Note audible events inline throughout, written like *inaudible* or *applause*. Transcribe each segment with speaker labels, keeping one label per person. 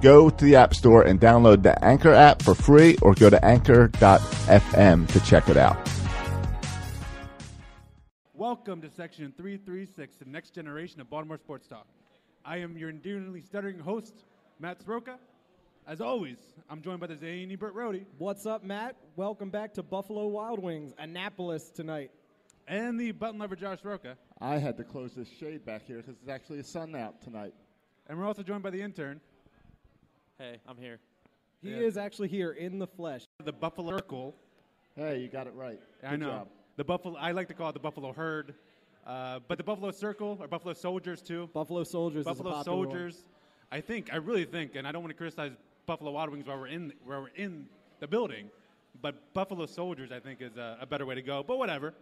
Speaker 1: Go to the App Store and download the Anchor app for free or go to anchor.fm to check it out.
Speaker 2: Welcome to section 336 of Next Generation of Baltimore Sports Talk. I am your endearingly stuttering host, Matt Sroka. As always, I'm joined by the zany Burt Rohde
Speaker 3: What's up, Matt? Welcome back to Buffalo Wild Wings, Annapolis tonight.
Speaker 2: and the button lever Josh Sroka.
Speaker 4: I had to close this shade back here because it's actually a sun out tonight.
Speaker 2: And we're also joined by the intern,
Speaker 5: Hey, I'm here.
Speaker 3: He
Speaker 2: Yeah.
Speaker 3: is actually here in the flesh.
Speaker 2: the Buffalo Circle.
Speaker 4: Hey, you got it right.
Speaker 2: I
Speaker 4: Good
Speaker 2: know.
Speaker 4: job.
Speaker 2: The Buffalo, I like to call it the Buffalo Herd. Uh, but the Buffalo Circle, or Buffalo Soldiers too.
Speaker 3: Buffalo Soldiers is a
Speaker 2: Buffalo
Speaker 3: popular one.
Speaker 2: Soldiers. I think, I really think, and I don't want to criticize Buffalo Wild Wings while we're in, while we're in the building, but Buffalo Soldiers, I think, is a, a better way to go. But whatever.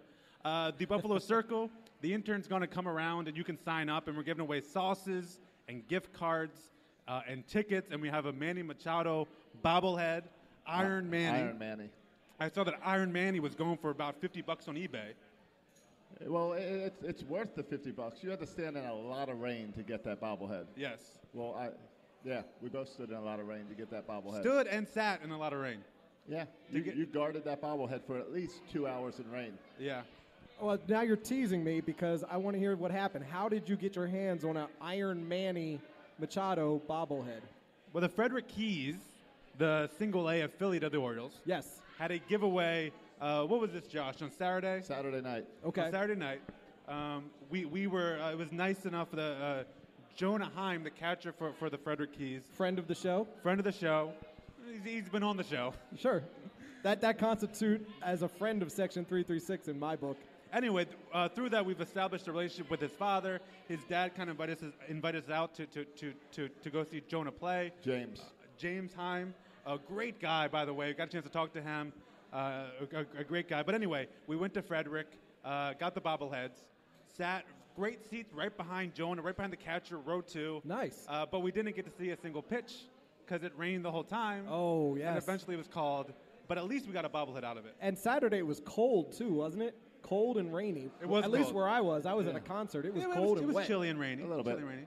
Speaker 2: Uh, the
Speaker 3: *laughs*
Speaker 2: Buffalo Circle, the intern's going to come around and you can sign up, and we're giving away sauces and gift cards uh, and tickets, and we have a Manny Machado bobblehead,
Speaker 3: Uh,
Speaker 2: Iron Manny.
Speaker 4: Iron Manny.
Speaker 2: I saw that Iron Manny was going for about 50 bucks on eBay.
Speaker 4: Well, i- i- it's, it's worth the 50 bucks. You had to stand in a lot of rain to get that bobblehead.
Speaker 2: Yes.
Speaker 4: Well, I, yeah, we both stood in a lot of rain to get that bobblehead.
Speaker 2: Stood and sat in a lot of rain.
Speaker 4: Yeah, you,
Speaker 2: get-
Speaker 4: you guarded that bobblehead for at least two hours in rain.
Speaker 2: Yeah.
Speaker 3: Well, now you're teasing me because I want to hear what happened. How did you get your hands on an Iron Manny Machado bobblehead?
Speaker 2: Well, the Frederick Keys, the single A affiliate of the Orioles,
Speaker 3: Yes.
Speaker 2: had a giveaway. Uh, what was this, Josh? On Saturday?
Speaker 4: Saturday night.
Speaker 3: Okay.
Speaker 2: On Saturday night. Um, we, we were, uh, it was nice enough that uh, Jonah Heim, the catcher for, for the Frederick Keys,
Speaker 3: Friend of the show?
Speaker 2: friend of the show, he's, he's been on the show. *laughs*
Speaker 3: Sure. That that constitute as a friend of Section 336 in my book.
Speaker 2: Anyway, th- uh, through that, we've established a relationship with his father. His dad kind of invited us, invited us out to, to, to, to, to go see Jonah play.
Speaker 4: James.
Speaker 2: James Heim, a great guy, by the way. Got a chance to talk to him. Uh, a, a great guy. But anyway, we went to Frederick, uh, got the bobbleheads, sat great seats right behind Jonah, right behind the catcher, row two.
Speaker 3: Nice.
Speaker 2: Uh, but we didn't get to see a single pitch because it rained the whole time.
Speaker 3: Oh,
Speaker 2: And
Speaker 3: yes.
Speaker 2: eventually it was called. But at least we got a bobblehead out of it.
Speaker 3: And Saturday was cold too, wasn't it? Cold and rainy.
Speaker 2: It was
Speaker 3: At least
Speaker 2: cold.
Speaker 3: where I was, I was at a concert. It was
Speaker 2: Yeah,
Speaker 3: cold
Speaker 2: it was,
Speaker 3: and
Speaker 2: it was
Speaker 3: wet.
Speaker 2: chilly and rainy.
Speaker 4: A little
Speaker 2: chilly
Speaker 4: bit.
Speaker 2: and rainy.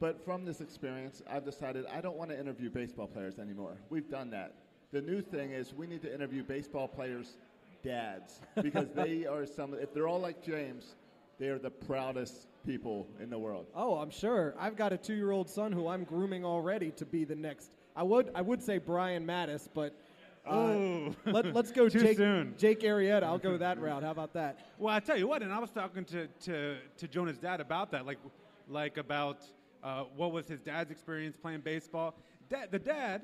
Speaker 4: But from this experience, I've decided I don't want to interview baseball players anymore. We've done that. The new thing is we need to interview baseball players' dads because they are some, if they're all like James, they are the proudest people in the world.
Speaker 3: Oh, I'm sure. I've got a two-year-old son who I'm grooming already to be the next. I would, I would say Brian Mattis, but uh,
Speaker 2: Oh.
Speaker 3: let, let's
Speaker 2: *laughs*
Speaker 3: go
Speaker 2: Too
Speaker 3: Jake,
Speaker 2: soon.
Speaker 3: Jake Arrieta. I'll
Speaker 2: *laughs*
Speaker 3: go that route. How about that?
Speaker 2: Well, I tell you what, and I was talking to, to, to Jonah's dad about that, like, like about uh, what was his dad's experience playing baseball. Dad, the dad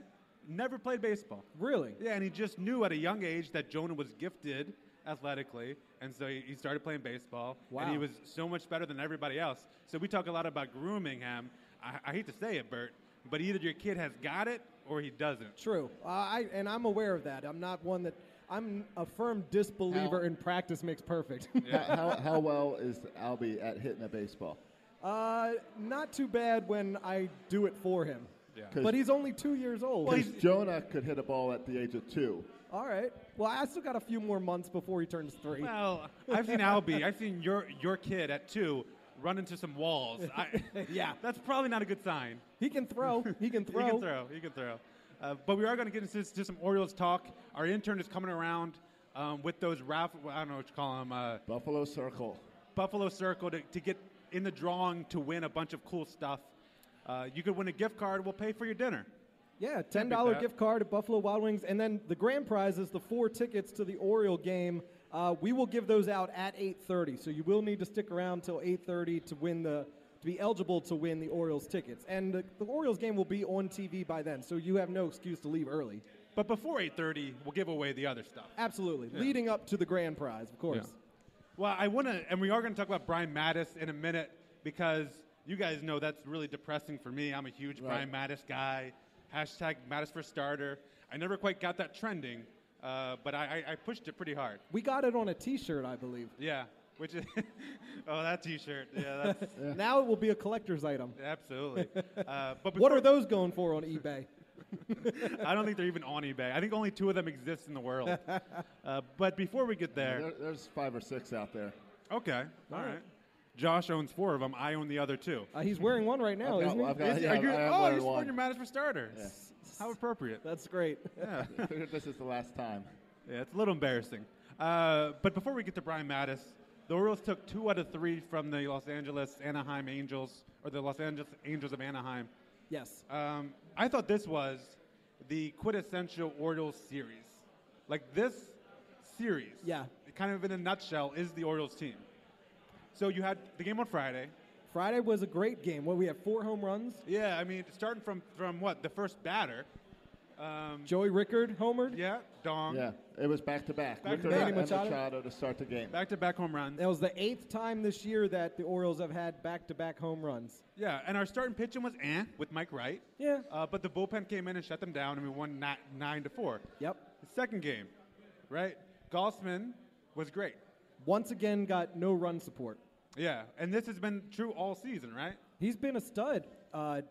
Speaker 2: never played baseball.
Speaker 3: Really?
Speaker 2: Yeah, and he just knew at a young age that Jonah was gifted athletically, and so he, he started playing baseball. And he
Speaker 3: Wow.
Speaker 2: was so much better than everybody else. So we talk a lot about grooming him. I, I hate to say it, Bert, but either your kid has got it or he doesn't.
Speaker 3: True. Uh, I and I'm aware of that. I'm not one that I'm a firm disbeliever
Speaker 4: How-
Speaker 3: in practice makes perfect.
Speaker 4: How, how, how well is Albie at hitting a baseball?
Speaker 3: *laughs* uh, not too bad when I do it for him.
Speaker 2: Yeah.
Speaker 3: But he's only two years old.
Speaker 2: Well,
Speaker 4: 'Cause
Speaker 2: he's-
Speaker 4: Jonah could hit a ball at the age of two.
Speaker 3: All right. Well, I still got a few more months before he turns three.
Speaker 2: Well, I've seen Albie. I've seen your your kid at two run into some walls. I,
Speaker 3: Yeah.
Speaker 2: that's probably not a good sign.
Speaker 3: He can throw. He can
Speaker 2: *laughs*
Speaker 3: throw.
Speaker 2: He can throw. He can throw. Uh, but we are going to get into s- to some Orioles talk. Our intern is coming around um, with those raffle. I don't know what you call them. Uh,
Speaker 4: Buffalo Circle.
Speaker 2: Buffalo Circle to, to get in the drawing to win a bunch of cool stuff. Uh, you could win a gift card. We'll pay for your dinner.
Speaker 3: Yeah, ten
Speaker 2: Can't beat
Speaker 3: dollar
Speaker 2: that.
Speaker 3: gift card at Buffalo Wild Wings, and then the grand prize is the four tickets to the Oriole game. Uh, we will give those out at eight thirty, so you will need to stick around till eight thirty to win the to be eligible to win the Orioles tickets. And the, the Orioles game will be on TV by then, so you have no excuse to leave early.
Speaker 2: But before 8:30, we'll give away the other stuff.
Speaker 3: Absolutely, leading up to the grand prize, of course.
Speaker 2: Well, I want to, and we are going to talk about Brian Mattis in a minute because you guys know that's really depressing for me. I'm a huge
Speaker 4: Right.
Speaker 2: Brian Mattis guy. hashtag Mattis for starter. I never quite got that trending, uh, but I, I, I pushed it pretty hard.
Speaker 3: We got it on a T-shirt, I believe.
Speaker 2: Yeah, which is *laughs* oh that T-shirt. Yeah, that's, *laughs*
Speaker 3: Now it will be a collector's item.
Speaker 2: absolutely. Uh, but
Speaker 3: What
Speaker 2: before-
Speaker 3: are those going for on eBay?
Speaker 2: *laughs* I don't think they're even on eBay. I think only two of them exist in the world. Uh, but before we get there,
Speaker 4: There, there's five or six out there. *laughs*
Speaker 2: okay, all right. Josh owns four of them. I own the other two.
Speaker 3: Uh, he's wearing one right now,
Speaker 4: I've got-
Speaker 3: isn't he?
Speaker 4: I've got-
Speaker 2: Is-
Speaker 4: yeah,
Speaker 2: are you-
Speaker 4: I have
Speaker 2: oh,
Speaker 4: one
Speaker 2: you're
Speaker 4: and
Speaker 2: supporting your
Speaker 4: one.
Speaker 2: matters for starters. How appropriate.
Speaker 3: That's great.
Speaker 4: I figured this is the last time.
Speaker 2: Yeah, it's a little embarrassing. Uh, but before we get to Brian Mattis, the Orioles took two out of three from the Los Angeles Anaheim Angels, or the Los Angeles Angels of Anaheim.
Speaker 3: *laughs* yes.
Speaker 2: Um, I thought this was the quintessential Orioles series. Like this series,
Speaker 3: Yeah.
Speaker 2: kind of in a nutshell, is the Orioles team. So you had the game on Friday.
Speaker 3: Friday was a great game. What we have four home runs.
Speaker 2: Yeah, I mean, starting from from what the first batter. Um,
Speaker 3: Joey Rickard homered.
Speaker 2: yeah, Dong.
Speaker 4: Yeah, it was back to back.
Speaker 2: Back-to-back.
Speaker 4: Rickard and
Speaker 3: Manny Machado.
Speaker 4: Machado to start the game.
Speaker 2: Back to back home runs.
Speaker 3: That was the eighth time this year that the Orioles have had back-to-back home runs.
Speaker 2: Yeah, and our starting pitching was eh with Mike Wright.
Speaker 3: Yeah.
Speaker 2: Uh, but the bullpen came in and shut them down, and we won ni- nine to four.
Speaker 3: Yep.
Speaker 2: The second game, right? Gossman was great.
Speaker 3: Once again, got no run support.
Speaker 2: Yeah, and this has been true all season, right?
Speaker 3: He's been a stud. Uh,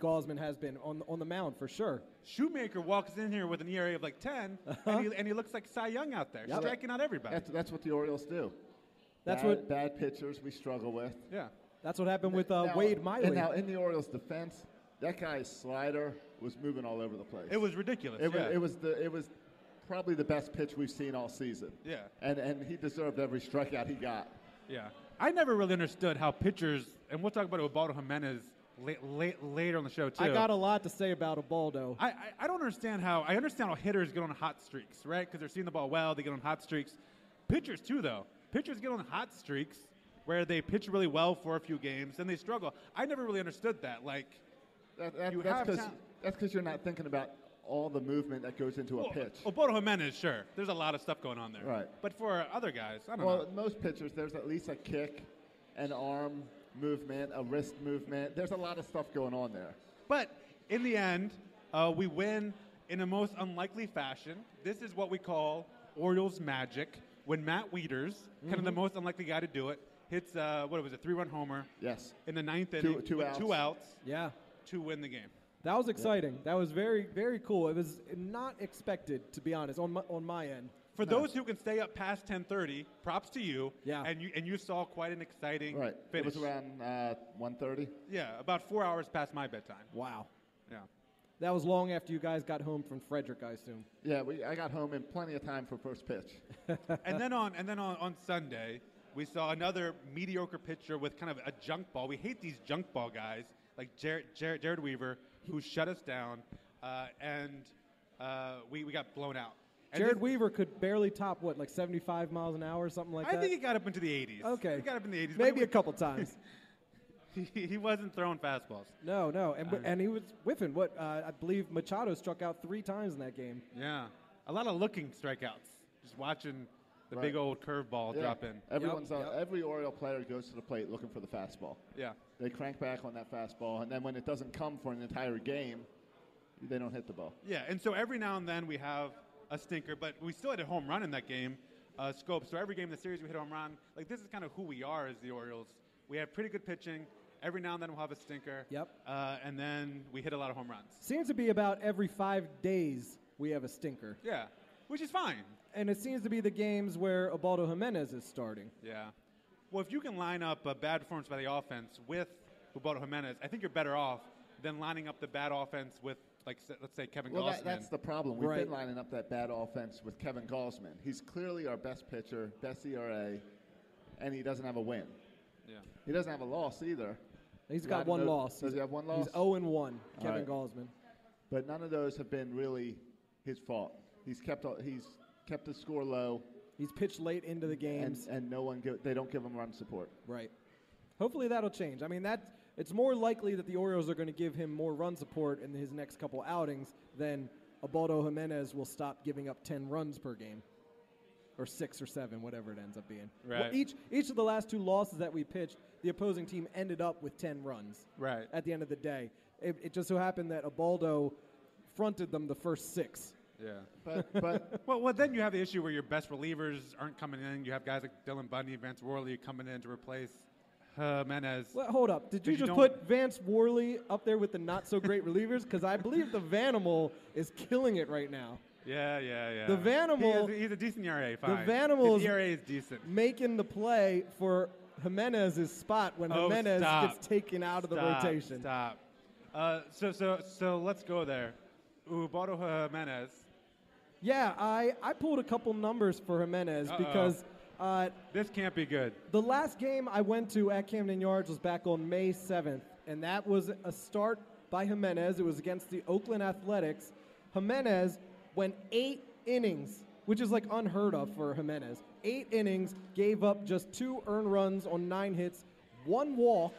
Speaker 3: Gosman has been on on the mound for sure.
Speaker 2: Shoemaker walks in here with an ERA of like 10, and, he, and he looks like Cy Young out there, striking out everybody.
Speaker 4: Uh-huh. That's, that's what the Orioles do.
Speaker 3: That's
Speaker 4: bad,
Speaker 3: what-
Speaker 4: bad pitchers we struggle with.
Speaker 2: yeah.
Speaker 3: That's what happened with uh,
Speaker 4: Now-
Speaker 3: Wade Miley.
Speaker 4: And now in the Orioles' defense, that guy's slider was moving all over the place.
Speaker 2: It was ridiculous.
Speaker 4: It, wa-
Speaker 2: yeah.
Speaker 4: it was the it was probably the best pitch we've seen all season.
Speaker 2: Yeah.
Speaker 4: And and he deserved every strikeout he got.
Speaker 2: yeah. I never really understood how pitchers, and we'll talk about Obaldo Jimenez late, late, later on the show, too.
Speaker 3: I got a lot to say about Ubaldo.
Speaker 2: I, I, I don't understand how I understand how hitters get on hot streaks, right? Because they're seeing the ball well, they get on hot streaks. Pitchers too, though. Pitchers get on hot streaks where they pitch really well for a few games and they struggle. I never really understood that. Like,
Speaker 4: That, that,
Speaker 2: You have
Speaker 4: that's
Speaker 2: talent.
Speaker 4: because you're not thinking about all the movement that goes into a
Speaker 2: well, oh,
Speaker 4: pitch.
Speaker 2: Oboto Jimenez, sure. There's a lot of stuff going on there.
Speaker 4: Right.
Speaker 2: But for other guys, I don't
Speaker 4: Well,
Speaker 2: know.
Speaker 4: most pitchers, there's at least a kick, an arm movement, a wrist movement. There's a lot of stuff going on there.
Speaker 2: But in the end, uh, we win in the most unlikely fashion. This is what we call Orioles magic. When Matt Wieters, kind
Speaker 4: Mm-hmm.
Speaker 2: of the most unlikely guy to do it, hits uh, what was it, three-run homer.
Speaker 4: Yes.
Speaker 2: in the ninth
Speaker 4: Two-
Speaker 2: inning
Speaker 4: two
Speaker 2: with
Speaker 4: outs.
Speaker 2: two outs
Speaker 3: yeah,
Speaker 2: to win the game.
Speaker 3: that was exciting. That was very very cool. It was not expected, to be honest, on my, on my end.
Speaker 2: For those who can stay up past 10:30, props to you.
Speaker 3: Yeah.
Speaker 2: And you and you saw quite an exciting
Speaker 4: Right. It
Speaker 2: finish.
Speaker 4: was around uh, 1:30.
Speaker 2: yeah, about four hours past my bedtime.
Speaker 3: Wow,
Speaker 2: Yeah.
Speaker 3: that was long after you guys got home from Frederick, I assume.
Speaker 4: Yeah, we, I got home in plenty of time for first pitch.
Speaker 2: and then on and then on, on Sunday, we saw another mediocre pitcher with kind of a junk ball. We hate these junk ball guys like Jared, Jared, Jared Weaver, who shut us down, uh, and uh, we, we got blown out. And
Speaker 3: Jared
Speaker 2: this-
Speaker 3: Weaver could barely top what, like 75 miles an hour or something like
Speaker 2: I
Speaker 3: that.
Speaker 2: think he got up into the 80s.
Speaker 3: okay,
Speaker 2: He got up in the 80s. but
Speaker 3: Maybe
Speaker 2: it
Speaker 3: a
Speaker 2: *laughs*
Speaker 3: couple times.
Speaker 2: was- He, he wasn't throwing fastballs.
Speaker 3: No, no, and and he was whiffing. What uh, I believe Machado struck out three times in that game.
Speaker 2: Yeah, a lot of looking strikeouts. Just watching the big
Speaker 4: Right.
Speaker 2: old curveball
Speaker 4: Yeah.
Speaker 2: drop in.
Speaker 4: Everyone's
Speaker 3: Yep,
Speaker 4: on, every Oriole player goes to the plate looking for the fastball.
Speaker 2: Yeah,
Speaker 4: They crank back on that fastball, and then when it doesn't come for an entire game, they don't hit the ball.
Speaker 2: yeah. And so every now and then we have a stinker, but we still had a home run in that game. Uh, scope. So every game in the series we hit a home run. Like this is kind of who we are as the Orioles. We have pretty good pitching. Every now and then we'll have a stinker.
Speaker 3: Yep.
Speaker 2: Uh, and then we hit a lot of home runs.
Speaker 3: Seems to be about every five days we have a stinker,
Speaker 2: Yeah, which is fine.
Speaker 3: and it seems to be the games where Abaldo Jimenez is starting.
Speaker 2: Yeah. Well, if you can line up a bad performance by the offense with Roberto Jimenez, I think you're better off than lining up the bad offense with, like, s- let's say Kevin
Speaker 4: Well,
Speaker 2: Gausman.
Speaker 4: that, that's the problem. We've
Speaker 3: Right.
Speaker 4: been lining up that bad offense with Kevin Galsman. He's clearly our best pitcher, best ERA, and he doesn't have a win.
Speaker 2: yeah.
Speaker 4: He doesn't have a loss either.
Speaker 3: He's
Speaker 4: You
Speaker 3: got
Speaker 4: have
Speaker 3: one
Speaker 4: no-
Speaker 3: loss.
Speaker 4: does he have one loss?
Speaker 3: He's 0 and 1. Kevin
Speaker 4: right.
Speaker 3: Gausman.
Speaker 4: But none of those have been really his fault. He's kept all- he's kept the score low,
Speaker 3: He's pitched late into the
Speaker 4: and,
Speaker 3: games.
Speaker 4: and no one give, they don't give him run support.
Speaker 3: right. Hopefully that'll change. I mean, that's it's more likely that the Orioles are going to give him more run support in his next couple outings than Abaldo Jimenez will stop giving up 10 runs per game. Or six or seven, whatever it ends up being. Well,
Speaker 2: Right.
Speaker 3: each each of the last two losses that we pitched, the opposing team ended up with ten runs.
Speaker 2: Right.
Speaker 3: At the end of the day, it, it just so happened that Abaldo fronted them the first six.
Speaker 2: Yeah. *laughs*
Speaker 4: But, but
Speaker 2: Well, well, then you have the issue where your best relievers aren't coming in. You have guys like Dylan Bundy, Vance Worley coming in to replace Jimenez.
Speaker 3: Well, hold up. Did you
Speaker 2: you
Speaker 3: just
Speaker 2: don't-
Speaker 3: put Vance Worley up there with the not so great relievers? Because I believe the Vanimal is killing it right now.
Speaker 2: Yeah, yeah, yeah.
Speaker 3: The Vanimal-
Speaker 2: He is, he's a decent ERA. Fine.
Speaker 3: Vanimal is-
Speaker 2: His ERA is decent.
Speaker 3: Making the play for Jimenez's spot when
Speaker 2: Oh,
Speaker 3: Jimenez
Speaker 2: stop.
Speaker 3: gets taken out of the
Speaker 2: Stop,
Speaker 3: rotation.
Speaker 2: Stop. Uh, so, so, so let's go there. Ubaldo Jimenez.
Speaker 3: Yeah, I, I pulled a couple numbers for Jimenez
Speaker 2: Uh-oh.
Speaker 3: because uh,
Speaker 2: This can't be good.
Speaker 3: the last game I went to at Camden Yards was back on May 7th, and that was a start by Jimenez. It was against the Oakland Athletics. Jimenez went eight innings, which is like unheard of for Jimenez. Eight innings, gave up just two earned runs on nine hits, one walk,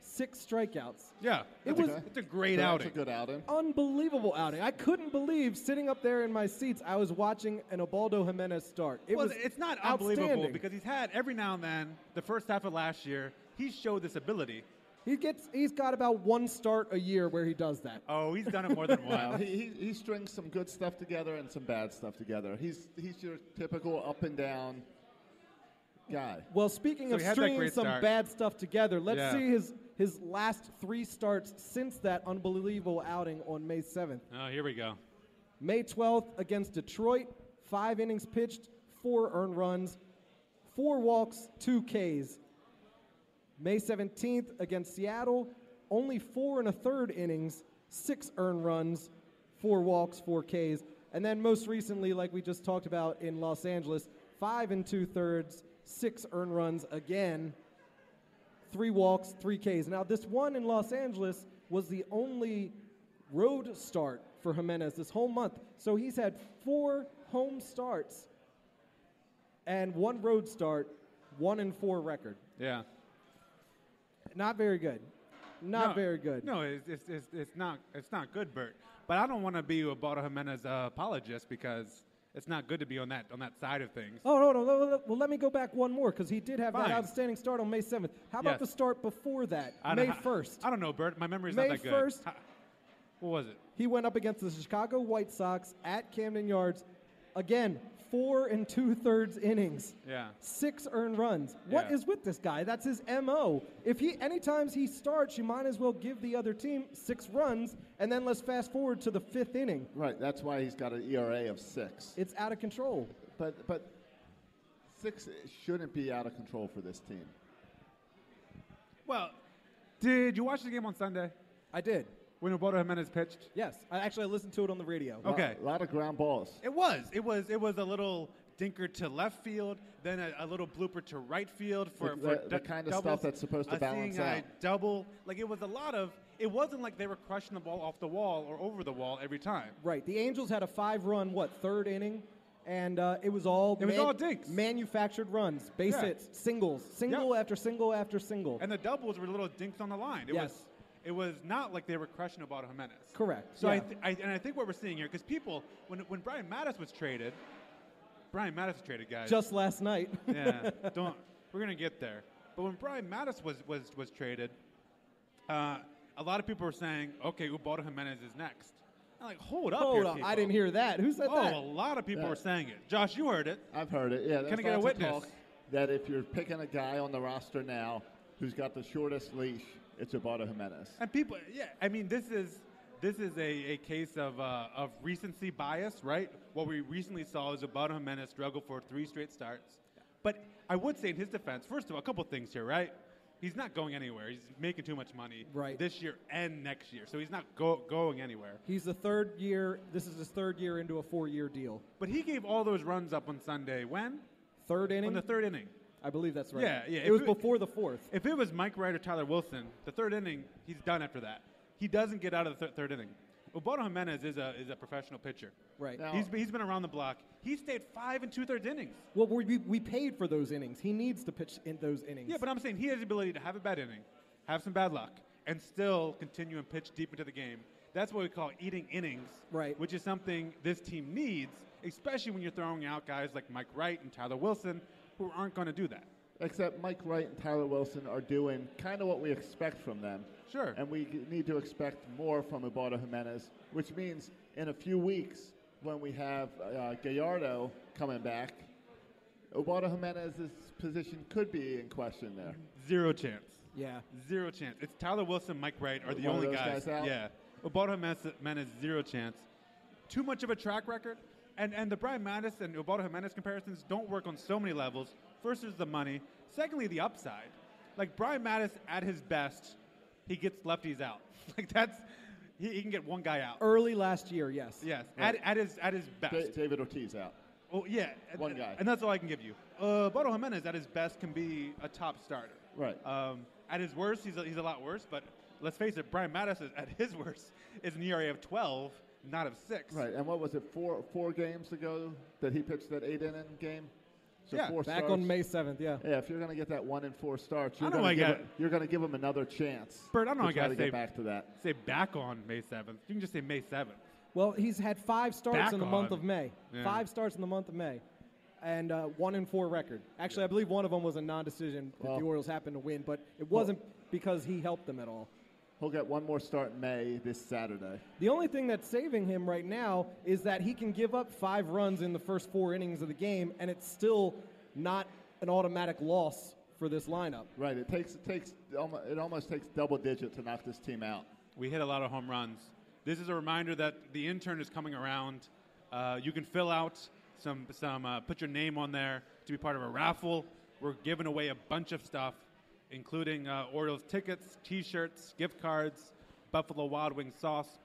Speaker 3: six strikeouts.
Speaker 2: Yeah,
Speaker 3: It
Speaker 2: that's a-
Speaker 3: was-
Speaker 2: It's a great
Speaker 4: that's
Speaker 2: outing.
Speaker 4: a
Speaker 2: *laughs*
Speaker 4: good outing.
Speaker 3: unbelievable outing. I couldn't believe sitting up there in my seats. I was watching an Obaldo Jimenez start. It
Speaker 2: well,
Speaker 3: was
Speaker 2: it's not unbelievable
Speaker 3: outstanding.
Speaker 2: because he's had every now and then. The first half of last year, he showed this ability.
Speaker 3: he gets he's got about one start a year where he does that.
Speaker 2: Oh, he's done it more
Speaker 3: *laughs*
Speaker 2: than
Speaker 4: Wow,
Speaker 2: once.
Speaker 4: he, he, he strings some good stuff together and some bad stuff together. He's he's your typical up and down guy.
Speaker 3: Well, speaking
Speaker 2: So
Speaker 3: of
Speaker 2: he had that
Speaker 3: stringing
Speaker 2: great
Speaker 3: some
Speaker 2: start.
Speaker 3: bad stuff together, let's
Speaker 2: Yeah.
Speaker 3: see his his last three starts since that unbelievable outing on May seventh.
Speaker 2: oh, here we go.
Speaker 3: May 12th against Detroit, five innings pitched, four earned runs, four walks, two Ks. May 17th against Seattle, only four and a third innings, six earned runs, four walks, four Ks. And then most recently, like we just talked about in Los Angeles, five and two thirds, six earned runs again, three walks, three Ks. Now, this one in Los Angeles was the only road start for Jimenez this whole month. So he's had four home starts and one road start, one and four record.
Speaker 2: Yeah.
Speaker 3: Not very good. Not
Speaker 2: No,
Speaker 3: very good.
Speaker 2: No, it's, it's, it's, it's not it's not good, Bert. But I don't want to be a Baldo Jimenez uh, apologist because it's not good to be on that on that side of things.
Speaker 3: Oh, no, no, no, no. Well, let me go back one more because he did have
Speaker 2: Fine.
Speaker 3: that outstanding start on May 7th. How about
Speaker 2: Yes.
Speaker 3: the start before that?
Speaker 2: I
Speaker 3: May
Speaker 2: don't-
Speaker 3: 1st.
Speaker 2: I don't know, Bert. My memory's
Speaker 3: May
Speaker 2: not that good.
Speaker 3: 1st.
Speaker 2: Ha- What was it?
Speaker 3: He went up against the Chicago White Sox at Camden Yards. Again, four and two thirds innings.
Speaker 2: Yeah.
Speaker 3: Six earned runs. What
Speaker 2: Yeah.
Speaker 3: is with this guy? That's his MO. If he any times he starts, you might as well give the other team six runs, and then let's fast forward to the fifth inning.
Speaker 4: Right, that's why he's got an ERA of six.
Speaker 3: It's out of control.
Speaker 4: But but six shouldn't be out of control for this team.
Speaker 2: Well, did you watch the game on Sunday
Speaker 3: I did.
Speaker 2: when Ubaldo Jimenez pitched?
Speaker 3: Yes. I actually I listened to it on the radio.
Speaker 2: Oh. Okay.
Speaker 4: a lot of ground balls.
Speaker 2: It was. It was. It was a little dinker to left field, then a, a little blooper to right field for, for
Speaker 4: The- the- the
Speaker 2: du-
Speaker 4: kind of
Speaker 2: doubles,
Speaker 4: stuff that's supposed to
Speaker 2: a
Speaker 4: balance
Speaker 2: seeing eye
Speaker 4: out.
Speaker 2: double. Like it was a lot of. It wasn't like they were crushing the ball off the wall or over the wall every time.
Speaker 3: Right. The Angels had a five run, what, third inning? And uh, it was all
Speaker 2: It was all dinks.
Speaker 3: manufactured runs, base
Speaker 2: Yeah.
Speaker 3: hits, singles, single
Speaker 2: Yeah.
Speaker 3: after single after single.
Speaker 2: And the doubles were little dinks on the line. It was.
Speaker 3: Yes.
Speaker 2: It was not like they were crushing Ubaldo Jimenez.
Speaker 3: Correct,
Speaker 2: So I,
Speaker 3: yeah.
Speaker 2: th- I and I think what we're seeing here because people when when Brian Mattis was traded, Brian Mattis was traded, guys.
Speaker 3: Just last night.
Speaker 2: *laughs*
Speaker 3: *laughs*
Speaker 2: yeah, don't. We're gonna get there. But when Brian Mattis was was was traded, uh, a lot of people were saying, "Okay, Ubaldo Jimenez is next." I'm like, "Hold up,
Speaker 3: Hold
Speaker 2: here,
Speaker 3: on, I
Speaker 2: people."
Speaker 3: didn't hear that. Who said
Speaker 2: Oh,
Speaker 3: that?
Speaker 2: a lot of people
Speaker 4: Yeah.
Speaker 2: were saying it. Josh, you heard it.
Speaker 4: I've heard it. Yeah. there's
Speaker 2: Can I get a
Speaker 4: lots of
Speaker 2: witness?
Speaker 4: talk That if you're picking a guy on the roster now who's got the shortest leash, it's Ubaldo Jimenez.
Speaker 2: And people, yeah, I mean, this is this is a, a case of uh, of recency bias, right? What we recently saw is Ubaldo Jimenez struggle for three straight starts. But I would say, in his defense, first of all, a couple things here, right? He's not going anywhere. He's making too much money
Speaker 3: Right.
Speaker 2: this year and next year, so he's not go- going anywhere.
Speaker 3: He's the third year. This is his third year into a four-year deal.
Speaker 2: But he gave all those runs up on Sunday. When?
Speaker 3: Third inning.
Speaker 2: On the third inning.
Speaker 3: I believe that's right.
Speaker 2: Yeah, yeah,
Speaker 3: It
Speaker 2: if
Speaker 3: was
Speaker 2: it-
Speaker 3: before the fourth.
Speaker 2: If it was Mike Wright or Tyler Wilson, the third inning, he's done after that. He doesn't get out of the th- third inning. Ubaldo Jimenez is a, is a professional pitcher.
Speaker 3: Right.
Speaker 4: Now-
Speaker 2: He's, he's been around the block. He stayed five and two thirds innings.
Speaker 3: well, we, we paid for those innings. He needs to pitch in those innings.
Speaker 2: Yeah, but I'm saying he has the ability to have a bad inning, have some bad luck, and still continue and pitch deep into the game. That's what we call eating innings,
Speaker 3: Right.
Speaker 2: Which is something this team needs, especially when you're throwing out guys like Mike Wright and Tyler Wilson, who aren't going to do that.
Speaker 4: Except Mike Wright and Tyler Wilson are doing kind of what we expect from them.
Speaker 2: Sure.
Speaker 4: And we g- need to expect more from Eduardo Jimenez, which means in a few weeks, when we have uh, Gallardo coming back, Eduardo Jimenez's position could be in question there.
Speaker 2: Zero chance.
Speaker 3: Yeah.
Speaker 2: Zero chance. It's Tyler Wilson, Mike Wright are the
Speaker 4: One of
Speaker 2: only
Speaker 4: those
Speaker 2: guys.
Speaker 4: guys out?
Speaker 2: Yeah. Ubaldo Jimenez- Jimenez, zero chance. Too much of a track record. And, and the Brian Mattis and Ubaldo Jimenez comparisons don't work on so many levels. First is the money. Secondly, the upside. Like Brian Mattis at his best, he gets lefties out. *laughs* Like that's, he, he can get one guy
Speaker 4: Er
Speaker 2: out.
Speaker 3: Early last year, yes.
Speaker 2: Yes, at, at his at his best.
Speaker 4: Da- David Ortiz out.
Speaker 2: Oh yeah, and-
Speaker 4: One
Speaker 2: and-
Speaker 4: guy.
Speaker 2: and that's all I can give you. Uh, Bodo Jimenez at his best can be a top starter.
Speaker 4: Right.
Speaker 2: Um, at his worst, he's a, he's a lot worse. But let's face it, Brian Mattis is, at his worst is an ERA of 12, not of six.
Speaker 4: Right, and what was it, four four games ago that he pitched that eight inning game? So
Speaker 2: Yeah,
Speaker 4: four
Speaker 3: Back
Speaker 4: starts.
Speaker 3: on May 7th, yeah.
Speaker 4: Yeah, if you're going to get that one in four starts,
Speaker 2: I
Speaker 4: you're
Speaker 2: know
Speaker 4: going
Speaker 2: I
Speaker 4: to give
Speaker 2: got-
Speaker 4: it- you're going to give him another chance.
Speaker 2: Bert, I know
Speaker 4: to
Speaker 2: I got
Speaker 4: try to
Speaker 2: saved.
Speaker 4: get back to that.
Speaker 2: Say back on May 7th. You can just say May 7th.
Speaker 3: Well, he's had five starts
Speaker 2: Back
Speaker 3: in the month
Speaker 2: on.
Speaker 3: of May.
Speaker 2: Yeah.
Speaker 3: Five starts in the month of May. And uh, one in four record. Actually, I believe one of them was a non-decision that
Speaker 4: Well-
Speaker 3: the Orioles happened to win, but it wasn't because he helped them at all.
Speaker 4: He'll get one more start in May this Saturday.
Speaker 3: The only thing that's saving him right now is that he can give up five runs in the first four innings of the game, and it's still not an automatic loss for this lineup.
Speaker 4: Right, it takes it takes almo- it almost takes double digit to knock this team out.
Speaker 2: We hit a lot of home runs. This is a reminder that the intern is coming around. Uh, you can fill out some, some uh, put your name on there to be part of a raffle. We're giving away a bunch of stuff, including uh, Orioles tickets, t shirts, gift cards, Buffalo Wild Wings sauce.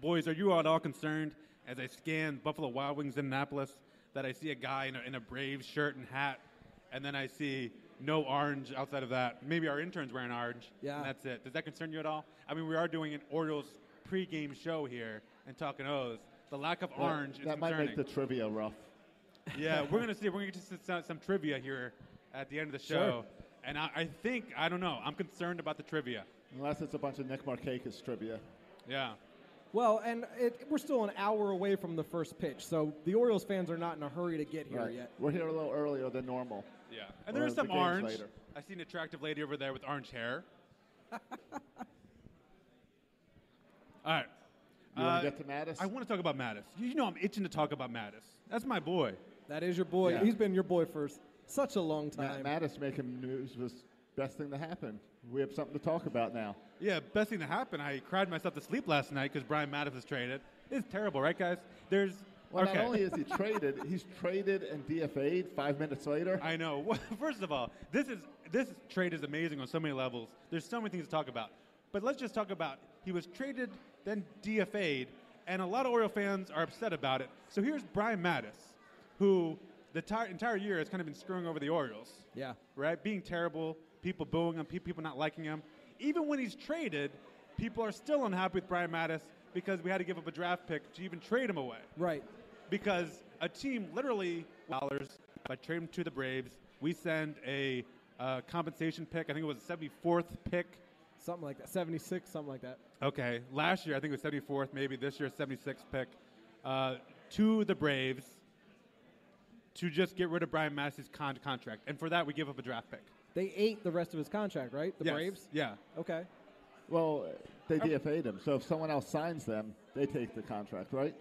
Speaker 2: Boys, are you at all concerned as I scan Buffalo Wild Wings in Annapolis that I see a guy in a, in a Braves shirt and hat, and then I see no orange outside of that? Maybe our intern's wearing orange.
Speaker 3: Yeah.
Speaker 2: And that's it. Does that concern you at all? I mean, we are doing an Orioles pregame show here and talking O's. The lack of
Speaker 4: That-
Speaker 2: orange is
Speaker 4: That might
Speaker 2: concerning.
Speaker 4: make the trivia rough.
Speaker 2: yeah, we're gonna see. We're gonna get to some, some trivia here at the end of the show, and I, I think I don't know. I'm concerned about the trivia.
Speaker 4: Unless it's a bunch of Nick Markakis trivia.
Speaker 2: Yeah.
Speaker 3: Well, and it, we're still an hour away from the first pitch, so the Orioles fans are not in a hurry to get here
Speaker 4: Right.
Speaker 3: yet.
Speaker 4: We're here a little earlier than normal.
Speaker 2: Yeah, and
Speaker 4: Or
Speaker 2: there's
Speaker 4: the
Speaker 2: some
Speaker 4: games
Speaker 2: orange.
Speaker 4: later.
Speaker 2: I see an attractive lady over there with orange
Speaker 4: *laughs*
Speaker 2: hair. All right. Uh,
Speaker 4: You wanna get to Mattis?
Speaker 2: I want to talk about Mattis. You you know I'm itching to talk about Mattis. That's my boy.
Speaker 3: That is your boy.
Speaker 4: Yeah.
Speaker 3: He's been your boy for s- such a long time.
Speaker 4: Matt Mattis making news was best thing that happened. We have something to talk about now.
Speaker 2: Yeah, best thing that happened. I cried myself to sleep last night because Brian Mattis was traded. It's terrible, right, guys? There's
Speaker 4: Well,
Speaker 2: okay.
Speaker 4: not only is he traded, he's traded and DFA'd five minutes later.
Speaker 2: *laughs* I know. Well, *laughs* First of all, this is this trade is amazing on so many levels. There's so many things to talk about. But let's just talk about he was traded, then DFA'd, and a lot of Oriole fans are upset about it. So here's Brian Mattis, who the ti- entire year has kind of been screwing over the Orioles.
Speaker 3: Yeah.
Speaker 2: Right? Being terrible, people booing him, pe- people not liking him. Even when he's traded, people are still unhappy with Brian Mattis because we had to give up a draft pick to even trade him away
Speaker 3: Right.
Speaker 2: because a team literally dollars by trading to the Braves. We send a uh, compensation pick. I think it was the 74th pick.
Speaker 3: Something like that. 76, something like that.
Speaker 2: Okay, last year I think it was 74th. Maybe this year 76th pick uh, to the Braves to just get rid of Brian Massey's con- contract, and for that we give up a draft pick.
Speaker 3: They ate the rest of his contract, right? The
Speaker 2: Yes,
Speaker 3: Braves?
Speaker 2: Yeah.
Speaker 3: Okay.
Speaker 4: Well, they DFA'd him, so if someone else signs them, they take the contract, right?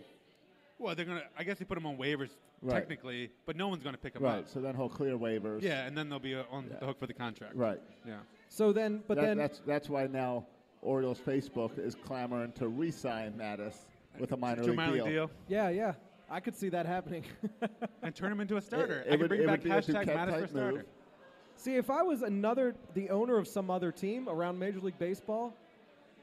Speaker 2: Well, they're gonna. I guess they put him on waivers
Speaker 4: Right.
Speaker 2: technically, but no one's gonna pick him
Speaker 4: Right.
Speaker 2: up.
Speaker 4: So then he'll clear waivers.
Speaker 2: Yeah, and then they'll be uh, on the hook for the contract.
Speaker 4: Right.
Speaker 2: Yeah.
Speaker 3: So then, but
Speaker 4: That-
Speaker 3: then,
Speaker 4: that's that's why now Orioles Facebook is clamoring to re-sign Mattis with a
Speaker 2: To
Speaker 4: minor
Speaker 2: a
Speaker 4: league
Speaker 2: minor league deal.
Speaker 3: yeah, yeah. I could see that happening. *laughs*
Speaker 2: and turn him into a starter.
Speaker 4: it
Speaker 2: I can
Speaker 4: would-
Speaker 2: bring
Speaker 4: it
Speaker 2: back
Speaker 4: would be a
Speaker 2: hashtag
Speaker 4: Duquette
Speaker 2: Mattis for
Speaker 4: type
Speaker 2: starter.
Speaker 4: move.
Speaker 3: see, if I was another, the owner of some other team around Major League Baseball,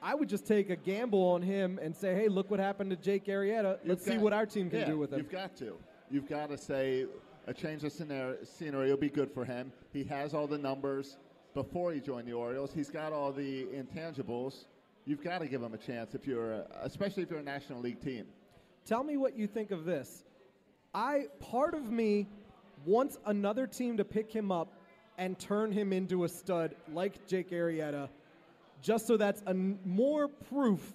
Speaker 3: I would just take a gamble on him and say, hey, look what happened to Jake Arrieta. Let's
Speaker 4: You've
Speaker 3: see
Speaker 4: got-
Speaker 3: what our team can
Speaker 4: yeah,
Speaker 3: do with him.
Speaker 4: You've got to. You've got to say a change of scenario, scenery will be good for him. He has all the numbers before he joined the Orioles. He's got all the intangibles. You've got to give him a chance if you're, a, especially if you're a National League team.
Speaker 3: Tell me what you think of this. I part of me wants another team to pick him up and turn him into a stud like Jake Arrieta, just so that's a n- more proof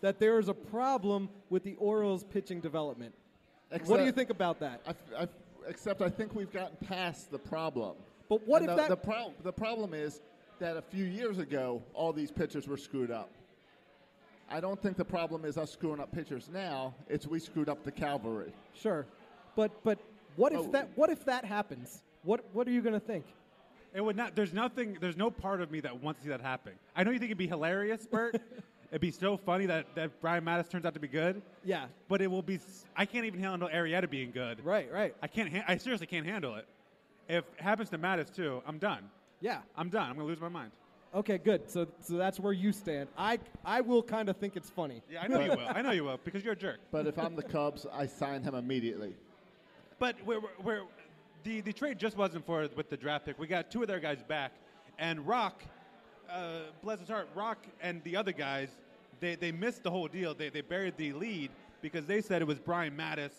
Speaker 3: that there is a problem with the Orioles pitching development. what do
Speaker 4: Except-
Speaker 3: you think about that?
Speaker 4: I f- I f- except I think we've gotten past the problem.
Speaker 3: But what
Speaker 4: And
Speaker 3: if
Speaker 4: the,
Speaker 3: that
Speaker 4: the, prob- the problem is that a few years ago, all these pitchers were screwed up. I don't think the problem is us screwing up pitchers now. It's we screwed up the cavalry.
Speaker 3: Sure, but but what if
Speaker 4: Oh.
Speaker 3: that what if that happens? What what are you going to think?
Speaker 2: It would not. There's nothing. There's no part of me that wants to see that happen. I know you think it'd be hilarious,
Speaker 4: *laughs*
Speaker 2: Bert. it'd be so funny that that Brian Mattis turns out to be good.
Speaker 3: Yeah,
Speaker 2: But it will be. s- I can't even handle Arietta being good.
Speaker 3: right, right.
Speaker 2: I can't. Ha- I seriously can't handle it. If it happens to Mattis too, I'm done.
Speaker 3: Yeah.
Speaker 2: I'm done. I'm gonna lose my mind.
Speaker 3: Okay, good. So so that's where you stand. I I will kind of think it's funny.
Speaker 2: Yeah, I know you will. I know you will because you're a jerk.
Speaker 4: But if I'm the Cubs, I sign him immediately.
Speaker 2: But we're, we're, we're- the, the trade just wasn't for with the draft pick. We got two of their guys back, and Rock, uh, bless his heart, Rock and the other guys, they, they missed the whole deal. They, they buried the lead because they said it was Brian Mattis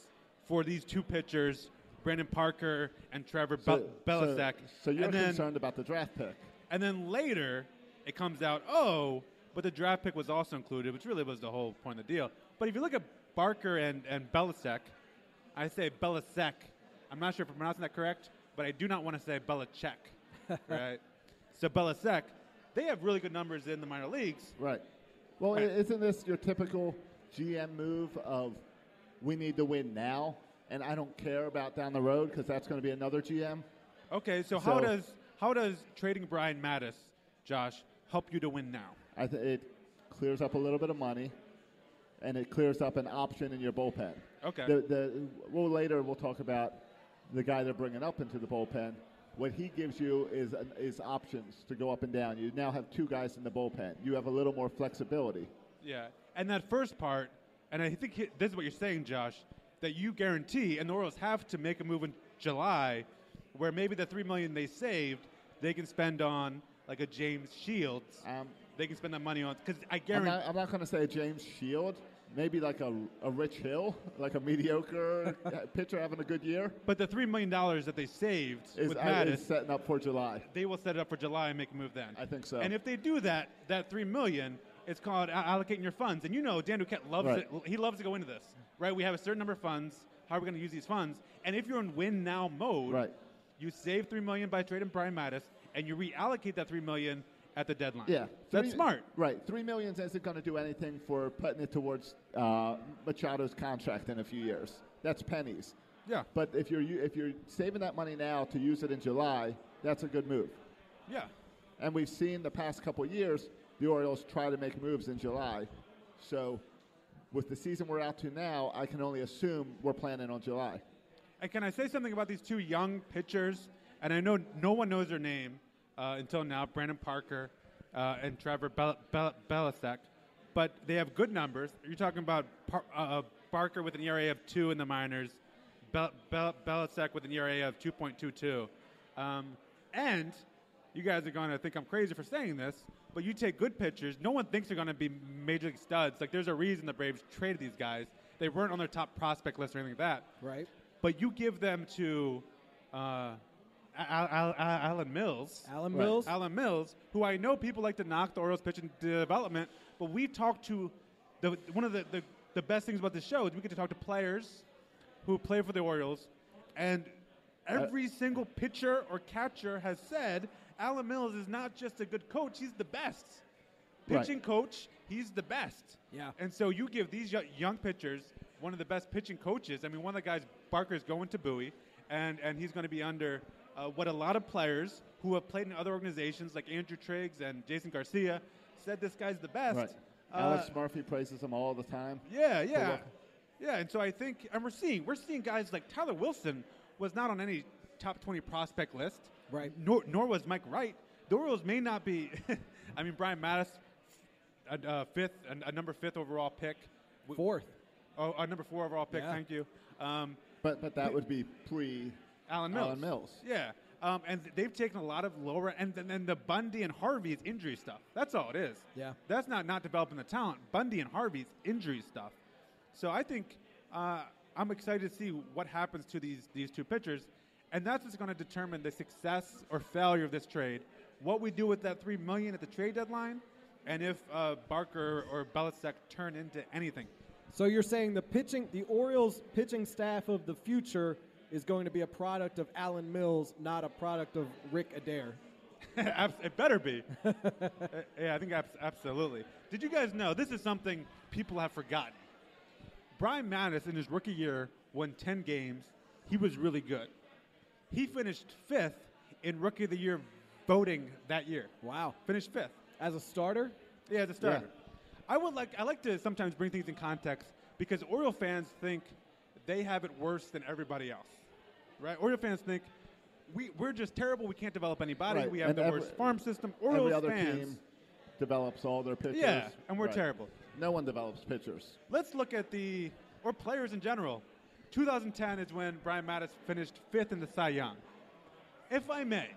Speaker 2: for these two pitchers, Brandon Parker and Trevor Bel- Belichick.
Speaker 4: So, so you're
Speaker 2: and then,
Speaker 4: concerned about the draft pick.
Speaker 2: And then later, it comes out, oh, but the draft pick was also included, which really was the whole point of the deal. But if you look at Barker and, and Belisek, I say Belisek. I'm not sure if I'm pronouncing that correct, but I do not want to say Belichick, right? So Belisek, they have really good numbers in the minor leagues.
Speaker 4: Right. Well, i
Speaker 2: Right.
Speaker 4: isn't this your typical GM move of we need to win now, and I don't care about down the road because that's going to be another GM?
Speaker 2: Okay, so, how
Speaker 4: So-
Speaker 2: does how does trading Brian Mattis, Josh, help you to win now?
Speaker 4: I th- it clears up a little bit of money, and it clears up an option in your bullpen.
Speaker 2: Okay.
Speaker 4: The, the, well, later we'll talk about the guy they're bringing up into the bullpen. What he gives you is an- is options to go up and down. You now have two guys in the bullpen. You have a little more flexibility.
Speaker 2: Yeah, and that first part, and I think he- this is what you're saying, Josh, that you guarantee, and the Orioles have to make a move in July, where maybe the three million they saved, they can spend on like a James Shields.
Speaker 4: Um,
Speaker 2: they can spend that money on because I
Speaker 4: I'm
Speaker 2: guarantee.
Speaker 4: not, I'm not going to say James Shield. Maybe like a, a Rich Hill, like
Speaker 2: *laughs*
Speaker 4: a *laughs* mediocre pitcher having a good year,
Speaker 2: but the three million dollars that they saved
Speaker 4: is,
Speaker 2: with
Speaker 4: I-
Speaker 2: Mattis,
Speaker 4: is setting up for July.
Speaker 2: they will set it up for July and make a move then.
Speaker 4: I think so.
Speaker 2: And if they do that, that three million, it's called a- allocating your funds. And you know, Dan Duquette loves
Speaker 4: Right.
Speaker 2: it. He loves to go into this, right? We have a certain number of funds. How are we going to use these funds? And if you're in win now mode,
Speaker 4: Right.
Speaker 2: you save three million by trading Brian Mattis, and you reallocate that three million at the deadline.
Speaker 4: Yeah,
Speaker 2: that's
Speaker 4: Three-
Speaker 2: smart.
Speaker 4: Right, three millions isn't going to do anything for putting it towards uh, Machado's contract in a few years. That's pennies.
Speaker 2: Yeah,
Speaker 4: But if you're u- if you're saving that money now to use it in July, that's a good move.
Speaker 2: yeah.
Speaker 4: And we've seen the past couple years the Orioles try to make moves in July. So with the season we're out to now, I can only assume we're planning on July.
Speaker 2: And can I say something about these two young pitchers? And I know no one knows their name uh, until now Brandon Parker uh, and Trevor Bel- Bel- Belichick. But they have good numbers. You're talking about Par- uh, uh, Barker with an ERA of two in the minors, Bel- Bel- Belichick with an ERA of 2.22. Um, and you guys are going to think I'm crazy for saying this, but you take good pitchers. No one thinks they're going to be major league studs. Like, there's a reason the Braves traded these guys. They weren't on their top prospect list or anything like that
Speaker 3: Right.
Speaker 2: but you give them to uh, Al- Al- Al- Alan Mills.
Speaker 3: Alan
Speaker 4: Right.
Speaker 3: Mills.
Speaker 2: Alan Mills, who I know people like to knock the Orioles pitching development, but we talk to the one of the, the, the best things about this show is we get to talk to players who play for the Orioles, and every
Speaker 3: Uh,
Speaker 2: single pitcher or catcher has said Alan Mills is not just a good coach; he's the best
Speaker 4: Right.
Speaker 2: pitching coach. He's the best.
Speaker 3: Yeah.
Speaker 2: And so you give these yo- young pitchers one of the best pitching coaches. I mean, one of the guys, Barker's going to Bowie, and, and he's going to be under uh, what a lot of players who have played in other organizations like Andrew Triggs and Jason Garcia said this guy's the best.
Speaker 4: Right.
Speaker 2: Uh,
Speaker 4: Alex Murphy praises him all the time.
Speaker 2: yeah, yeah,
Speaker 4: welcome.
Speaker 2: yeah. And so I think, and we're seeing, we're seeing guys like Tyler Wilson was not on any top twenty prospect list,
Speaker 3: Right.
Speaker 2: Nor, nor was Mike Wright. The Orioles may not be. *laughs* I mean, Brian Mattis, a, a fifth, a, a number fifth overall pick, W-
Speaker 3: Fourth.
Speaker 2: oh, a number four overall pick.
Speaker 3: Yeah.
Speaker 2: Thank you, um,
Speaker 4: But but that would be pre
Speaker 2: Alan Mills.
Speaker 4: Alan Mills.
Speaker 2: Yeah. Um, and they've taken a lot of lower, and then and the Bundy and Harvey's injury stuff. That's all it is.
Speaker 3: Yeah.
Speaker 2: That's not not developing the talent. Bundy and Harvey's injury stuff. So I think uh, I'm excited to see what happens to these these two pitchers, and that's what's going to determine the success or failure of this trade. What we do with that three million at the trade deadline, and if uh, Barker or Belichick turn into anything.
Speaker 3: So you're saying the pitching, the Orioles pitching staff of the future is going to be a product of Alan Mills, not a product of Rick Adair.
Speaker 2: *laughs* Abs- it better be. *laughs* Uh, yeah, I think abs- absolutely. Did you guys know this is something people have forgotten? Brian Mattis in his rookie year won 10 games. He was really good. He finished fifth in rookie of the year voting that year.
Speaker 3: Wow.
Speaker 2: Finished fifth.
Speaker 3: As a starter,
Speaker 2: Yeah, as a starter. I would like I like to sometimes bring things in context because Oriole fans think they have it worse than everybody else. Right? Oriole fans think we, we're just terrible. We can't develop anybody.
Speaker 4: Right,
Speaker 2: We have
Speaker 4: and
Speaker 2: the
Speaker 4: every-
Speaker 2: worst farm system.
Speaker 4: Every
Speaker 2: Orioles
Speaker 4: other
Speaker 2: fans.
Speaker 4: team develops all their pitchers.
Speaker 2: Yeah, and we're
Speaker 4: Right.
Speaker 2: terrible.
Speaker 4: No one develops pitchers.
Speaker 2: Let's look at the or players in general. 2010 is when Brian Mattis finished fifth in the Cy Young. If I may,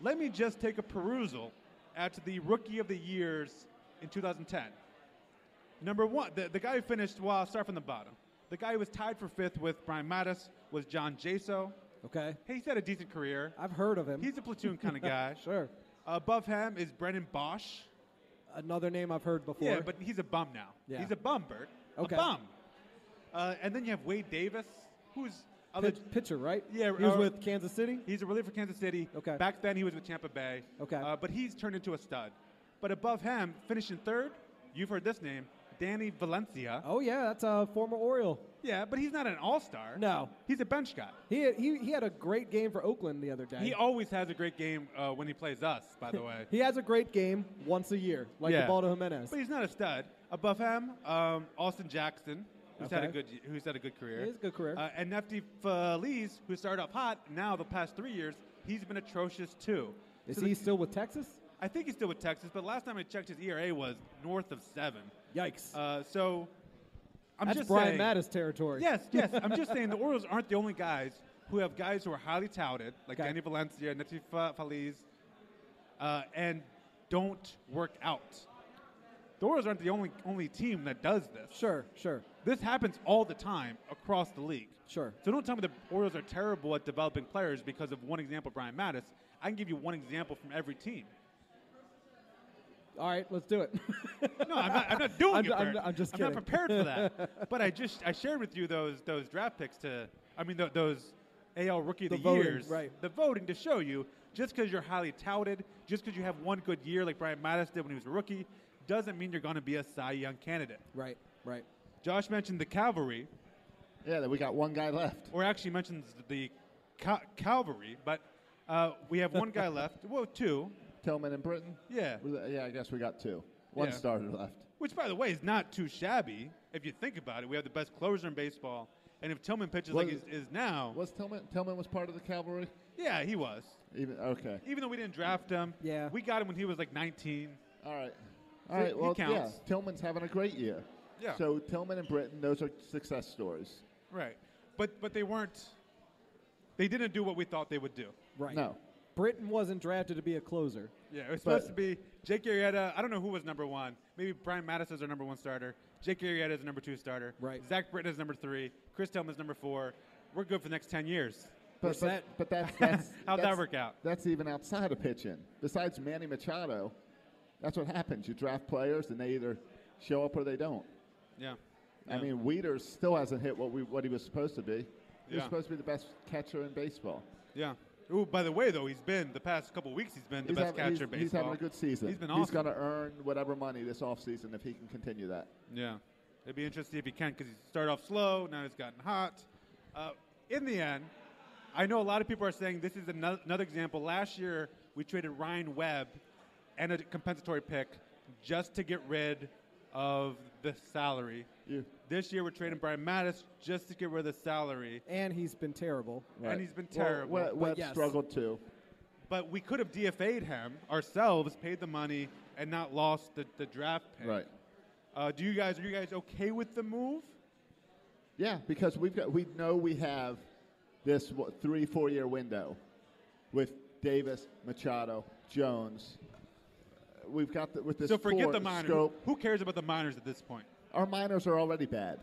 Speaker 2: let me just take a perusal at the Rookie of the Years in 2010. Number one, the, the guy who finished, well, I'll start from the bottom. The guy who was tied for fifth with Brian Mattis was John Jaso.
Speaker 3: okay.
Speaker 2: He's had a decent career.
Speaker 3: I've heard of him. *laughs*
Speaker 2: He's a platoon kind of guy.
Speaker 3: sure.
Speaker 2: Above him is Brendan Bosch.
Speaker 3: Another name I've heard before.
Speaker 2: Yeah, but he's a bum now.
Speaker 3: Yeah.
Speaker 2: He's a bum, Bert.
Speaker 3: Okay.
Speaker 2: A bum. Uh, and then you have Wade Davis, who's a
Speaker 3: Pitch,
Speaker 2: leg-
Speaker 3: pitcher, right?
Speaker 2: Yeah,
Speaker 3: He was
Speaker 2: uh,
Speaker 3: with Kansas City.
Speaker 2: he's a reliever for Kansas City.
Speaker 3: Okay.
Speaker 2: Back then he was with Tampa Bay.
Speaker 3: Okay.
Speaker 2: Uh, but he's turned into a stud. But above him, finishing third, you've heard this name, Danny Valencia.
Speaker 3: Oh yeah, that's a former Oriole.
Speaker 2: Yeah, but he's not an all-star.
Speaker 3: No.
Speaker 2: He's a bench guy.
Speaker 3: He, he he had a great game for Oakland the other day.
Speaker 2: He always has a great game uh, when he plays us, by
Speaker 3: *laughs*
Speaker 2: the way.
Speaker 3: He has a great game once a year, like
Speaker 2: Yeah.
Speaker 3: Ubaldo Jimenez.
Speaker 2: but he's not a stud. Above him, um, Austin Jackson, who's had a
Speaker 3: Okay.
Speaker 2: good y- who's had a good career.
Speaker 3: He has a good career.
Speaker 2: Uh, and Nefty Feliz, who started off hot, now the past three years he's been atrocious too.
Speaker 3: Is
Speaker 2: So the-
Speaker 3: he still with Texas?
Speaker 2: I think he's still with Texas, but last time I checked, his ERA was north of seven.
Speaker 3: Yikes!
Speaker 2: Uh, so I'm
Speaker 3: that's
Speaker 2: just
Speaker 3: Brian
Speaker 2: saying,
Speaker 3: Mattis
Speaker 2: *laughs*
Speaker 3: territory.
Speaker 2: Yes, yes. I'm just saying the Orioles aren't the only guys who have guys who are highly touted, like
Speaker 3: Okay.
Speaker 2: Danny Valencia, Nefty Fa- Feliz, uh, and don't work out. The Orioles aren't the only only team that does this.
Speaker 3: Sure, sure,
Speaker 2: This happens all the time across the league.
Speaker 3: sure.
Speaker 2: So don't tell me the Orioles are terrible at developing players because of one example, Brian Mattis. I can give you one example from every team.
Speaker 3: All right, let's do it. *laughs*
Speaker 2: No, I'm not, I'm not doing
Speaker 3: I'm-
Speaker 2: it.
Speaker 3: I'm-
Speaker 2: Bert.
Speaker 3: I'm just
Speaker 2: I'm
Speaker 3: kidding.
Speaker 2: not prepared for
Speaker 3: *laughs*
Speaker 2: that. but I just I shared with you those those draft picks to I mean tho- those AL rookie of
Speaker 3: The
Speaker 2: the,
Speaker 3: voting,
Speaker 2: years,
Speaker 3: right.
Speaker 2: The voting to show you just because you're highly touted, just because you have one good year like Brian Mattis did when he was a rookie, doesn't mean you're going to be a Cy Young candidate.
Speaker 3: right, right.
Speaker 2: Josh mentioned the cavalry.
Speaker 4: Yeah, that we got one guy left.
Speaker 2: or actually mentions the ca- Calvary, but uh, we have one guy *laughs* left. Well, two.
Speaker 4: Tillman and Britton.
Speaker 2: Yeah.
Speaker 4: Was that- Yeah, I guess we got two. One
Speaker 2: Yeah.
Speaker 4: starter left.
Speaker 2: Which, by the way, is not too shabby if you think about it. We have the best closer in baseball, and if Tillman pitches
Speaker 4: Was-
Speaker 2: like he is now,
Speaker 4: Was Tillman? Tillman was part of the cavalry.
Speaker 2: yeah, he was.
Speaker 4: Even okay.
Speaker 2: Even though we didn't draft him,
Speaker 3: Yeah.
Speaker 2: we got him when he was like 19.
Speaker 4: All right.
Speaker 2: He-
Speaker 4: All right.
Speaker 2: he
Speaker 4: Well, yeah.
Speaker 2: counts.
Speaker 4: Tillman's having a great year.
Speaker 2: Yeah.
Speaker 4: So Tillman and Britton, those are success stories.
Speaker 2: Right, but but they weren't. They didn't do what we thought they would do.
Speaker 3: Right.
Speaker 4: No.
Speaker 3: Britain wasn't drafted to be a closer.
Speaker 2: Yeah, it was
Speaker 4: But-
Speaker 2: supposed to be Jake Arrieta. I don't know who was number one. Maybe Brian Mattis is our number one starter. Jake Arrieta is our number two starter.
Speaker 3: Right.
Speaker 2: Zach Britton is number three. Chris Tillman is number four. We're good for the next ten years.
Speaker 4: But, but,
Speaker 3: set.
Speaker 4: but
Speaker 2: *laughs*
Speaker 4: that's, that's
Speaker 2: How'd that
Speaker 4: that's-
Speaker 2: work out?
Speaker 4: That's even outside of pitching. Besides Manny Machado, that's what happens. You draft players, and they either show up or they don't.
Speaker 2: Yeah.
Speaker 4: I
Speaker 2: Yeah.
Speaker 4: mean, Weeder still hasn't hit what we what he was supposed to be. He was
Speaker 2: Yeah.
Speaker 4: supposed to be the best catcher in baseball.
Speaker 2: Yeah. Ooh, by the way, though, he's been the past couple weeks. He's been the
Speaker 4: he's
Speaker 2: best
Speaker 4: having,
Speaker 2: catcher. in
Speaker 4: he's, he's
Speaker 2: baseball.
Speaker 4: having a good season.
Speaker 2: He's been awesome.
Speaker 4: He's going to earn whatever money this offseason if he can continue that.
Speaker 2: Yeah, it'd be interesting if he can because he started off slow. Now he's gotten hot. Uh, in the end, I know a lot of people are saying this is another, another example. Last year we traded Ryan Webb and a compensatory pick just to get rid of the salary.
Speaker 4: Yeah.
Speaker 2: This year we're trading Brian Mattis just to get rid of the salary,
Speaker 3: And he's been terrible.
Speaker 2: and he's been terrible.
Speaker 4: Well, Webb, Webb
Speaker 3: yes.
Speaker 4: struggled too.
Speaker 2: but we could have DFA'd him ourselves, paid the money, and not lost the, the draft pick.
Speaker 4: Right.
Speaker 2: Uh, do you guys are you guys okay with the move?
Speaker 4: Yeah, because we've got we know we have this what, three four year window with Davis, Machado, Jones. We've got the, with this.
Speaker 2: So forget
Speaker 4: four
Speaker 2: the minors. Who,
Speaker 4: Scope.
Speaker 2: who cares about the minors at this point?
Speaker 4: Our minors are already bad.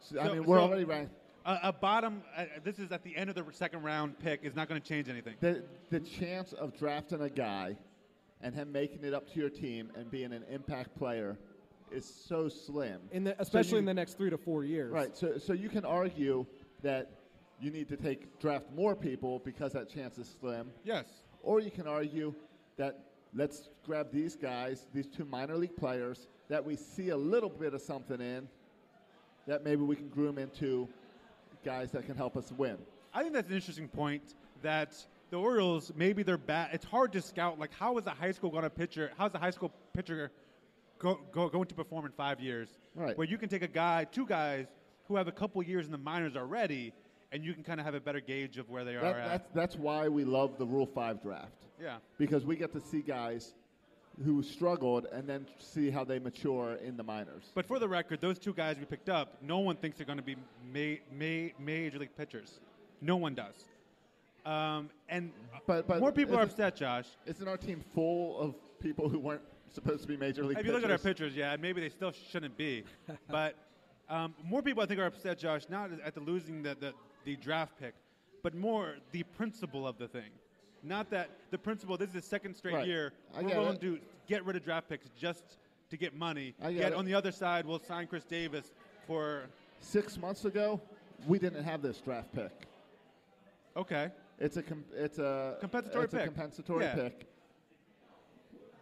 Speaker 4: So, I
Speaker 2: So-
Speaker 4: mean, we're
Speaker 2: so-
Speaker 4: already ranked.
Speaker 2: A, a bottom. Uh, this is at the end of the second round pick is not going to change anything.
Speaker 4: The, the chance of drafting a guy and him making it up to your team and being an impact player is so slim.
Speaker 3: In the,
Speaker 4: So
Speaker 3: especially
Speaker 4: you-
Speaker 3: in the next three to four years.
Speaker 4: Right. So, so you can argue that you need to take draft more people because that chance is slim.
Speaker 2: Yes.
Speaker 4: Or you can argue that let's grab these guys, these two minor league players that we see a little bit of something in, that maybe we can groom into guys that can help us win.
Speaker 2: I think that's an interesting point that the Orioles maybe they're bad. It's hard to scout like how is a high school going to pitcher? How's the high school pitcher go, go, going to perform in five years?
Speaker 4: Right.
Speaker 2: Where you can take a guy, two guys who have a couple years in the minors already, and you can kind of have a better gauge of where they
Speaker 4: That-
Speaker 2: are at.
Speaker 4: that's, that's why we love the Rule 5 draft.
Speaker 2: yeah.
Speaker 4: because we get to see guys who struggled and then see how they mature in the minors.
Speaker 2: But for the record, those two guys we picked up, no one thinks they're going to be ma- ma- major league pitchers. No one does. Um, and
Speaker 4: But- but
Speaker 2: more people are
Speaker 4: isn't-
Speaker 2: upset, Josh.
Speaker 4: Isn't our team full of people who weren't supposed to be major league?
Speaker 2: If you look at our
Speaker 4: pitchers?
Speaker 2: pictures, yeah, maybe they still shouldn't be.
Speaker 4: *laughs*
Speaker 2: but um, more people, I think, are upset, Josh, not at the losing the, the, the draft pick, but more the principle of the thing. Not that the principle, this is the second straight
Speaker 4: Right.
Speaker 2: year.
Speaker 4: I
Speaker 2: we're
Speaker 4: get
Speaker 2: willing
Speaker 4: it.
Speaker 2: to get rid of draft picks just to get money.
Speaker 4: I get
Speaker 2: Yet
Speaker 4: it.
Speaker 2: on the other side, we'll sign Chris Davis for,
Speaker 4: six months ago, we didn't have this draft pick.
Speaker 2: okay.
Speaker 4: It's a com- it's a
Speaker 2: Compensatory
Speaker 4: it's A
Speaker 2: pick.
Speaker 4: compensatory
Speaker 2: Yeah.
Speaker 4: pick.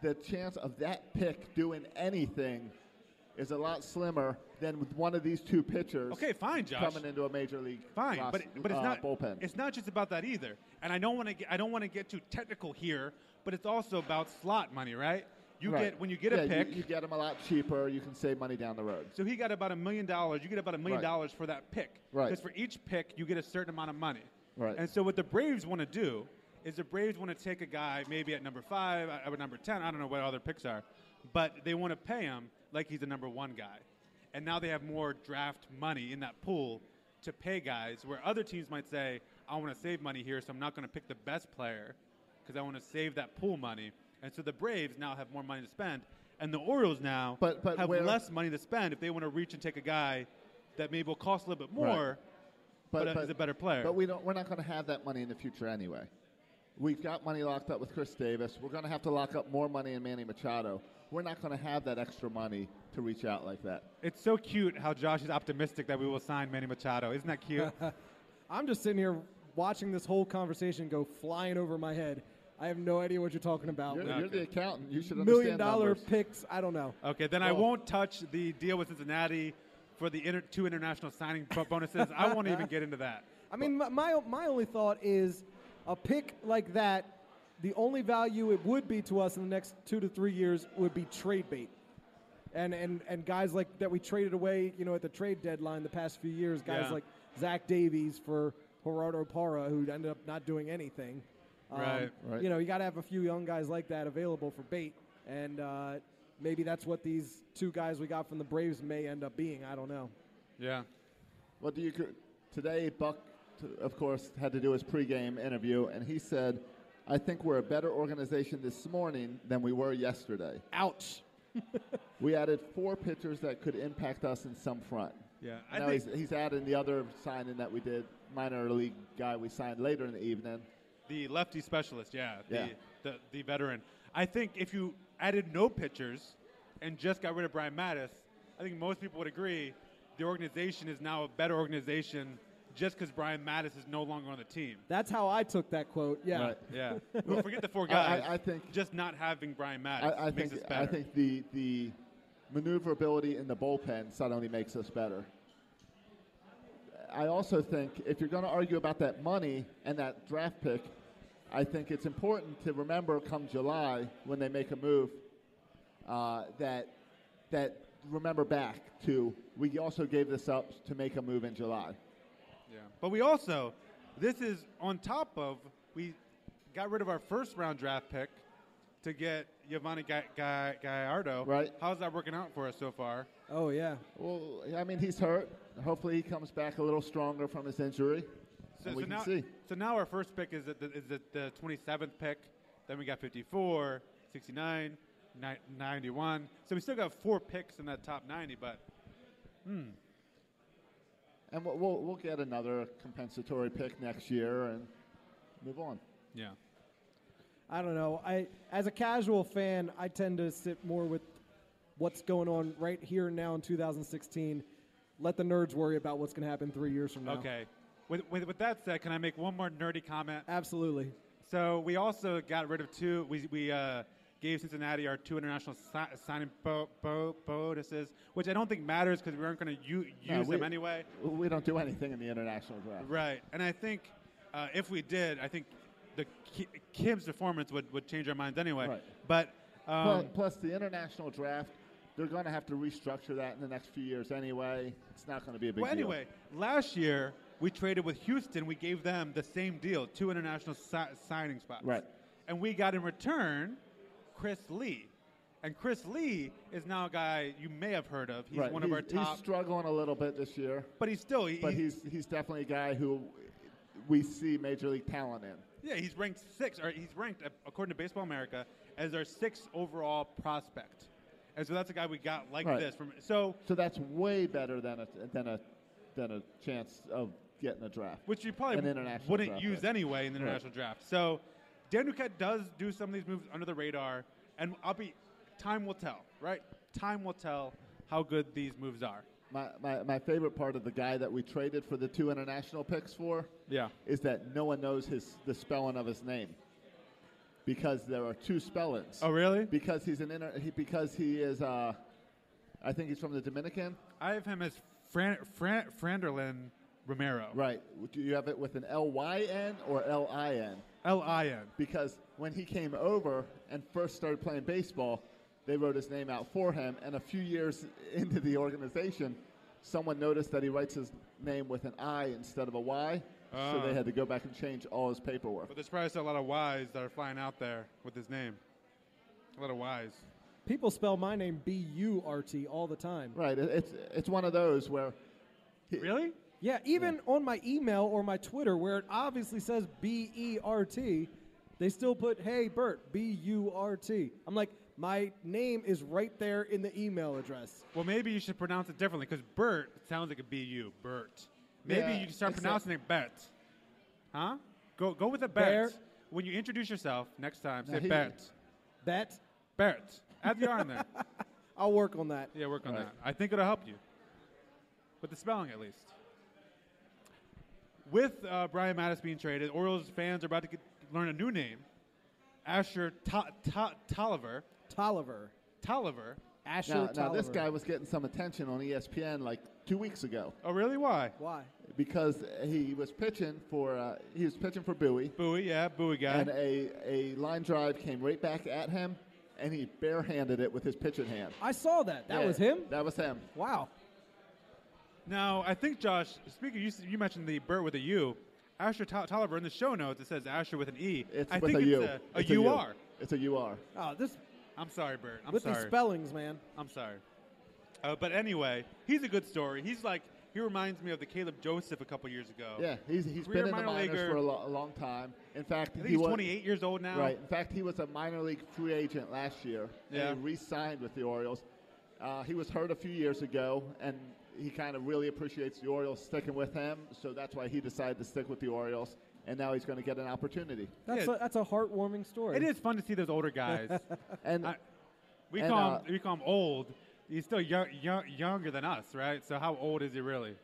Speaker 4: The chance of that pick doing anything is a lot slimmer than with one of these two pitchers.
Speaker 2: Okay, fine, Josh.
Speaker 4: Coming into a major league
Speaker 2: fine,
Speaker 4: ros-
Speaker 2: but but it's
Speaker 4: uh,
Speaker 2: not
Speaker 4: bullpen.
Speaker 2: It's not just about that either. And I don't want to get I don't want to get too technical here, but it's also about slot money, right? You
Speaker 4: Right.
Speaker 2: get when you get
Speaker 4: Yeah,
Speaker 2: a pick.
Speaker 4: You, you get them a lot cheaper. You can save money down the road.
Speaker 2: so he got about a million dollars. You get about a million
Speaker 4: Right.
Speaker 2: dollars for that pick.
Speaker 4: Right.
Speaker 2: Because for each pick, you get a certain amount of money.
Speaker 4: Right.
Speaker 2: And so what the Braves want to do is the Braves want to take a guy maybe at number five, I- or number ten. I don't know what other picks are, but they want to pay him like he's the number one guy. And now they have more draft money in that pool to pay guys, where other teams might say, "I want to save money here, so I'm not going to pick the best player because I want to save that pool money." And so the Braves now have more money to spend, and the Orioles now
Speaker 4: But- but
Speaker 2: have
Speaker 4: where-
Speaker 2: less money to spend if they want to reach and take a guy that maybe will cost a little bit
Speaker 4: Right.
Speaker 2: more. but, uh, he's a better player.
Speaker 4: But we don't. We're not going to have that money in the future anyway. We've got money locked up with Chris Davis. We're going to have to lock up more money in Manny Machado. We're not going to have that extra money to reach out like that.
Speaker 2: It's so cute how Josh is optimistic that we will sign Manny Machado. Isn't that cute?
Speaker 4: *laughs*
Speaker 3: I'm just sitting here watching this whole conversation go flying over my head. I have no idea what you're talking about.
Speaker 4: You're,
Speaker 3: with
Speaker 4: you're the accountant. You should understand
Speaker 3: Million dollar
Speaker 4: numbers.
Speaker 3: picks. I don't know.
Speaker 2: okay, then I
Speaker 4: Well-
Speaker 2: won't touch the deal with Cincinnati for the inter- two international signing bo- bonuses. I won't even get into that.
Speaker 3: I mean, my, my, my only thought is a pick like that, the only value it would be to us in the next two to three years would be trade bait. And, and, and guys like that we traded away, you know, at the trade deadline the past few years, guys
Speaker 2: Yeah.
Speaker 3: like Zach Davies for Gerardo Parra, who ended up not doing anything. Um,
Speaker 2: Right.
Speaker 4: Right.
Speaker 3: You know, you got to have a few young guys like that available for bait. And uh, maybe that's what these two guys we got from the Braves may end up being. I don't know.
Speaker 2: Yeah.
Speaker 4: What do you cr- today? Buck, t- of course, had to do his pregame interview, and he said, "I think we're a better organization this morning than we were yesterday.
Speaker 3: Ouch.
Speaker 4: We added four pitchers that could impact us in some front."
Speaker 2: Yeah. I
Speaker 4: Now
Speaker 2: think
Speaker 4: he's, he's adding the other signing that we did, minor league guy we signed later in the evening.
Speaker 2: the lefty specialist, yeah. The,
Speaker 4: Yeah.
Speaker 2: The, the veteran. I think if you added no pitchers and just got rid of Brian Mattis, I think most people would agree the organization is now a better organization just because Brian Mattis is no longer on the
Speaker 4: *laughs*
Speaker 2: team.
Speaker 3: That's how I took that quote. Yeah.
Speaker 4: Right.
Speaker 2: Yeah. well, forget the four
Speaker 4: I- I-
Speaker 2: guys.
Speaker 4: I think-
Speaker 2: just not having Brian Mattis
Speaker 4: I, I
Speaker 2: makes
Speaker 4: think
Speaker 2: us better.
Speaker 4: I think the the maneuverability in the bullpen suddenly makes us better. I also think if you're going to argue about that money and that draft pick, I think it's important to remember come July when they make a move uh, that that remember back to we also gave this up to make a move in July.
Speaker 2: Yeah. But we also, this is on top of we got rid of our first round draft pick to get Giovanni Ga- Ga- Gallardo.
Speaker 4: Right.
Speaker 2: How's that working out for us so far?
Speaker 3: Oh yeah.
Speaker 4: Well, I mean, he's hurt. Hopefully, he comes back a little stronger from his injury. and we can
Speaker 2: now,
Speaker 4: see.
Speaker 2: so now our first pick is at the, is at the 27th pick. Then we got 54, 69, ni- 91. So we still got four picks in that top 90, but
Speaker 4: And we'll, we'll, we'll get another compensatory pick next year and move on.
Speaker 2: yeah.
Speaker 3: I don't know. I as a casual fan, I tend to sit more with what's going on right here and now in 2016. Let the nerds worry about what's going to happen three years from now.
Speaker 2: Okay. With, with, with that said, can I make one more nerdy comment?
Speaker 3: Absolutely.
Speaker 2: So we also got rid of two. We, we uh, gave Cincinnati our two international si- signing bo- bo- bonuses, which I don't think matters because we aren't going to u- use
Speaker 4: No, we-
Speaker 2: them anyway.
Speaker 4: We don't do anything in the international draft.
Speaker 2: Right. And I think uh, if we did, I think the Ki- Kim's performance would, would change our minds anyway.
Speaker 4: Right.
Speaker 2: But
Speaker 4: Plus,
Speaker 2: um,
Speaker 4: plus the international draft, they're going to have to restructure that in the next few years anyway. It's not going to be a big
Speaker 2: well,
Speaker 4: deal.
Speaker 2: anyway, last year we traded with Houston. We gave them the same deal, two international si- signing spots.
Speaker 4: Right.
Speaker 2: And we got in return Chris Lee. And Chris Lee is now a guy you may have heard of. He's
Speaker 4: right.
Speaker 2: one
Speaker 4: he's,
Speaker 2: of our top.
Speaker 4: He's struggling a little bit this year,
Speaker 2: but he's still. He,
Speaker 4: but he's he's definitely a guy who we see major league talent in.
Speaker 2: Yeah, he's ranked sixth, or he's ranked, uh, according to Baseball America, as our sixth overall prospect. And so that's a guy we got like
Speaker 4: Right.
Speaker 2: this from. So,
Speaker 4: So that's way better than a than a than a chance of getting a draft.
Speaker 2: which you probably
Speaker 4: An international
Speaker 2: wouldn't
Speaker 4: draft,
Speaker 2: use
Speaker 4: right.
Speaker 2: anyway in the international draft. So, Dan Duquette does do some of these moves under the radar, and I'll be. Time will tell, right? Time will tell how good these moves are.
Speaker 4: my, my my favorite part of the guy that we traded for the two international picks for
Speaker 2: Yeah.
Speaker 4: is that no one knows his the spelling of his name because there are two spellings.
Speaker 2: Oh, really?
Speaker 4: Because he's an inter- he, because he is uh, I think he's from the Dominican.
Speaker 2: I have him as Fran, Fran, Franderlin Romero.
Speaker 4: Right. Do you have it with an L Y N or L I N?
Speaker 2: L I N.
Speaker 4: Because when he came over and first started playing baseball, they wrote his name out for him. And a few years into the organization, someone noticed that he writes his name with an I instead of a Y.
Speaker 2: Ah.
Speaker 4: So they had to go back and change all his paperwork.
Speaker 2: But there's probably still a lot of Y's that are flying out there with his name. A lot of Y's.
Speaker 3: People spell my name B U R T all the time.
Speaker 4: Right. It, it's it's one of those where
Speaker 2: Really?
Speaker 3: Yeah, even on my email or my Twitter, where it obviously says B E R T, they still put, hey, Bert, B U R T. I'm like, my name is right there in the email address.
Speaker 2: Well, maybe you should pronounce it differently because Bert sounds like a B-U, Bert. Maybe
Speaker 4: Yeah,
Speaker 2: you can start
Speaker 4: except-
Speaker 2: pronouncing it Bet. Huh? Go, go with a Bet.
Speaker 3: Bear.
Speaker 2: When you introduce yourself next time,
Speaker 4: No,
Speaker 2: say
Speaker 4: he-
Speaker 2: Bet.
Speaker 3: Bet,
Speaker 2: Bert. Add the R in
Speaker 4: *laughs*
Speaker 2: there.
Speaker 3: I'll work on that.
Speaker 2: Yeah, work on
Speaker 4: Right.
Speaker 2: that. I think it'll help you. With the spelling, at least. With uh, Brian Mattis being traded, Orioles fans are about to get, learn a new name. Asher to- to- Tolliver.
Speaker 3: Tolliver.
Speaker 2: Tolliver.
Speaker 3: Asher
Speaker 4: now, now
Speaker 3: Tolliver.
Speaker 4: this guy was getting some attention on E ESPN like two weeks ago
Speaker 2: Oh, really? Why?
Speaker 3: Why?
Speaker 4: because he was pitching for uh, he was pitching for Bowie.
Speaker 2: Bowie, yeah, Bowie guy.
Speaker 4: and a, a line drive came right back at him, and he barehanded it with his pitching hand.
Speaker 3: I saw that. That
Speaker 4: Yeah,
Speaker 3: was him?
Speaker 4: That was him.
Speaker 3: Wow.
Speaker 2: Now, I think Josh, speaking, you, you mentioned the Burt with a U. Asher Tol- Tolliver in the show notes it says Asher with an E. I
Speaker 4: It's with
Speaker 2: think
Speaker 4: a
Speaker 2: it's
Speaker 4: U.
Speaker 2: a, a
Speaker 4: It's
Speaker 2: UR.
Speaker 4: It's a UR.
Speaker 3: Oh, this
Speaker 2: I'm sorry, Bert. I'm
Speaker 3: with these
Speaker 2: sorry.
Speaker 3: spellings, man.
Speaker 2: I'm sorry. Uh, but anyway, he's a good story. He's like he reminds me of the Caleb Joseph a couple years ago.
Speaker 4: Yeah, he's, he's
Speaker 2: Career
Speaker 4: been in the
Speaker 2: minor
Speaker 4: minors
Speaker 2: leaguer.
Speaker 4: for a, lo- a long time. In fact,
Speaker 2: I think
Speaker 4: he
Speaker 2: he's
Speaker 4: was
Speaker 2: 28 years old now.
Speaker 4: Right. In fact, he was a minor league free agent last year.
Speaker 2: Yeah.
Speaker 4: And he re-signed with the Orioles. Uh, he was hurt a few years ago, and he kind of really appreciates the Orioles sticking with him, so that's why he decided to stick with the Orioles, and now he's going to get
Speaker 2: *laughs*
Speaker 4: an opportunity.
Speaker 3: That's,
Speaker 2: Yeah.
Speaker 3: a, that's a heartwarming story.
Speaker 2: It is fun to see those older
Speaker 4: *laughs*
Speaker 2: guys.
Speaker 4: And
Speaker 2: I- we
Speaker 4: And,
Speaker 2: call
Speaker 4: uh,
Speaker 2: him we call him old. He's still young, young, younger than us, right? So how old is he really?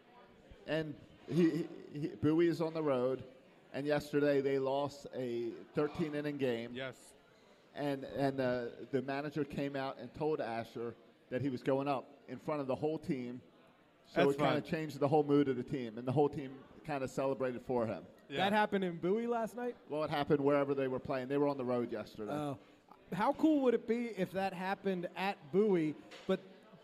Speaker 4: and he, he, he Bowie is on the road. And yesterday they lost a 13 inning game,
Speaker 2: Yes.
Speaker 4: and and uh, the manager came out and told Asher that he was going up in front of the whole team. So
Speaker 2: That's
Speaker 4: it kind
Speaker 2: fun.
Speaker 4: of changed the whole mood of the team, and the whole team kind of celebrated for him.
Speaker 2: Yeah.
Speaker 3: That happened in Bowie last night.
Speaker 4: Well, it happened wherever they were playing. They were on the road yesterday.
Speaker 2: Uh,
Speaker 3: Oh. How cool would it be if that happened at Bowie, but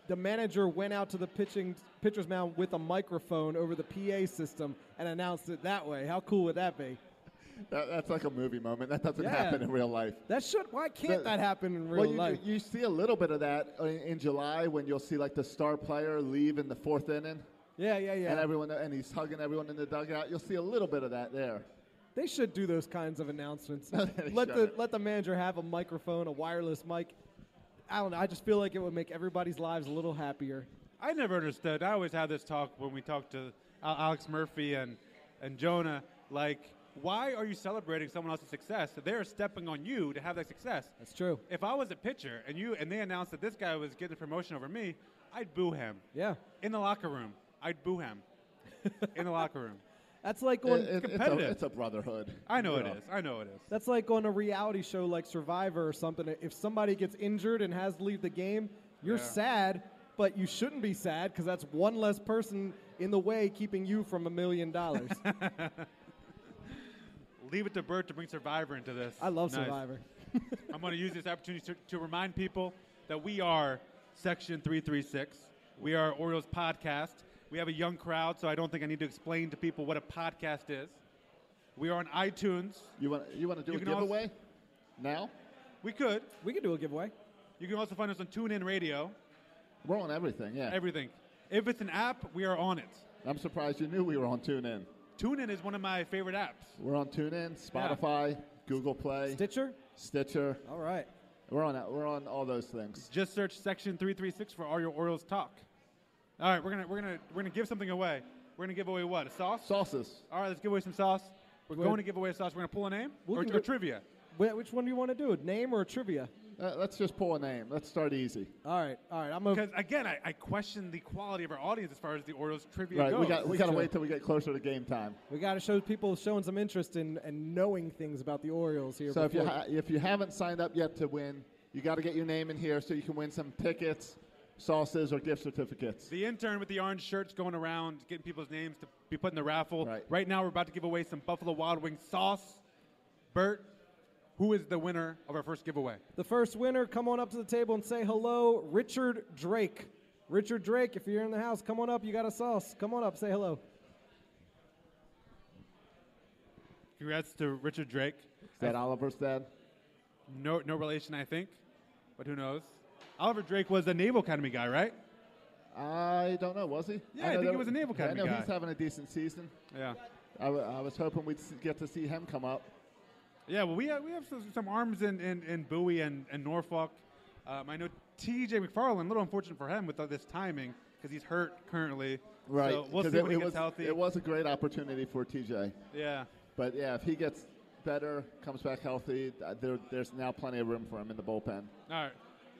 Speaker 3: the manager went out to the pitching pitcher's mound with a microphone over the PA system and announced it that way? How cool would that be?
Speaker 4: That- that's like a movie moment. That doesn't
Speaker 3: Yeah.
Speaker 4: happen in real life.
Speaker 3: That should. Why can't
Speaker 4: The-
Speaker 3: that happen in real
Speaker 4: well, you,
Speaker 3: life?
Speaker 4: you see a little bit of that in, in July when you'll see like the star player leave in the fourth inning.
Speaker 3: yeah, yeah, yeah.
Speaker 4: and everyone and he's hugging everyone in the dugout. You'll see a little bit of that there.
Speaker 3: they should do those kinds of *laughs* announcements.
Speaker 4: they
Speaker 3: let the
Speaker 4: shouldn't.
Speaker 3: let the manager have a microphone, a wireless mic. I don't know. I just feel like it would make everybody's lives a little happier.
Speaker 2: I never understood. I always had this talk when we talked to Al- Alex Murphy and, and Jonah. Like, why are you celebrating someone else's success? They're stepping on you to have that success.
Speaker 3: That's true.
Speaker 2: If I was a pitcher and you and they announced that this guy was getting a promotion over me, I'd boo him.
Speaker 3: Yeah.
Speaker 2: *laughs* In the locker room, I'd boo him. In the locker room.
Speaker 3: That's like
Speaker 4: It-
Speaker 3: on
Speaker 4: it- it's, a,
Speaker 2: competitive.
Speaker 4: it's a brotherhood.
Speaker 2: I know it
Speaker 4: Yeah.
Speaker 2: is. I know it is.
Speaker 3: That's like on a reality show like Survivor or something. If somebody gets injured and has to leave the game, you're
Speaker 2: Yeah.
Speaker 3: sad, but you shouldn't be sad because that's one less person in the way keeping you from a million *laughs* dollars.
Speaker 2: Leave it to Bert to bring Survivor into this.
Speaker 3: I love
Speaker 2: Nice.
Speaker 3: Survivor.
Speaker 2: I'm going to use this opportunity to, to remind people that we are Section 336. We are Orioles podcast. We have a young crowd, so I don't think I need to explain to people what a podcast is. We are on iTunes.
Speaker 4: You want you want to do
Speaker 2: You
Speaker 4: a
Speaker 2: can also-
Speaker 4: giveaway now?
Speaker 2: We could.
Speaker 3: *laughs* We could do a giveaway.
Speaker 2: You can also find us on TuneIn Radio.
Speaker 4: We're on everything. Yeah,
Speaker 2: Everything. If it's an app, we are on it.
Speaker 4: I'm surprised you knew we were on TuneIn.
Speaker 2: TuneIn is one of my favorite apps.
Speaker 4: We're on TuneIn, Spotify, Google Play,
Speaker 3: Stitcher?
Speaker 4: Stitcher.
Speaker 3: All right.
Speaker 4: We're on we're on all those things.
Speaker 2: Just search Section 336 for all your Orioles talk. All right, we're gonna we're gonna we're gonna give something away. We're gonna give away what? A sauce?
Speaker 4: Sauces.
Speaker 2: All right, let's give away some sauce. We're
Speaker 3: Go
Speaker 2: going
Speaker 3: ahead.
Speaker 2: to give away a sauce. We're going to pull a name
Speaker 3: We
Speaker 2: or,
Speaker 3: can
Speaker 2: or
Speaker 3: do-
Speaker 2: trivia.
Speaker 3: Wh- which one do you want to do? A name or a trivia?
Speaker 4: Uh, let's just pull a name. Let's start easy.
Speaker 3: All right. All right. I'm a,
Speaker 2: Because again, I, I question the quality of our audience as far as the Orioles trivia
Speaker 4: Right,
Speaker 2: goes.
Speaker 4: we got we got to
Speaker 3: Sure.
Speaker 4: wait till we get closer to game time.
Speaker 3: we got to show people showing some interest in and knowing things about the Orioles here.
Speaker 4: So if you
Speaker 3: before-
Speaker 4: ha- if you haven't signed up yet to win, you got to get your name in here so you can win some tickets, sauces, or gift certificates.
Speaker 2: the intern with the orange shirt's going around getting people's names to be put in the raffle.
Speaker 4: Right.
Speaker 2: now, we're about to give away some Buffalo Wild Wings sauce. Bert, who is the winner of our first giveaway?
Speaker 3: The first winner, come on up to the table and say hello, Richard Drake. Richard Drake, if you're in the house, come on up. You got a sauce. Come on up, say hello.
Speaker 2: Congrats to Richard Drake.
Speaker 4: Is that Oliver's dad?
Speaker 2: No, no relation, I think, but who knows? Oliver Drake was a Naval Academy guy, right?
Speaker 4: I don't know. Was he?
Speaker 2: Yeah, I
Speaker 4: know
Speaker 2: think
Speaker 4: that-
Speaker 2: he was a Naval Academy
Speaker 4: I know
Speaker 2: guy.
Speaker 4: he's having a decent season.
Speaker 2: Yeah.
Speaker 4: I, w- I was hoping we'd s- get to see him come up.
Speaker 2: Yeah, well, we have, we have some, some arms in, in, in Bowie and, and Norfolk. Um, I know TJ McFarland, a little unfortunate for him with all this timing because he's hurt currently. So we'll
Speaker 4: 'cause
Speaker 2: see
Speaker 4: it,
Speaker 2: when he
Speaker 4: it
Speaker 2: gets
Speaker 4: was,
Speaker 2: healthy.
Speaker 4: It was a great opportunity for TJ.
Speaker 2: yeah.
Speaker 4: But yeah, if he gets better, comes back healthy, uh, there, there's now plenty of room for him in the bullpen.
Speaker 2: All right.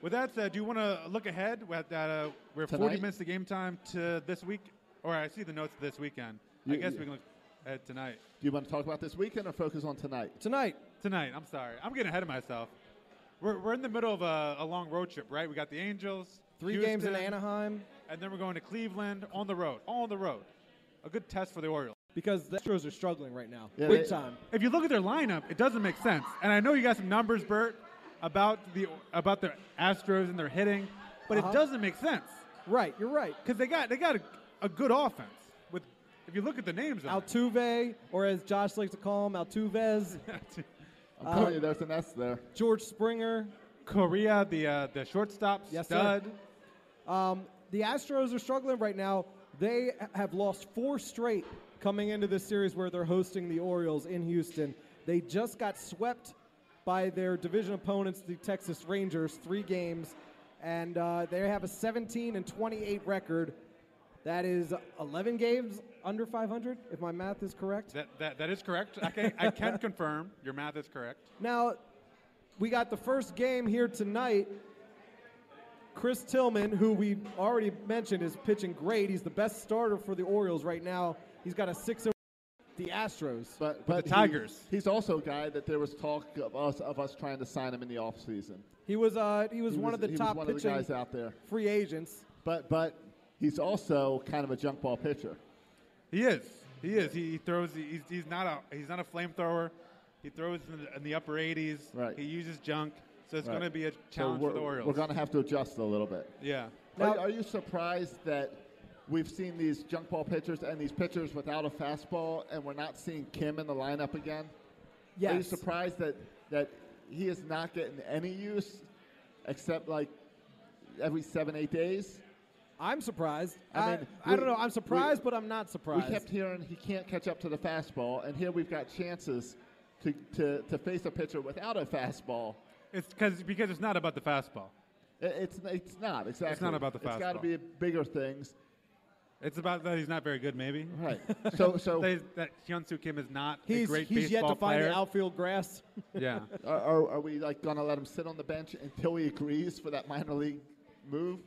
Speaker 2: With that said, do you want to look ahead? We're, at, uh, we're 40
Speaker 4: Tonight?
Speaker 2: minutes to game time to this week. Or I see the notes this weekend. I
Speaker 4: You-
Speaker 2: guess
Speaker 4: you-
Speaker 2: we can look ahead tonight.
Speaker 4: Do you want to talk about this weekend or focus on tonight?
Speaker 3: Tonight,
Speaker 2: Tonight, I'm sorry. I'm getting ahead of myself. We're, we're in the middle of a, a long road trip, right? We got the Angels,
Speaker 3: three games in
Speaker 2: Houston,
Speaker 3: Anaheim
Speaker 2: and then we're going to Cleveland on the road. On the road, a good test for the Orioles.
Speaker 3: because the Astros are struggling right now.
Speaker 4: Yeah,
Speaker 3: Big
Speaker 4: they-
Speaker 3: time.
Speaker 2: If you look at their lineup, it doesn't make sense. And I know you got some numbers, Bert, about the about the Astros and their hitting, but
Speaker 3: Uh-huh.
Speaker 2: it doesn't make sense
Speaker 3: Right, you're right.
Speaker 2: because they got they got a, a good offense. With if you look at the names, on it.
Speaker 3: Altuve, or as Josh likes to call him, Altuvez,
Speaker 2: *laughs*
Speaker 3: Uh,
Speaker 4: I'm telling you, there's an S there.
Speaker 3: George Springer.
Speaker 2: Korea, the uh, the shortstop
Speaker 3: Yes, sir.
Speaker 2: stud.
Speaker 3: Um, the Astros are struggling right now. They have lost four straight coming into this series where they're hosting the Orioles in Houston. They just got swept by their division opponents, the Texas Rangers, three games, and uh, they have a 17 and 28 record. That is 11 games under 500, if my math is correct.
Speaker 2: That, that that is correct. I can I can *laughs* confirm your math is correct.
Speaker 3: Now, we got the first game here tonight. Chris Tillman, who we already mentioned, is pitching great. He's the best starter for the Orioles right now. He's got a six. The Astros.
Speaker 4: But,
Speaker 2: the
Speaker 4: but he-
Speaker 2: Tigers.
Speaker 4: he's also a guy that there was talk of us of us trying to sign him in the offseason.
Speaker 3: He was uh, he was
Speaker 4: He
Speaker 3: one
Speaker 4: was-
Speaker 3: of the
Speaker 4: he was
Speaker 3: top
Speaker 4: one of the
Speaker 3: pitching
Speaker 4: guys out there.
Speaker 3: free agents.
Speaker 4: But but he's also kind of a junk ball pitcher.
Speaker 2: He is. He is. He, he throws. He's, he's not a. He's not a flamethrower. He throws in the, in the upper 80s.
Speaker 4: Right.
Speaker 2: He uses junk. So it's
Speaker 4: Right.
Speaker 2: going to be a
Speaker 4: So
Speaker 2: challenge
Speaker 4: we're,
Speaker 2: for the Orioles.
Speaker 4: We're going to have to adjust a little bit.
Speaker 2: yeah.
Speaker 3: Now-
Speaker 4: are, are you surprised that we've seen these junk ball pitchers and these pitchers without a fastball, and we're not seeing Kim in the lineup again? Are you
Speaker 3: Yes.
Speaker 4: surprised that that he is not getting any use, except like every seven eight days?
Speaker 3: I'm surprised. I,
Speaker 4: I
Speaker 3: I,
Speaker 4: mean, we-
Speaker 3: don't know. I'm
Speaker 4: we-
Speaker 3: surprised, but I'm not
Speaker 4: We
Speaker 3: surprised.
Speaker 4: kept hearing he can't catch up to the fastball, and here we've got chances to, to, to face a pitcher without a fastball.
Speaker 2: It's cause, because it's not about the fastball.
Speaker 4: It, it's it's not exactly.
Speaker 2: about the
Speaker 4: It's got to
Speaker 2: fastball.
Speaker 4: be bigger things,
Speaker 2: It's about that he's not very good, maybe.
Speaker 4: right? So so
Speaker 2: That, that Hyunsoo Kim is not a
Speaker 3: he's
Speaker 2: great
Speaker 3: he's yet
Speaker 2: baseball
Speaker 3: to find
Speaker 2: player.
Speaker 3: the outfield grass. *laughs*
Speaker 2: yeah.
Speaker 4: Are, are, are we like gonna let him sit on the bench until he agrees for that minor league move?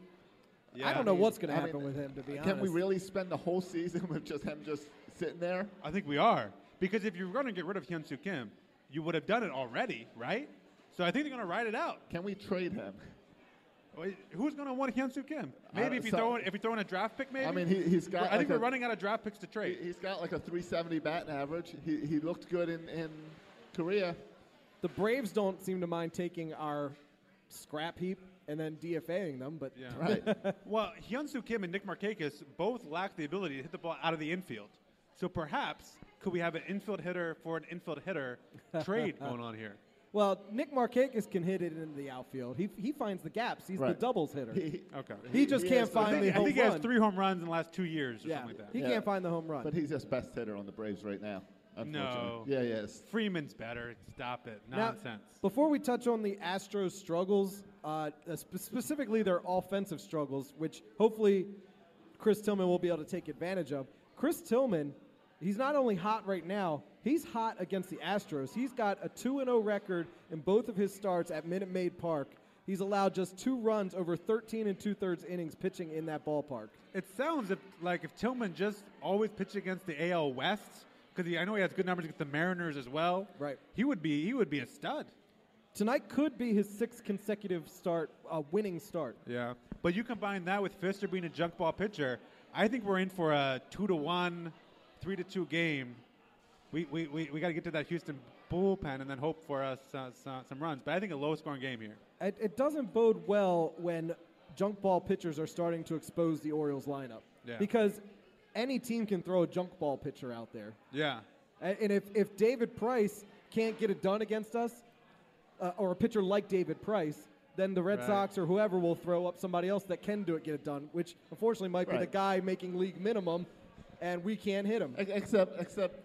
Speaker 2: yeah.
Speaker 3: I don't know what's going to
Speaker 4: I mean,
Speaker 3: happen with him. To be
Speaker 4: Can
Speaker 3: honest,
Speaker 4: we really spend the whole season *laughs* with just him just sitting there?
Speaker 2: I think we are. Because if you were going to get rid of Hyun Soo Kim, you would have done it already, right? So I think they're going to ride it out.
Speaker 4: Can we trade him?
Speaker 2: Wait, Who's going to want Hyun Soo Kim? Maybe if you
Speaker 4: Uh, so-
Speaker 2: throw in, if you throw in a draft pick, maybe.
Speaker 4: I mean, he, he's got.
Speaker 2: I think
Speaker 4: like
Speaker 2: we're
Speaker 4: a-
Speaker 2: running out of draft picks to
Speaker 4: he-
Speaker 2: trade.
Speaker 4: He's got like a 370 batting average. He, he looked good in, in Korea.
Speaker 3: The Braves don't seem to mind taking our scrap heap and then DFAing them, but
Speaker 2: Yeah.
Speaker 4: Right.
Speaker 2: *laughs* Well, Hyun Soo Kim and Nick Markakis both lack the ability to hit the ball out of the infield. So perhaps could we have an infield hitter for an infield
Speaker 4: *laughs*
Speaker 2: hitter trade going on here?
Speaker 3: well, Nick Markakis can hit it into the outfield. He, he finds the gaps. He's the
Speaker 4: Right.
Speaker 3: doubles
Speaker 2: *laughs*
Speaker 3: hitter. *laughs*
Speaker 4: He- he-
Speaker 2: Okay.
Speaker 3: He just
Speaker 4: he
Speaker 3: can't
Speaker 4: has the-
Speaker 2: I
Speaker 3: find the
Speaker 2: think, I
Speaker 3: home
Speaker 2: think he
Speaker 3: run.
Speaker 2: has three home runs in the last two years or
Speaker 3: yeah,
Speaker 2: something like
Speaker 3: he
Speaker 2: that.
Speaker 4: Yeah.
Speaker 3: can't find the home run.
Speaker 4: But he's just best hitter on the Braves right now.
Speaker 2: No.
Speaker 4: unfortunately. Yeah, he is.
Speaker 2: Freeman's better. Stop it.
Speaker 3: Now,
Speaker 2: Nonsense.
Speaker 3: before we touch on the Astros' struggles, uh, spe- specifically their offensive struggles, which hopefully Chris Tillman will be able to take advantage of. Chris Tillman, he's not only hot right now, he's hot against the Astros. He's got a 2 0 record in both of his starts at Minute Maid Park. He's allowed just two runs over 13 and two thirds innings pitching in that ballpark.
Speaker 2: It sounds if, like if Tillman just always pitched against the AL West, because I know he has good numbers against the Mariners as well.
Speaker 3: Right.
Speaker 2: He would be he would be a stud.
Speaker 3: Tonight could be his sixth consecutive start, uh, winning start.
Speaker 2: Yeah. But you combine that with Fister being a junk ball pitcher, I think we're in for a two to one, three to two game. We we, we, we got to get to that Houston bullpen and then hope for us uh, some, some runs. But I think a low scoring game here.
Speaker 3: It, it doesn't bode well when junk ball pitchers are starting to expose the Orioles lineup
Speaker 2: Yeah.
Speaker 3: because any team can throw a junk ball pitcher out there.
Speaker 2: Yeah.
Speaker 3: A- And if, if David Price can't get it done against us, uh, or a pitcher like David Price, then the Red
Speaker 2: Right.
Speaker 3: Sox or whoever will throw up somebody else that can do it, get it done, which unfortunately might be the
Speaker 4: Right.
Speaker 3: guy making league minimum, and we can't hit him.
Speaker 4: Ex- Except, except,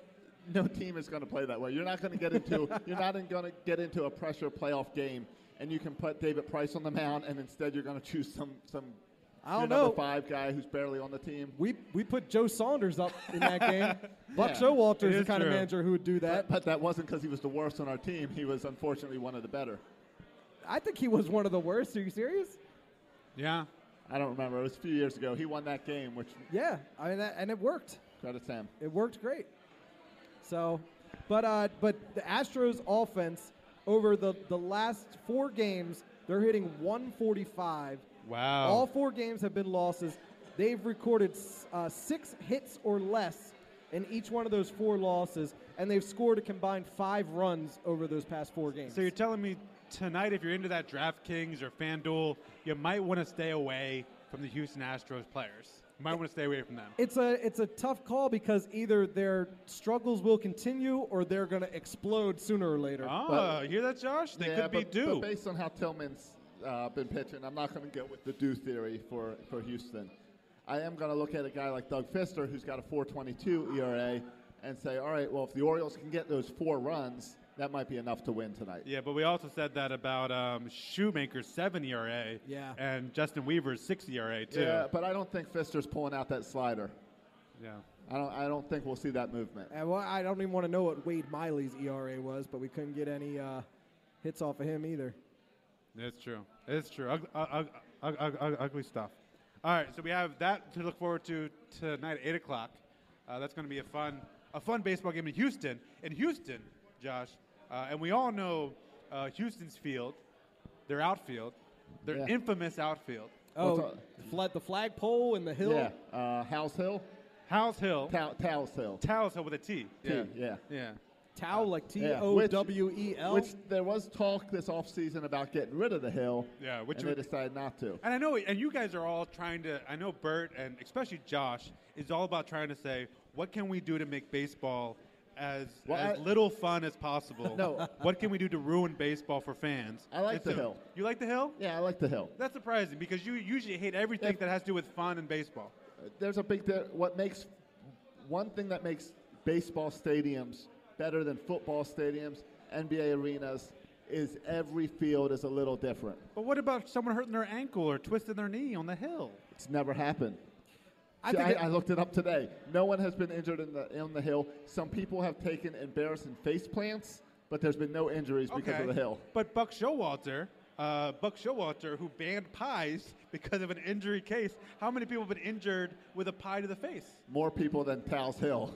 Speaker 4: no team is going to play that way. You're not going to get *laughs* into you're not going to get into a pressure playoff game, and you can put David Price on the mound, and instead you're going to choose some some
Speaker 3: I don't
Speaker 4: your
Speaker 3: know.
Speaker 4: number five guy who's barely on the team.
Speaker 3: We, we put Joe Saunders up in that game. Buck
Speaker 4: Yeah.
Speaker 2: It
Speaker 3: Showalter is the
Speaker 2: is
Speaker 3: kind of
Speaker 2: true.
Speaker 3: manager who would do that.
Speaker 4: But, but that wasn't because he was the worst on our team. He was unfortunately one of the better.
Speaker 3: I think he was one of the worst. Are you serious?
Speaker 2: Yeah.
Speaker 4: I don't remember. It was a few years ago. He won that game, which
Speaker 3: Yeah, I mean, that, and it worked.
Speaker 4: credits him.
Speaker 3: It worked great. So, but uh, but the Astros offense over the the last four games, they're hitting 145.
Speaker 2: Wow.
Speaker 3: All four games have been losses. They've recorded s- uh, six hits or less in each one of those four losses, and they've scored a combined five runs over those past four games.
Speaker 2: So you're telling me tonight, if you're into that DraftKings or FanDuel, you might want to stay away from the Houston Astros players. You might want to stay away from them.
Speaker 3: It's a it's a tough call because either their struggles will continue or they're going to explode sooner or later.
Speaker 2: Oh,
Speaker 4: But-
Speaker 2: you hear that, Josh? They
Speaker 4: Yeah,
Speaker 2: could be
Speaker 4: but-
Speaker 2: due.
Speaker 4: But based on how Tillman's uh, been pitching, I'm not going to go with the due theory for, for Houston. I am going to look at a guy like Doug Fister, who's got a 4.22 ERA, and say, all right, well, if the Orioles can get those four runs, that might be enough to win tonight.
Speaker 2: yeah, but we also said that about um, Shoemaker's seven ERA.
Speaker 3: Yeah.
Speaker 2: And Justin Weaver's six ERA too.
Speaker 4: Yeah, but I don't think Fister's pulling out that slider.
Speaker 2: Yeah.
Speaker 4: I don't. I don't think we'll see that movement.
Speaker 3: And well, I don't even want to know what Wade Miley's ERA was, but we couldn't get any uh, hits off of him either.
Speaker 2: It's true. It's true. Ug- ug- ug- ug- ug- ug- ugly stuff. All right, so we have that to look forward to tonight at eight o'clock. Uh, that's going to be a fun, a fun baseball game in Houston. In Houston, Josh, uh, and we all know uh, Houston's field, their outfield, their
Speaker 4: Yeah.
Speaker 2: infamous outfield.
Speaker 3: Oh,
Speaker 4: What's
Speaker 3: the, flag, the flagpole and the hill.
Speaker 4: Yeah, uh, House Hill,
Speaker 2: Howes Hill,
Speaker 4: Tow- Towles Hill.
Speaker 2: Towles Hill with a T.
Speaker 4: T, yeah.
Speaker 2: Yeah.
Speaker 3: Tau, like T
Speaker 4: Yeah,
Speaker 3: O
Speaker 4: which-
Speaker 3: W E L.
Speaker 4: Which there was talk this offseason about getting rid of the hill.
Speaker 2: Yeah, which
Speaker 4: and they
Speaker 2: would-
Speaker 4: decided not to.
Speaker 2: And I know, and you guys are all trying to. I know Bert and especially Josh is all about trying to say, what can we do to make baseball as,
Speaker 4: Well,
Speaker 2: as
Speaker 4: I-
Speaker 2: little fun as possible?
Speaker 4: *laughs* No.
Speaker 2: What can we do to ruin baseball for fans?
Speaker 4: I like
Speaker 2: And
Speaker 4: the hill.
Speaker 2: You like the hill?
Speaker 4: Yeah, I like the hill.
Speaker 2: That's surprising because you usually hate everything
Speaker 4: Yeah.
Speaker 2: that has to do with fun in baseball.
Speaker 4: there's a big di- what makes one thing that makes baseball stadiums better than football stadiums, NBA arenas is every field is a little different.
Speaker 2: But what about someone hurting their ankle or twisting their knee on the hill?
Speaker 4: It's never happened.
Speaker 3: I
Speaker 4: I,
Speaker 3: think
Speaker 4: I,
Speaker 3: it-
Speaker 4: looked it up today. No one has been injured in the on the hill. Some people have taken embarrassing face plants, but there's been no injuries because of the hill.
Speaker 2: But Buck Showalter, uh, Buck Showalter, who banned pies *laughs* because of an injury case, how many people have been injured with a pie to the face?
Speaker 4: More people than Towles Hill.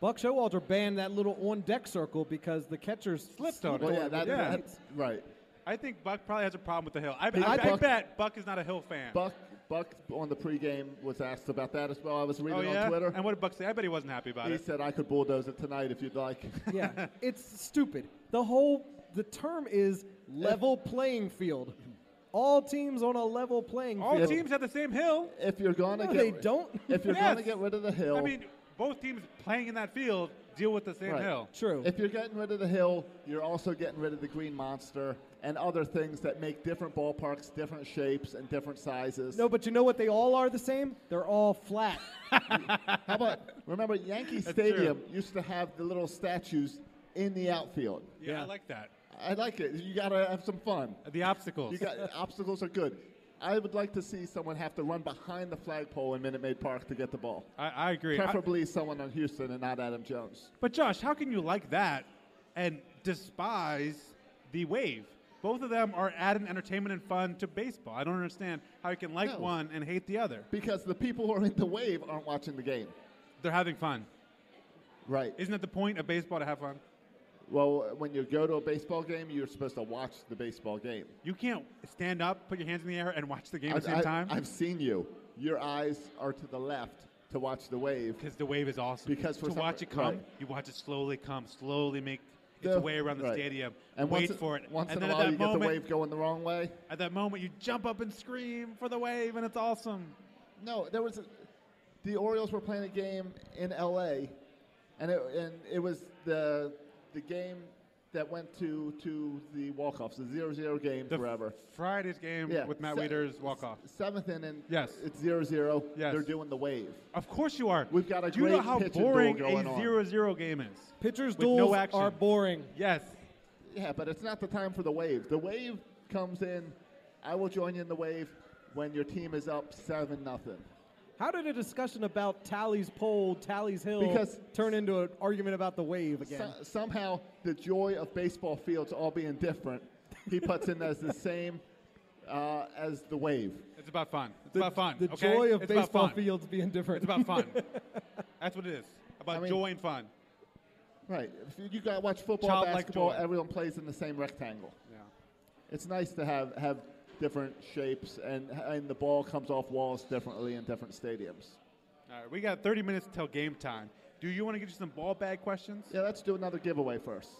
Speaker 3: Buck Showalter banned that little on deck circle because the catchers
Speaker 2: Slipped on it.
Speaker 4: Well,
Speaker 2: Well,
Speaker 4: yeah, that,
Speaker 2: yeah.
Speaker 4: that's right.
Speaker 2: I think Buck probably has a problem with the hill. I, I,
Speaker 4: Buck-
Speaker 2: I bet Buck is not a hill fan.
Speaker 4: Buck Buck on the pregame was asked about that as well. I was reading
Speaker 2: oh yeah.
Speaker 4: on Twitter.
Speaker 2: And what did Buck say? I bet he wasn't happy about
Speaker 4: he
Speaker 2: it.
Speaker 4: said I could bulldoze it tonight if you'd like. *laughs*
Speaker 3: yeah, it's stupid. The whole the term is level playing field. All teams on a level playing
Speaker 2: All
Speaker 3: field.
Speaker 2: teams have the same hill.
Speaker 4: if you're gonna
Speaker 3: No,
Speaker 4: get
Speaker 3: they don't. *laughs*
Speaker 4: if you're gonna
Speaker 2: Yes.
Speaker 4: get rid of the hill
Speaker 2: I mean, both teams playing in that field deal with the same
Speaker 4: Right.
Speaker 2: hill.
Speaker 3: True.
Speaker 4: If you're getting rid of the hill, you're also getting rid of the green monster and other things that make different ballparks, different shapes, and different sizes.
Speaker 3: no, but you know what? They all are the same. They're all flat.
Speaker 2: *laughs*
Speaker 4: How about remember Yankee
Speaker 2: true.
Speaker 4: Stadium used to have the little statues in the outfield.
Speaker 2: Yeah,
Speaker 3: Yeah.
Speaker 2: I like that.
Speaker 4: I like it. You gotta have some fun.
Speaker 2: The obstacles. *laughs*
Speaker 4: You got obstacles are good. I would like to see someone have to run behind the flagpole in Minute Maid Park to get the ball.
Speaker 2: I, I agree. I-
Speaker 4: Preferably someone on Houston and not Adam Jones.
Speaker 2: but Josh, how can you like that and despise the wave? Both of them are adding entertainment and fun to baseball. I don't understand how you can like
Speaker 4: No.
Speaker 2: one and hate the other.
Speaker 4: Because the people who are in the wave aren't watching the game.
Speaker 2: They're having fun.
Speaker 4: Right.
Speaker 2: Isn't that the point of baseball to have fun?
Speaker 4: Well, when you go to a baseball game, you're supposed to watch the baseball game.
Speaker 2: You can't stand up, put your hands in the air, and watch the game at the
Speaker 4: I-
Speaker 2: same
Speaker 4: I-
Speaker 2: time
Speaker 4: I've seen you. Your eyes are to the left to watch the wave.
Speaker 2: because the wave is awesome.
Speaker 4: Because for
Speaker 2: to
Speaker 4: some-
Speaker 2: watch it come,
Speaker 4: right.
Speaker 2: you watch it slowly come, slowly make its
Speaker 4: The-
Speaker 2: way around the
Speaker 4: right.
Speaker 2: stadium.
Speaker 4: And
Speaker 2: wait
Speaker 4: once,
Speaker 2: for it.
Speaker 4: Once
Speaker 2: and
Speaker 4: in
Speaker 2: then
Speaker 4: a while,
Speaker 2: at that
Speaker 4: you
Speaker 2: moment,
Speaker 4: get the wave going the wrong way.
Speaker 2: at that moment, you jump up and scream for the wave, and it's awesome.
Speaker 4: No, there was a, the Orioles were playing a game in L.A. and it and it was the the game that went to to the walk-offs, the 0-0 game
Speaker 2: The
Speaker 4: forever.
Speaker 2: Friday's game
Speaker 4: Yeah,
Speaker 2: with Matt
Speaker 4: se-
Speaker 2: Weeder's walk off.
Speaker 4: Seventh inning.
Speaker 2: Yes.
Speaker 4: it's 0-0.
Speaker 2: Yes.
Speaker 4: they're doing the wave.
Speaker 2: Of course you are.
Speaker 4: We've got a
Speaker 2: Do you know
Speaker 4: great
Speaker 2: how
Speaker 4: pitch and duel
Speaker 2: boring
Speaker 4: going
Speaker 2: a
Speaker 4: on.
Speaker 2: zero-zero game is?
Speaker 3: Pitchers
Speaker 2: With
Speaker 3: duels
Speaker 2: no action.
Speaker 3: are boring.
Speaker 2: Yes.
Speaker 4: Yeah, but it's not the time for the wave. The wave comes in. I will join you in the wave when your team is up seven nothing.
Speaker 3: How did a discussion about Tally's pole, Tally's hill,
Speaker 4: Because-
Speaker 3: turn into an argument about the wave again?
Speaker 4: So- somehow the joy of baseball fields all being different, he puts in
Speaker 2: *laughs*
Speaker 4: as the same uh, as the wave.
Speaker 2: It's about fun. It's
Speaker 3: the
Speaker 2: about fun.
Speaker 3: the
Speaker 2: okay?
Speaker 3: joy of
Speaker 2: it's about
Speaker 3: baseball
Speaker 2: fun.
Speaker 3: fields being different.
Speaker 2: It's about fun.
Speaker 4: *laughs*
Speaker 2: That's what it is. About
Speaker 4: I mean-
Speaker 2: joy and fun.
Speaker 4: Right. If you- you gotta watch football,
Speaker 2: Childlike
Speaker 4: basketball.
Speaker 2: joy.
Speaker 4: Everyone plays in the same rectangle.
Speaker 2: Yeah.
Speaker 4: It's nice to have have different shapes and and the ball comes off walls differently in different stadiums.
Speaker 2: All right, we got 30 minutes till game time. Do you want to get you some ball bag questions?
Speaker 4: Yeah, let's do another giveaway first.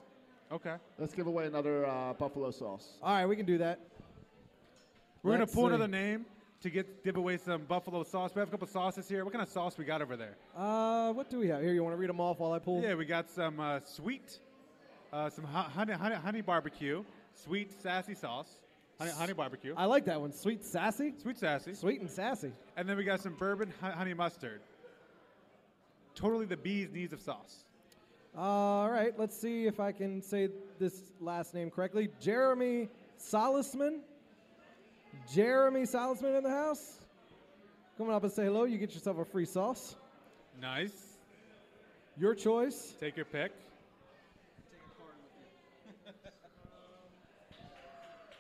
Speaker 2: Okay.
Speaker 4: Let's give away another uh, buffalo sauce.
Speaker 3: *laughs* All right, we can do that.
Speaker 2: We're going to
Speaker 3: Let's
Speaker 2: pull
Speaker 3: see.
Speaker 2: another name to get give away some buffalo sauce. We have a couple sauces here. What kind of sauce we got over there?
Speaker 3: Uh, what do we have here? You want to read them off while I pull?
Speaker 2: Yeah, we got some uh, sweet, uh, some hu- honey, honey, honey barbecue, sweet sassy sauce, honey, honey barbecue,
Speaker 3: I like that one. Sweet sassy,
Speaker 2: sweet sassy,
Speaker 3: sweet and sassy.
Speaker 2: and then we got some bourbon hu- honey mustard. Totally the bee's knees of sauce.
Speaker 3: All right, let's see if I can say this last name correctly. Jeremy Solisman. Jeremy Solisman in the house. Coming up and say hello. You get yourself a free sauce.
Speaker 2: Nice.
Speaker 3: Your choice.
Speaker 2: Take your pick.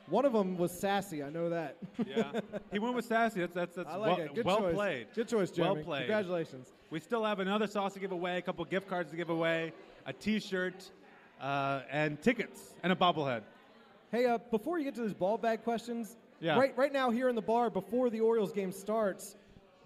Speaker 3: One of them was sassy. I know that.
Speaker 2: Yeah, *laughs* he went with sassy. That's that's, that's
Speaker 3: *laughs* I like
Speaker 2: well,
Speaker 3: it. Good
Speaker 2: well
Speaker 3: choice.
Speaker 2: played.
Speaker 3: Good choice, Jeremy.
Speaker 2: Well played.
Speaker 3: Congratulations.
Speaker 2: We still have another sauce to give away, a couple gift cards to give away, a T-shirt, uh, and tickets, and a bobblehead.
Speaker 3: Hey, uh, before you get to those ball bag questions,
Speaker 2: Yeah.
Speaker 3: right, right now here in the bar, before the Orioles game starts,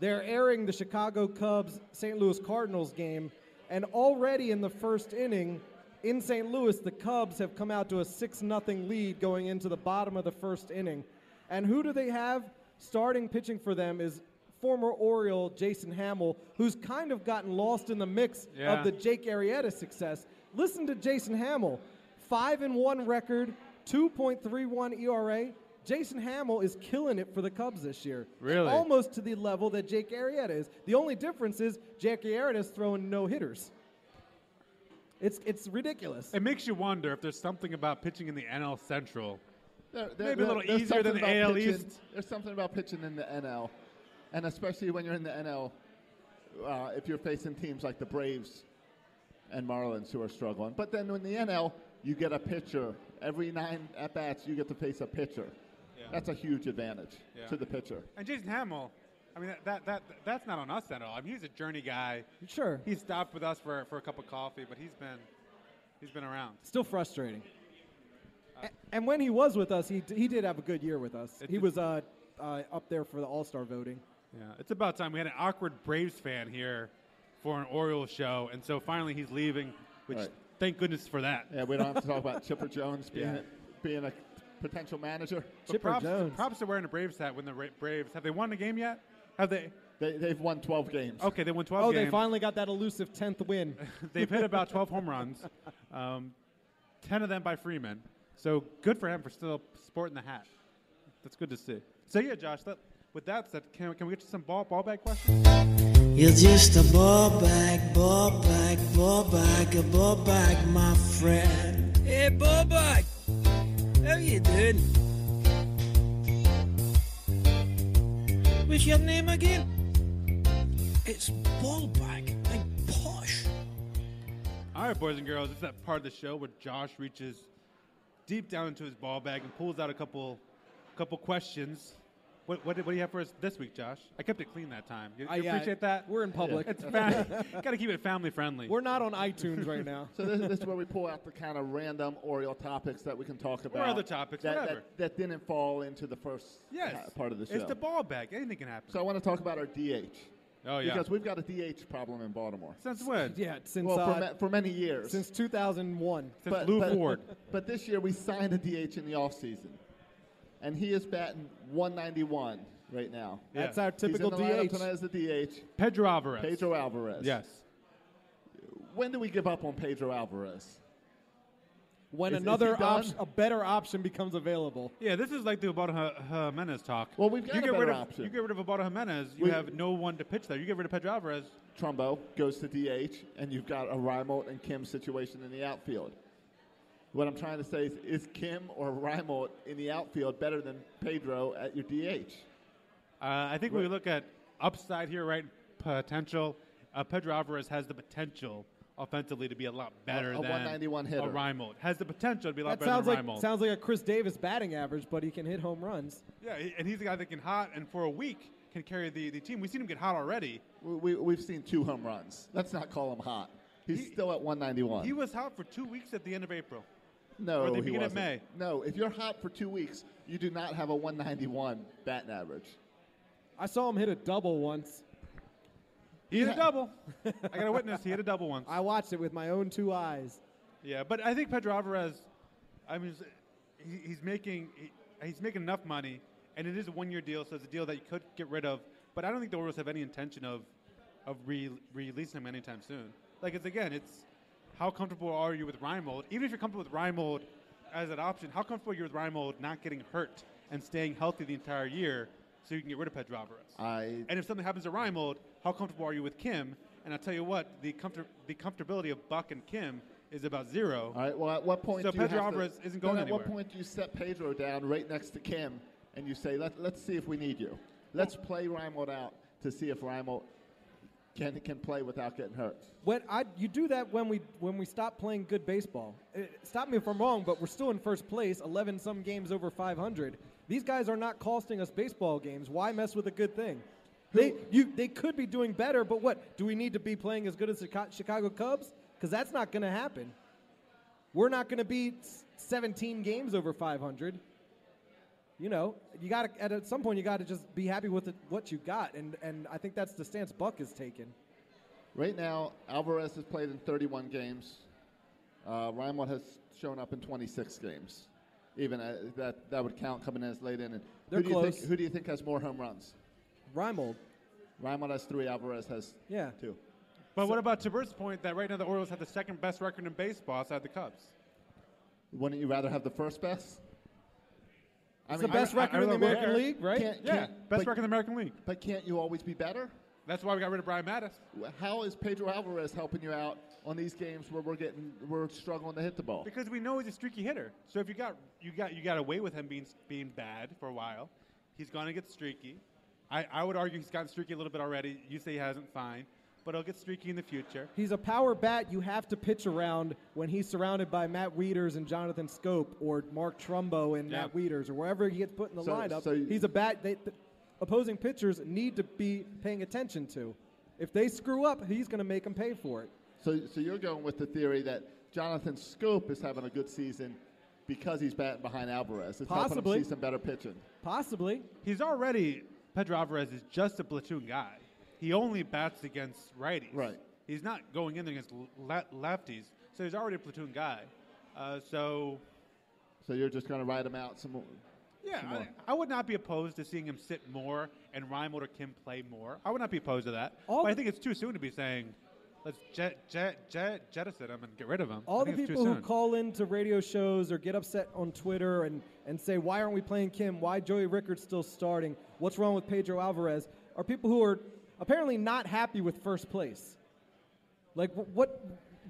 Speaker 3: they're airing the Chicago Cubs St. Louis Cardinals game. And already in the first inning in St. Louis, the Cubs have come out to a 6 0 lead going into the bottom of the first inning. And who do they have starting pitching for them is former Oriole Jason Hamill, who's kind of gotten lost in the mix
Speaker 2: Yeah.
Speaker 3: of the Jake Arrieta success. Listen to Jason Hamill. Five and one record, 2.31 ERA. E Jason Hamill is killing it for the Cubs this year.
Speaker 2: Really?
Speaker 3: Almost to the level that Jake Arrieta is. The only difference is Jake Arrieta's throwing no hitters. It's, it's ridiculous.
Speaker 2: It makes you wonder if there's something about pitching in the NL Central.
Speaker 4: They're,
Speaker 2: Maybe a little easier than
Speaker 4: something
Speaker 2: the
Speaker 4: about
Speaker 2: AL
Speaker 4: pitching-
Speaker 2: East.
Speaker 4: There's something about pitching in the NL, and especially when you're in the NL, uh, if you're facing teams like the Braves and Marlins who are struggling. But then in the NL, you get a pitcher. Every nine at bats, you get to face a pitcher. That's a huge advantage
Speaker 2: Yeah.
Speaker 4: to the pitcher.
Speaker 2: And Jason Hamill, I mean, that, that, that that's not on us at all. I mean, he's a journey guy.
Speaker 3: Sure.
Speaker 2: He stopped with us for, for a cup of coffee, but he's been he's been around.
Speaker 3: Still frustrating. A- and when he was with us, he, d- he did have a good year with us.
Speaker 2: It
Speaker 3: He
Speaker 2: did-
Speaker 3: was uh, uh, up there for the All Star voting.
Speaker 2: Yeah, it's about time. We had an awkward Braves fan here for an Orioles show, and so finally he's leaving, which
Speaker 4: Right.
Speaker 2: thank goodness for that.
Speaker 4: Yeah, we don't have to talk about Chipper Jones
Speaker 2: *laughs*
Speaker 4: being,
Speaker 2: Yeah.
Speaker 4: being a potential manager.
Speaker 2: But
Speaker 3: Chipper
Speaker 2: props,
Speaker 3: Jones.
Speaker 2: props to wearing a Braves hat when the Ra- Braves have they won the game yet? Have they?
Speaker 4: They, they've won 12 games.
Speaker 2: Okay, they won 12
Speaker 3: Oh,
Speaker 2: games.
Speaker 3: they finally got that elusive 10th win.
Speaker 2: *laughs* They've hit about 12 home runs, um, 10 of them by Freeman. So good for him for still sporting the hat. That's good to see. So yeah, Josh. That, with that said, can, can we get to some ball ball bag questions?
Speaker 6: You're just a ball bag, ball bag, ball bag, a ball bag, my friend. Hey, ball bag, how you doing? What's your name again? It's ball bag, like posh.
Speaker 2: All right, boys and girls, it's that part of the show where Josh reaches deep down into his ball bag and pulls out a couple, couple questions. What, what, do- what do you have for us this week, Josh? I kept it clean that time. You,
Speaker 3: I,
Speaker 2: you
Speaker 3: uh,
Speaker 2: appreciate that?
Speaker 3: We're in public.
Speaker 2: it's
Speaker 3: *laughs*
Speaker 2: fa- gotta keep it family friendly.
Speaker 3: We're not on iTunes right now.
Speaker 4: So this, this is where we pull out the kind of random Oriole topics that we can talk about.
Speaker 2: other topics,
Speaker 4: that,
Speaker 2: whatever.
Speaker 4: That, that didn't fall into the first
Speaker 2: yes,
Speaker 4: uh, part of the show.
Speaker 2: It's the ball bag. Anything can happen.
Speaker 4: so I want to talk about our DH.
Speaker 2: oh yeah.
Speaker 4: Because we've got a DH problem in Baltimore.
Speaker 2: Since when?
Speaker 3: yeah, since,
Speaker 4: Well,
Speaker 3: uh,
Speaker 4: for, ma- for many years.
Speaker 3: since 2001.
Speaker 2: Since Lou Ford.
Speaker 4: *laughs* But this year we signed a DH in the offseason. And he is batting 191 right now.
Speaker 2: Yeah.
Speaker 3: That's our typical
Speaker 4: He's in the lineup
Speaker 3: DH.
Speaker 4: tonight as the DH,
Speaker 2: Pedro Alvarez.
Speaker 4: Pedro Alvarez.
Speaker 2: Yes.
Speaker 4: When do we give up on Pedro Alvarez?
Speaker 3: When
Speaker 4: Is- is he
Speaker 3: another
Speaker 4: done?
Speaker 3: option, a better option becomes available.
Speaker 2: Yeah, this is like the Abaldo Jimenez talk.
Speaker 4: Well, we've got
Speaker 2: you
Speaker 4: a
Speaker 2: get
Speaker 4: better
Speaker 2: rid of,
Speaker 4: option.
Speaker 2: You get rid of Abaldo Jimenez, you
Speaker 4: We-
Speaker 2: have no one to pitch there. You get rid of Pedro Alvarez.
Speaker 4: Trumbo goes to DH, and you've got a Reimold and Kim situation in the outfield. What I'm trying to say is, is Kim or Reimold in the outfield better than Pedro at your DH?
Speaker 2: Uh, I think when we look at upside here, right? Potential. Uh, Pedro Alvarez has the potential offensively to be a lot better
Speaker 4: a
Speaker 2: than
Speaker 4: 191
Speaker 2: A
Speaker 4: hitter.
Speaker 2: Reimold has the potential to be a lot
Speaker 3: That
Speaker 2: better
Speaker 3: sounds
Speaker 2: than
Speaker 3: like,
Speaker 2: Reimold.
Speaker 3: sounds like a Chris Davis batting average, but he can hit home runs.
Speaker 2: yeah, he- and he's a guy that can hot and for a week can carry the, the team. We've seen him get hot already.
Speaker 4: We, we, we've seen two home runs. Let's not call him hot. He's
Speaker 2: He-
Speaker 4: still at 191.
Speaker 2: He was hot for two weeks at the end of April.
Speaker 4: no,
Speaker 2: or the
Speaker 4: he
Speaker 2: beginning of
Speaker 4: wasn't.
Speaker 2: May.
Speaker 4: No, if you're hot for two weeks, you do not have a 191 batting average.
Speaker 3: I saw him hit a double once.
Speaker 2: He hit
Speaker 4: Yeah.
Speaker 2: a
Speaker 4: *laughs*
Speaker 2: double. I got a witness. He hit a double once.
Speaker 3: I watched it with my own two eyes.
Speaker 2: Yeah, but I think Pedro Alvarez, I mean, he, he's making he, he's making enough money, and it is a one-year deal, so it's a deal that you could get rid of. But I don't think the Orioles have any intention of of re- releasing him anytime soon. Like it's again, it's how comfortable are you with Reimold? Even if you're comfortable with Reimold as an option, how comfortable are you with Reimold not getting hurt and staying healthy the entire year, so you can get rid of Pedro Alvarez?
Speaker 4: I
Speaker 2: And if something happens to Reimold, how comfortable are you with Kim? And I'll tell you what, the, comfort, the comfortability of Buck and Kim is about zero.
Speaker 4: All right. Well, at what point?
Speaker 2: So
Speaker 4: do you
Speaker 2: Pedro
Speaker 4: have to-
Speaker 2: Alvarez isn't
Speaker 4: Then
Speaker 2: going
Speaker 4: At what
Speaker 2: anywhere.
Speaker 4: point do you set Pedro down right next to Kim and you say, Let, "Let's see if we need you. Let's play Reimold out to see if Reimold can can play without getting hurt."
Speaker 3: When I, you do that when we when we stop playing good baseball. Uh, stop me if I'm wrong, but we're still in first place, 11 some games over 500. These guys are not costing us baseball games. Why mess with a good thing? They you they could be doing better, but what do we need to be playing as good as the Chica- Chicago Cubs? Because that's not going to happen. We're not going to be s- 17 games over 500. You know, you got to at some point you got to just be happy with it, what you got, and and I think that's the stance Buck is taking.
Speaker 4: Right now, Alvarez has played in 31 games. Uh, Reimold has shown up in 26 games. Even uh, that that would count coming in as late in. And
Speaker 3: They're
Speaker 4: who do you think-
Speaker 3: close.
Speaker 4: who do you think has more home runs?
Speaker 3: Reimold.
Speaker 4: Reimold has three. Alvarez has
Speaker 3: Yeah.
Speaker 4: two.
Speaker 2: but what about Tabert's point that right now the Orioles have the second best record in baseball outside the Cubs?
Speaker 4: Wouldn't you rather have the first best? I
Speaker 3: It's the best
Speaker 2: I- I-
Speaker 3: record in the
Speaker 2: I-
Speaker 3: American
Speaker 2: I-
Speaker 3: League, right?
Speaker 4: Can't-
Speaker 2: Yeah,
Speaker 4: can't-
Speaker 2: best
Speaker 4: but-
Speaker 2: record in the American League.
Speaker 4: But can't you always be better?
Speaker 2: That's why we got rid of Brian Mattis.
Speaker 4: How is Pedro Alvarez helping you out on these games where we're getting we're struggling to hit the ball?
Speaker 2: Because we know he's a streaky hitter. So if you got you got you got away with him being being bad for a while, he's going to get streaky. I, I would argue he's gotten streaky a little bit already. You say he hasn't, fine, but he'll get streaky in the future.
Speaker 3: He's a power bat you have to pitch around when he's surrounded by Matt Wieters and Jonathan Scope or Mark Trumbo and
Speaker 2: Yeah.
Speaker 3: Matt Wieters or wherever he gets put in the
Speaker 4: So-
Speaker 3: lineup.
Speaker 4: so you-
Speaker 3: he's a bat. They, th- opposing pitchers need to be paying attention to. If they screw up, he's going to make them pay for it.
Speaker 4: So, so you're going with the theory that Jonathan Scope is having a good season because he's batting behind Alvarez. It's helping
Speaker 3: Possibly.
Speaker 4: him see some better pitching.
Speaker 3: Possibly.
Speaker 2: He's already Pedro Alvarez is just a platoon guy. He only bats against righties.
Speaker 4: Right.
Speaker 2: He's not going in against le- lefties, so he's already a platoon guy. Uh, so
Speaker 4: So you're just going to ride him out some more.
Speaker 2: yeah,
Speaker 4: Some
Speaker 2: I,
Speaker 4: more.
Speaker 2: I would not be opposed to seeing him sit more and Reimold or Kim play more. I would not be opposed to that.
Speaker 3: All
Speaker 2: but I
Speaker 3: the-
Speaker 2: think it's too soon to be saying let's jet, jet, jet, jettison him and get rid of him.
Speaker 3: All
Speaker 2: I
Speaker 3: the
Speaker 2: think it's too
Speaker 3: people who
Speaker 2: soon.
Speaker 3: call into radio shows or get upset on Twitter and, and say, why aren't we playing Kim? Why Joey Rickard's still starting? What's wrong with Pedro Alvarez? Are people who are apparently not happy with first place. Like, wh- what,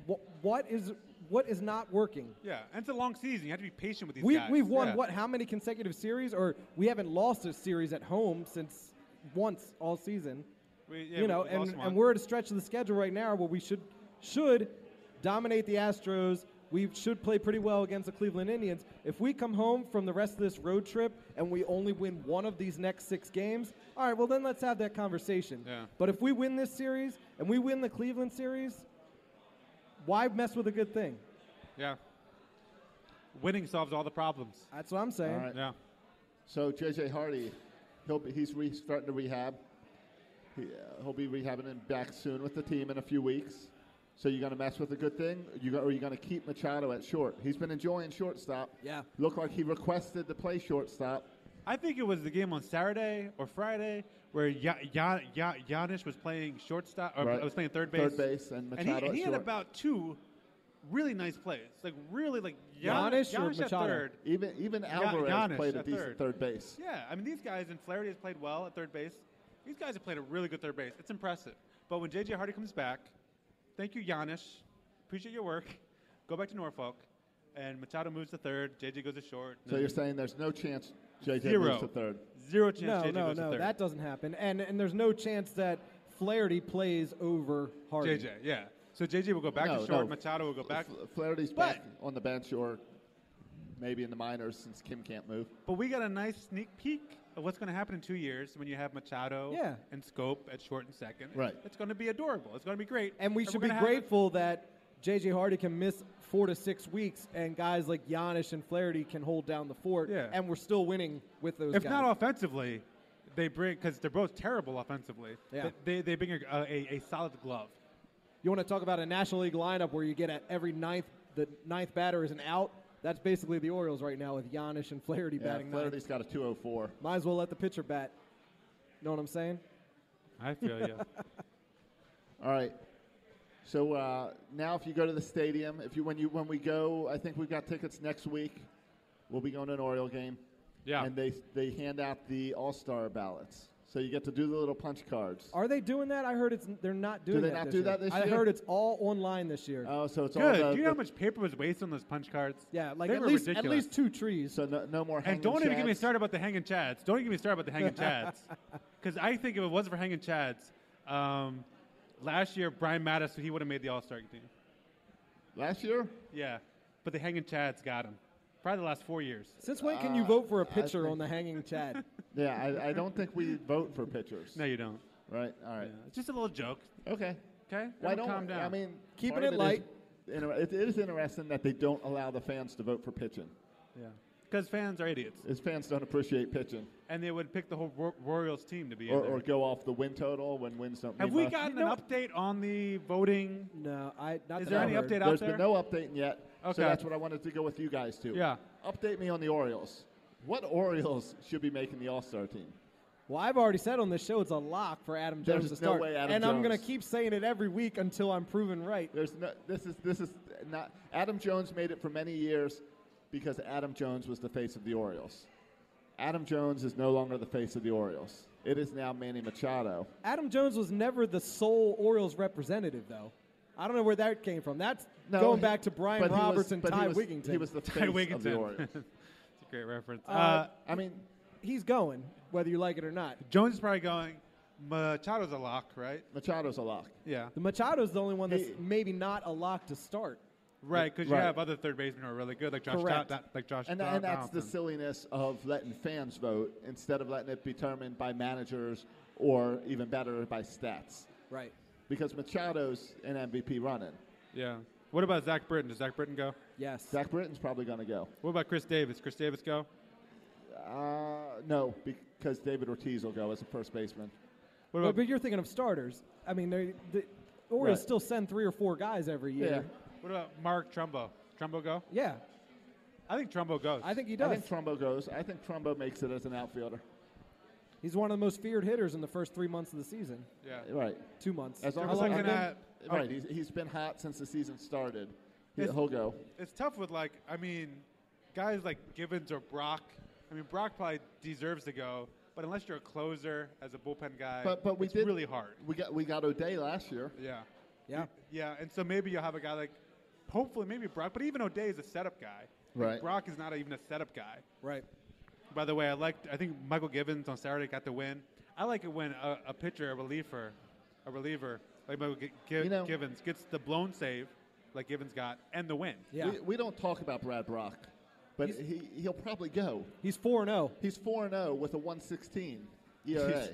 Speaker 3: what, what, is, what is not working?
Speaker 2: Yeah, and it's a long season. You have to be patient with these
Speaker 3: We,
Speaker 2: guys.
Speaker 3: we've won,
Speaker 2: Yeah.
Speaker 3: what, how many consecutive series? Or we haven't lost a series at home since once all season.
Speaker 2: We- yeah, we-
Speaker 3: you know,
Speaker 2: we
Speaker 3: and,
Speaker 2: lost one.
Speaker 3: and we're at a stretch of the schedule right now where we should should dominate the Astros. We should play pretty well against the Cleveland Indians. If we come home from the rest of this road trip and we only win one of these next six games, all right, well then let's have that conversation.
Speaker 2: Yeah.
Speaker 3: But if we win this series and we win the Cleveland series, why mess with a good thing?
Speaker 2: yeah. Winning solves all the problems.
Speaker 3: That's what I'm saying.
Speaker 4: All right.
Speaker 2: Yeah.
Speaker 4: So JJ Hardy, he'll be, he's re- starting to rehab. He, uh, he'll be rehabbing him back soon with the team in a few weeks. So you're going to mess with a good thing, you go, or you're going to keep Machado at short. He's been enjoying shortstop.
Speaker 3: Yeah.
Speaker 4: Looked like he requested to play shortstop.
Speaker 2: I think it was the game on Saturday or Friday where ya- ya- ya- Giannis was playing shortstop. Or
Speaker 4: Right.
Speaker 2: was playing third base.
Speaker 4: Third base and
Speaker 2: he,
Speaker 4: Machado at
Speaker 2: he had
Speaker 4: short.
Speaker 2: about two really nice plays. Like really, like Gian-
Speaker 3: Giannis or
Speaker 2: Giannis at
Speaker 3: Machado?
Speaker 2: third.
Speaker 4: Even even Alvarez
Speaker 2: Giannis
Speaker 4: played a
Speaker 2: at
Speaker 4: decent
Speaker 2: third.
Speaker 4: third base.
Speaker 2: Yeah, I mean these guys and Flaherty has played well at third base. These guys have played a really good third base. It's impressive. But when JJ Hardy comes back, thank you Giannis, appreciate your work. *laughs* Go back to Norfolk, and Machado moves to third. JJ goes to short.
Speaker 4: So you're saying there's no chance JJ
Speaker 2: Zero.
Speaker 4: moves to third.
Speaker 2: Zero chance
Speaker 3: No,
Speaker 2: JJ
Speaker 3: no,
Speaker 2: goes to
Speaker 3: no,
Speaker 2: third.
Speaker 3: that doesn't happen. And and there's no chance that Flaherty plays over Harden.
Speaker 2: JJ, yeah. So JJ will go back
Speaker 4: no,
Speaker 2: to short.
Speaker 4: no.
Speaker 2: Machado will go back.
Speaker 4: F- Flaherty's
Speaker 2: But-
Speaker 4: back on the bench or maybe in the minors since Kim can't move.
Speaker 2: But we got a nice sneak peek of what's going to happen in two years when you have Machado
Speaker 3: Yeah.
Speaker 2: and Scope at short and second.
Speaker 4: Right.
Speaker 2: It's going to be adorable. It's going to be great.
Speaker 3: And we
Speaker 2: we're
Speaker 3: should be
Speaker 2: gonna have-
Speaker 3: grateful that JJ Hardy can miss four to six weeks, and guys like Giannis and Flaherty can hold down the fort.
Speaker 2: Yeah.
Speaker 3: And we're still winning with those
Speaker 2: If
Speaker 3: guys.
Speaker 2: not offensively, they bring because they're both terrible offensively.
Speaker 3: Yeah.
Speaker 2: They, they, they bring a, a, a solid glove.
Speaker 3: you want to talk about a National League lineup where you get at every ninth, the ninth batter is an out. That's basically the Orioles right now with Giannis and Flaherty
Speaker 4: Yeah,
Speaker 3: batting ninth.
Speaker 4: Flaherty's got a 204.
Speaker 3: Might as well let the pitcher bat. Know what I'm saying?
Speaker 2: I feel
Speaker 3: *laughs*
Speaker 2: you.
Speaker 4: All right. So uh, now, if you go to the stadium, if you when you when we go, I think we've got tickets next week. We'll be going to an Oriole game.
Speaker 2: Yeah.
Speaker 4: And they they hand out the All Star ballots, so you get to do the little punch cards.
Speaker 3: Are they doing that? I heard it's they're not doing
Speaker 4: they
Speaker 3: that
Speaker 4: not
Speaker 3: this
Speaker 4: do
Speaker 3: year.
Speaker 4: that this
Speaker 3: I
Speaker 4: year?
Speaker 3: heard it's all online this year.
Speaker 4: Oh, so it's all.
Speaker 2: Good.
Speaker 4: the-
Speaker 2: Do you know how
Speaker 4: the-
Speaker 2: much paper was wasted on those punch cards?
Speaker 3: yeah, like
Speaker 2: they
Speaker 3: at
Speaker 2: were
Speaker 3: least
Speaker 2: ridiculous.
Speaker 3: at least two trees.
Speaker 4: So no, no more.
Speaker 2: And
Speaker 4: hanging
Speaker 2: don't even get me
Speaker 4: chads.
Speaker 2: started about the hanging chads. Don't even get me started about the
Speaker 4: *laughs*
Speaker 2: hanging chads. Because I think if it wasn't for hanging chads, um, last year Brian Mattis he would have made the All Star team.
Speaker 4: Last year,
Speaker 2: Yeah, but the hanging chads got him. Probably the last four years.
Speaker 3: Since when can
Speaker 4: Uh,
Speaker 3: you vote for a
Speaker 4: I
Speaker 3: pitcher
Speaker 4: think-
Speaker 3: on the hanging Chad?
Speaker 4: *laughs* yeah, I, I don't think we vote for pitchers.
Speaker 2: No, you don't.
Speaker 4: Right. All right.
Speaker 2: Yeah. It's just a little joke.
Speaker 4: Okay.
Speaker 2: Okay,
Speaker 4: Why
Speaker 2: Everyone
Speaker 4: don't
Speaker 2: calm down?
Speaker 4: I mean,
Speaker 3: Keeping
Speaker 4: part of
Speaker 3: it
Speaker 4: is
Speaker 3: light.
Speaker 4: inter- it- it is interesting that they don't allow the fans to vote for pitching.
Speaker 2: yeah, because fans are idiots,
Speaker 4: His fans don't appreciate pitching,
Speaker 2: and they would pick the whole Ro- Royals team to be in
Speaker 4: or,
Speaker 2: there.
Speaker 4: or go off the win total when wins don't.
Speaker 2: Have
Speaker 4: mean
Speaker 2: we
Speaker 4: much.
Speaker 2: gotten
Speaker 3: know-
Speaker 2: an update on the voting?
Speaker 3: No, I not.
Speaker 2: Is
Speaker 3: that
Speaker 2: there
Speaker 3: I
Speaker 2: any
Speaker 3: heard.
Speaker 2: update out
Speaker 4: There's
Speaker 2: there?
Speaker 4: been no updating yet.
Speaker 2: Okay.
Speaker 4: So that's what I wanted to go with you guys to.
Speaker 2: Yeah.
Speaker 4: Update me on the Orioles. What Orioles should be making the All Star team?
Speaker 3: Well, I've already said on this show it's a lock for Adam
Speaker 4: There's
Speaker 3: Jones to
Speaker 4: no
Speaker 3: start,
Speaker 4: way Adam
Speaker 3: and I'm
Speaker 4: Jones-
Speaker 3: going to keep saying it every week until I'm proven right.
Speaker 4: There's no. This is this is not. Adam Jones made it for many years because Adam Jones was the face of the Orioles. Adam Jones is no longer the face of the Orioles. It is now Manny Machado.
Speaker 3: Adam Jones was never the sole Orioles representative, though. I don't know where that came from. That's
Speaker 4: No,
Speaker 3: going
Speaker 4: he-
Speaker 3: back to Brian
Speaker 4: but he was-
Speaker 3: Roberts and
Speaker 4: but he
Speaker 3: Ty
Speaker 4: was-
Speaker 3: Wigington.
Speaker 4: He was the face
Speaker 2: Ty
Speaker 4: of the
Speaker 2: Wigginton.
Speaker 4: Orioles.
Speaker 2: It's a great reference.
Speaker 3: Uh,
Speaker 2: uh,
Speaker 4: I mean,
Speaker 3: He's going, whether you like it or not.
Speaker 2: Jones is probably going. Machado's a lock, right?
Speaker 4: Machado's a lock.
Speaker 2: Yeah.
Speaker 3: The Machado's the only one that's
Speaker 4: He-
Speaker 3: maybe not a lock to start.
Speaker 2: Right, because
Speaker 4: Right.
Speaker 2: you have other third basemen who are really good, like Josh.
Speaker 3: Correct.
Speaker 2: Tho- like Josh.
Speaker 4: And,
Speaker 2: Thou-
Speaker 4: and that's the
Speaker 2: Donaldson.
Speaker 4: silliness of letting fans vote instead of letting it be determined by managers or even better by stats.
Speaker 3: Right.
Speaker 4: Because Machado's an MVP running.
Speaker 2: Yeah. What about Zach Britton? Does Zach Britton go?
Speaker 3: Yes.
Speaker 4: Zach Britton's probably going to go.
Speaker 2: What about Chris Davis? Chris Davis go?
Speaker 4: Uh, no, because David Ortiz will go as a first baseman.
Speaker 2: What
Speaker 3: Well,
Speaker 2: about?
Speaker 3: but you're thinking of starters. I mean, they, the Orioles
Speaker 4: Right.
Speaker 3: still send three or four guys every year.
Speaker 2: What about Mark Trumbo? Trumbo go?
Speaker 3: Yeah.
Speaker 2: I think Trumbo goes.
Speaker 3: I think he
Speaker 4: I
Speaker 3: does.
Speaker 4: think Trumbo goes. I think Trumbo makes it as an outfielder.
Speaker 3: He's one of the most feared hitters in the first three months of the season.
Speaker 2: Yeah.
Speaker 4: Right.
Speaker 3: Two months.
Speaker 4: As long
Speaker 3: How
Speaker 4: as
Speaker 3: long
Speaker 4: I
Speaker 3: has it
Speaker 2: looking
Speaker 3: been?
Speaker 2: at-
Speaker 4: think- right, he's, he's been hot since the season started. He,
Speaker 2: It's-
Speaker 4: will go.
Speaker 2: It's tough with like I mean, guys like Givens or Brock. I mean, Brock probably deserves to go, but unless you're a closer as a bullpen guy,
Speaker 4: But but we
Speaker 2: it's
Speaker 4: did
Speaker 2: really hard.
Speaker 4: We got we got O'Day last year.
Speaker 2: Yeah.
Speaker 3: Yeah.
Speaker 2: Yeah, and so maybe you'll have a guy like, hopefully maybe Brock, but even O'Day is a setup guy. Like,
Speaker 4: Right.
Speaker 2: Brock is not even a setup guy.
Speaker 3: Right.
Speaker 2: By the way, I liked. I think Michael Givens on Saturday got the win. I like it when a, a pitcher, a reliever, a reliever like Michael Gi- Gi-
Speaker 4: You know-
Speaker 2: Givens gets the blown save, like Givens got, and the win.
Speaker 3: Yeah.
Speaker 4: We, we don't talk about Brad Brock, but
Speaker 3: He's-
Speaker 4: he he'll probably go.
Speaker 3: He's oh. 4 0.
Speaker 4: He's four and zero with a one sixteen ERA.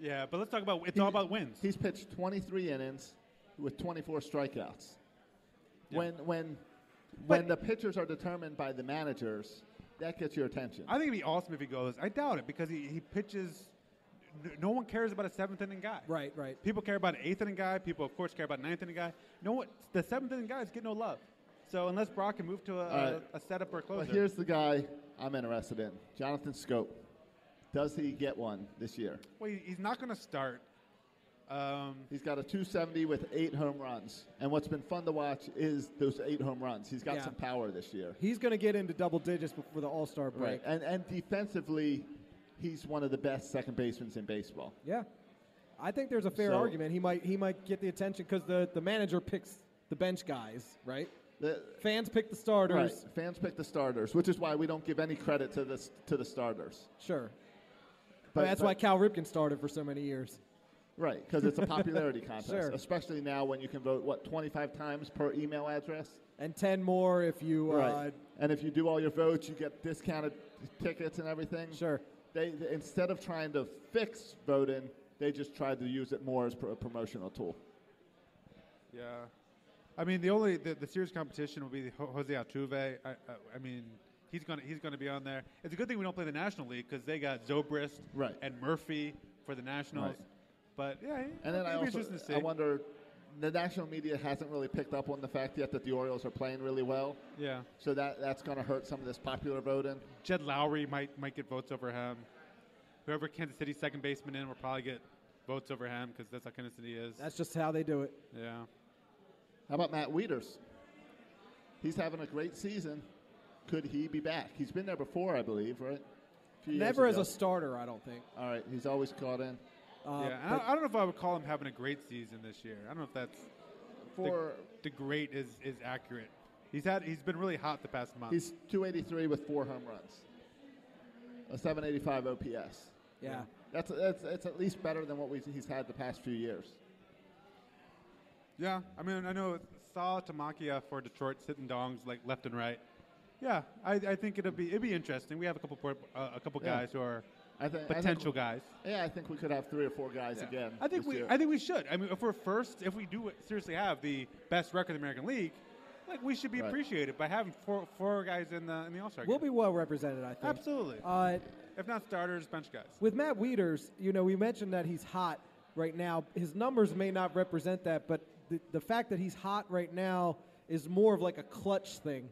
Speaker 2: Yeah, but let's talk about it's all about wins.
Speaker 4: He's pitched twenty three innings with twenty four strikeouts. When when when the pitchers are determined by the managers, that gets your attention.
Speaker 2: I think it'd be awesome if he goes. I doubt it because he, he pitches. n- No one cares about a seventh inning guy.
Speaker 3: Right, right.
Speaker 2: People care about an eighth inning guy. People, of course, care about ninth inning guy. No one, the seventh inning guys get no love. So unless Brock can move to a,
Speaker 4: right.
Speaker 2: a, setup or a closer,
Speaker 4: But here's the guy I'm interested in, Jonathan Scope. Does he get one this year?
Speaker 2: well, he- he's not going to start. Um,
Speaker 4: He's got a 270 with eight home runs, and what's been fun to watch is those eight home runs. He's got
Speaker 3: Yeah.
Speaker 4: some power this year,
Speaker 3: He's going to get into double digits before the All Star break.
Speaker 4: And and defensively, he's one of the best second basemen in baseball.
Speaker 3: Yeah. I think there's a fair
Speaker 4: So-
Speaker 3: argument. He might he might get the attention because the, the manager picks the bench guys, right?
Speaker 4: The,
Speaker 3: Fans pick the
Speaker 4: right,
Speaker 3: starters.
Speaker 4: fans pick the starters, which is why we don't give any credit to the to the starters.
Speaker 3: Sure.
Speaker 4: But-
Speaker 3: that's
Speaker 4: but-
Speaker 3: why Cal Ripken started for so many years.
Speaker 4: Right, because it's a *laughs* popularity contest,
Speaker 3: Sure.
Speaker 4: especially now when you can vote what 25 times per email address.
Speaker 3: And 10 more if you. uh,
Speaker 4: Right. and if you do all your votes, you get discounted tickets and everything.
Speaker 3: Uh, sure.
Speaker 4: They, they instead of trying to fix voting, they just tried to use it more as pro- a promotional tool.
Speaker 2: yeah, I mean the only the, the serious competition will be the Ho- Jose Altuve. I, I, I mean he's gonna he's gonna be on there. It's a good thing we don't play the National League because they got Zobrist
Speaker 4: Right.
Speaker 2: and Murphy for the Nationals.
Speaker 4: Right.
Speaker 2: But yeah,
Speaker 4: And then I
Speaker 2: it'll be
Speaker 4: also
Speaker 2: interesting to see.
Speaker 4: I wonder the national media hasn't really picked up on the fact yet that the Orioles are playing really well,
Speaker 2: yeah.
Speaker 4: so that that's going to hurt some of this popular voting.
Speaker 2: Jed Lowry might might get votes over him. Whoever Kansas City's second baseman in will probably get votes over him because that's how Kansas City is.
Speaker 3: That's just how they do it.
Speaker 4: uh,
Speaker 2: yeah.
Speaker 4: How about Matt Wieters? He's having a great season. Could he be back? He's been there before, I believe, right? A few years
Speaker 3: Never as
Speaker 4: ago.
Speaker 3: a starter, I don't think.
Speaker 4: all right. He's always caught in.
Speaker 3: Uh,
Speaker 2: yeah. And I, I don't know if I would call him having a great season this year. I don't know if that's
Speaker 4: For
Speaker 2: the great is is accurate. He's had he's been really hot the past month.
Speaker 4: he's 283 with four home runs, a 785 OPS.
Speaker 3: yeah.
Speaker 4: That's, that's, that's at least better than what we, he's had the past few years.
Speaker 2: yeah. I mean I know Saw Tamakia for Detroit sitting dongs like left and right. Yeah, I, I think it'll be it'd be interesting. We have a couple port, uh, a couple
Speaker 4: Yeah.
Speaker 2: guys who are
Speaker 4: I think I think-
Speaker 2: potential guys.
Speaker 4: yeah, I think we could have three or four guys
Speaker 2: Yeah.
Speaker 4: again.
Speaker 2: I think
Speaker 4: this
Speaker 2: we
Speaker 4: year.
Speaker 2: I think we should. I mean, if we're first, if we do seriously have the best record in the American League, like we should be
Speaker 4: Right.
Speaker 2: appreciated by having four four guys in the in the All Star.
Speaker 3: We'll be well represented, I think.
Speaker 2: absolutely,
Speaker 3: Uh,
Speaker 2: if not starters, bench guys.
Speaker 3: with Matt Wieters, you know, we mentioned that he's hot right now. His numbers may not represent that, but the, the fact that he's hot right now is more of like a clutch thing.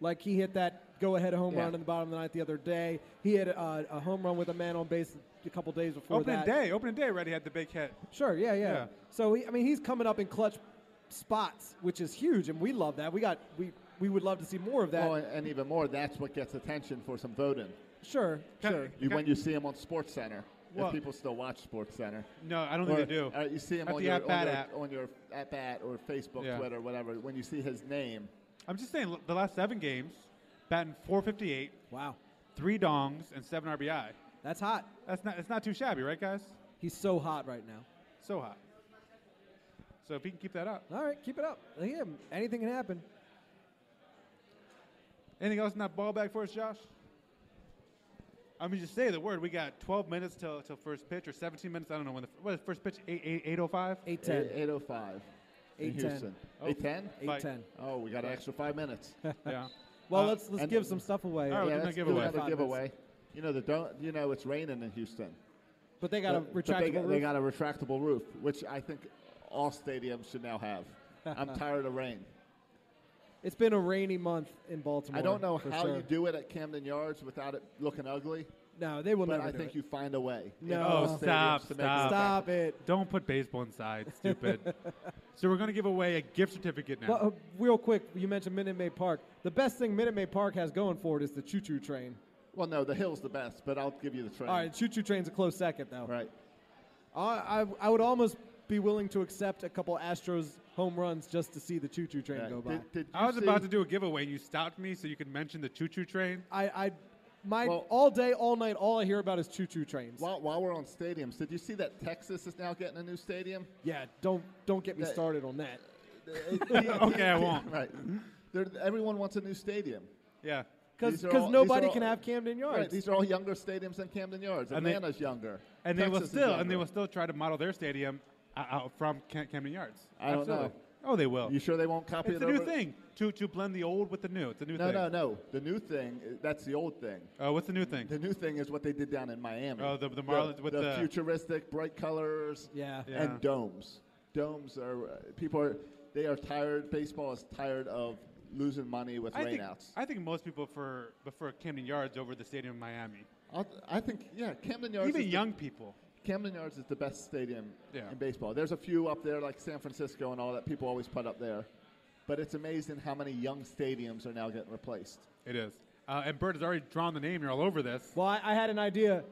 Speaker 3: Like he hit that go-ahead home
Speaker 4: Yeah.
Speaker 3: run in the bottom of the ninth the other day. He had uh, a home run with a man on base a couple days before
Speaker 2: Opening
Speaker 3: that.
Speaker 2: day, opening day, already had the big hit.
Speaker 3: Sure, yeah, yeah.
Speaker 2: Yeah.
Speaker 3: So he, I mean, he's coming up in clutch spots, which is huge, and we love that. We got we we would love to see more of that.
Speaker 4: Oh, and, and even more, that's what gets attention for some voting.
Speaker 3: sure,
Speaker 2: Can-
Speaker 3: sure.
Speaker 4: You,
Speaker 2: can-
Speaker 4: when you see him on Sports Center,
Speaker 2: Well-
Speaker 4: if people still watch Sports Center,
Speaker 2: No, I don't
Speaker 4: or,
Speaker 2: think they do.
Speaker 4: uh, you see him
Speaker 2: At
Speaker 4: on
Speaker 2: the
Speaker 4: your,
Speaker 2: at bat
Speaker 4: on your, oh.
Speaker 2: app.
Speaker 4: on your at bat or Facebook,
Speaker 2: Yeah.
Speaker 4: Twitter, whatever. When you see his name,
Speaker 2: I'm just saying, look, the last seven games, batting 458,
Speaker 3: Wow,
Speaker 2: three dongs, and seven RBI.
Speaker 3: that's hot.
Speaker 2: That's not it's not too shabby, right, guys?
Speaker 3: He's so hot right now.
Speaker 2: So hot. So if he can keep that up,
Speaker 3: All right, keep it up. Look at him. Anything can happen.
Speaker 2: Anything else in that ball bag for us, Josh? I mean, just say the word. We got 12 minutes till, till first pitch, or 17 minutes. I don't know when the what is first pitch. 8 8 805.
Speaker 3: 810.
Speaker 4: 805 in
Speaker 3: 8:10.
Speaker 4: Houston.
Speaker 2: Oh.
Speaker 4: 810?
Speaker 2: Bye.
Speaker 3: 810.
Speaker 4: Oh, we got an extra five minutes.
Speaker 2: Yeah.
Speaker 3: Well,
Speaker 2: Uh,
Speaker 3: let's let's
Speaker 4: and-
Speaker 3: give some stuff away.
Speaker 2: All right, we're
Speaker 4: yeah,
Speaker 2: doing a
Speaker 4: let's do
Speaker 2: giveaway.
Speaker 4: another
Speaker 3: Five
Speaker 4: giveaway. You know, the don't, you know, it's raining in Houston.
Speaker 3: But they got
Speaker 4: But-
Speaker 3: a
Speaker 4: but they,
Speaker 3: retractable
Speaker 4: got,
Speaker 3: roof.
Speaker 4: they got a retractable roof, which I think all stadiums should now have. I'm tired of rain.
Speaker 3: it's been a rainy month in Baltimore.
Speaker 4: I don't know
Speaker 3: for
Speaker 4: how
Speaker 3: sure.
Speaker 4: you do it at Camden Yards without it looking ugly,
Speaker 3: No, they will
Speaker 4: but
Speaker 3: never.
Speaker 4: I
Speaker 3: do
Speaker 4: think
Speaker 3: it.
Speaker 4: you find a way. in
Speaker 3: No.
Speaker 4: all
Speaker 2: Oh,
Speaker 4: stadiums
Speaker 2: stop,
Speaker 4: to make it
Speaker 2: stop.
Speaker 3: Stop it.
Speaker 2: Don't put baseball inside, stupid.
Speaker 4: *laughs*
Speaker 2: so we're gonna give away a gift certificate now.
Speaker 3: But, uh, real quick, you mentioned Minute Maid Park. The best thing Minute Maid Park has going for it is the choo-choo train.
Speaker 4: Well, no, the hill's the best, but I'll give you the train.
Speaker 3: All right, choo-choo train's a close second, though.
Speaker 4: Right.
Speaker 3: I, I, I would almost be willing to accept a couple Astros home runs just to see the choo-choo train
Speaker 4: Yeah.
Speaker 3: go by.
Speaker 4: Did- did
Speaker 2: I
Speaker 4: you
Speaker 2: was about to
Speaker 4: see-
Speaker 2: do a giveaway, and you stopped me so you could mention the choo-choo train.
Speaker 3: I, I, my
Speaker 4: Well-
Speaker 3: all day, all night, all I hear about is choo-choo trains.
Speaker 4: While, while we're on stadiums, did you see that Texas is now getting a new stadium?
Speaker 3: yeah, don't don't get me
Speaker 4: That-
Speaker 3: started on that.
Speaker 2: *laughs* Okay, I won't.
Speaker 4: Right. They're, everyone wants a new stadium.
Speaker 2: Yeah.
Speaker 3: Because
Speaker 4: These are all- these
Speaker 3: nobody
Speaker 4: are all-
Speaker 3: can have Camden Yards.
Speaker 4: Right, these are all younger stadiums than Camden Yards.
Speaker 2: And they-
Speaker 4: Atlanta's younger.
Speaker 2: And they will
Speaker 4: Texas is
Speaker 2: still and they
Speaker 4: younger.
Speaker 2: will still try to model their stadium o- out from Cam- Camden Yards.
Speaker 4: I don't
Speaker 2: Absolutely.
Speaker 4: know.
Speaker 2: Oh, they will.
Speaker 4: You sure they won't copy
Speaker 2: it's
Speaker 4: it
Speaker 2: a new
Speaker 4: over-
Speaker 2: thing to to blend the old with the new. It's a new
Speaker 4: No,
Speaker 2: thing.
Speaker 4: no, no. The new thing, uh, that's the old thing.
Speaker 2: Uh, what's the new thing?
Speaker 4: The new thing is what they did down in Miami.
Speaker 2: Oh, the- the Marlins with the-
Speaker 4: futuristic, bright colors.
Speaker 3: Yeah.
Speaker 2: Yeah.
Speaker 4: And domes. Domes are uh, people are they are tired. Baseball is tired of losing money with
Speaker 2: I think,
Speaker 4: rainouts.
Speaker 2: I think most people for prefer Camden Yards over the stadium in Miami.
Speaker 4: I'll- I think yeah, Camden Yards.
Speaker 2: Even
Speaker 4: is the-
Speaker 2: young people.
Speaker 4: Camden Yards is the best stadium
Speaker 2: Yeah.
Speaker 4: in baseball. There's a few up there like San Francisco and all that people always put up there. But it's amazing how many young stadiums are now getting replaced.
Speaker 2: It is. Uh, and Bert has already drawn the name. You're all over this.
Speaker 3: Well, I, I had an idea.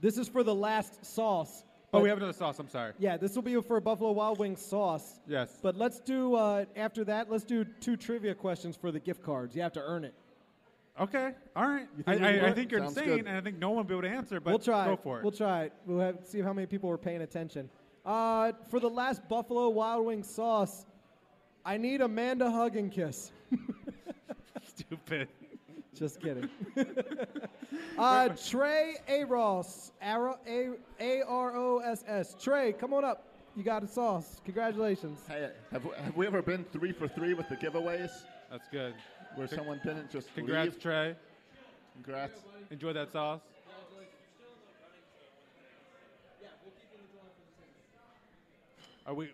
Speaker 3: This is for the last sauce.
Speaker 2: Oh,
Speaker 3: but-
Speaker 2: we have another sauce. I'm sorry.
Speaker 3: Yeah, this will be for Buffalo Wild Wings sauce.
Speaker 2: Yes.
Speaker 3: But let's do uh, after that. Let's do two trivia questions for the gift cards. You have to earn it.
Speaker 2: Okay. All right.
Speaker 3: think we
Speaker 2: I,
Speaker 3: can
Speaker 2: I, I
Speaker 3: work?
Speaker 2: think you're
Speaker 4: Sounds
Speaker 2: insane,
Speaker 4: good.
Speaker 2: and I think no one will be able to answer. But
Speaker 3: we'll try.
Speaker 2: Go
Speaker 3: it.
Speaker 2: for it.
Speaker 3: We'll try it. We'll have, see how many people were paying attention. Uh, for the last Buffalo Wild Wings sauce, I need Amanda hug and kiss.
Speaker 2: *laughs*
Speaker 3: *laughs*
Speaker 2: Stupid.
Speaker 3: Just *laughs* kidding. uh, Trey Aros, Ara- A A R O S S. Trey, come on up. You got a sauce. Congratulations.
Speaker 4: Hey, have, we- have we ever been three for three with the giveaways
Speaker 2: That's good.
Speaker 4: where someone didn't just
Speaker 2: Congrats,
Speaker 4: leave?
Speaker 2: Trey.
Speaker 4: Congrats.
Speaker 2: Enjoy that sauce. Are we?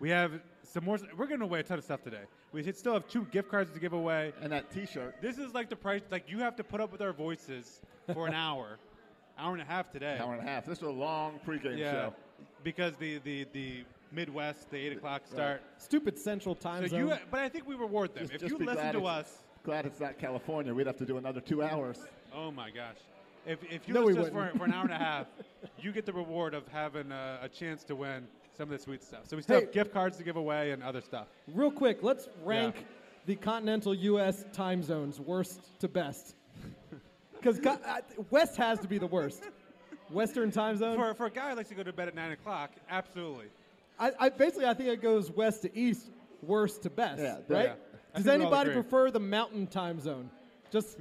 Speaker 2: We have some more. We're giving away a ton of stuff today. We should still have two gift cards to give away.
Speaker 4: And that T-shirt.
Speaker 2: This is like the price. Like you have to put up with our voices for an hour, *laughs* hour and a half today.
Speaker 4: Hour and a half. This is a long pregame
Speaker 2: yeah,
Speaker 4: show.
Speaker 2: because the the the Midwest, the eight o'clock start.
Speaker 3: Stupid Central Time
Speaker 2: So
Speaker 3: Zone.
Speaker 2: you, but I think we reward them.
Speaker 4: Just-
Speaker 2: if
Speaker 4: just
Speaker 2: you
Speaker 4: be
Speaker 2: listen
Speaker 4: glad
Speaker 2: to
Speaker 4: it's-
Speaker 2: us,
Speaker 4: Glad it's not California. We'd have to do another two hours.
Speaker 2: oh my gosh, if if you
Speaker 3: No, we
Speaker 2: listen to us
Speaker 3: wouldn't.
Speaker 2: for, for an hour and a
Speaker 4: *laughs*
Speaker 2: half, you get the reward of having a, a chance to win some of the sweet stuff. So we still
Speaker 3: Hey.
Speaker 2: have gift cards to give away and other stuff.
Speaker 3: Real quick, let's rank the continental U.S. time zones worst to *laughs* best. Because uh, West has to be the worst. Western time zone.
Speaker 2: For for a guy who likes to go to bed at nine o'clock, absolutely.
Speaker 3: I, I basically I think it goes west to east, worst to best.
Speaker 4: Yeah, yeah.
Speaker 3: right?
Speaker 2: I
Speaker 3: Does
Speaker 2: think we all
Speaker 3: anybody
Speaker 2: agree.
Speaker 3: prefer the mountain time zone?
Speaker 2: *laughs*
Speaker 3: Just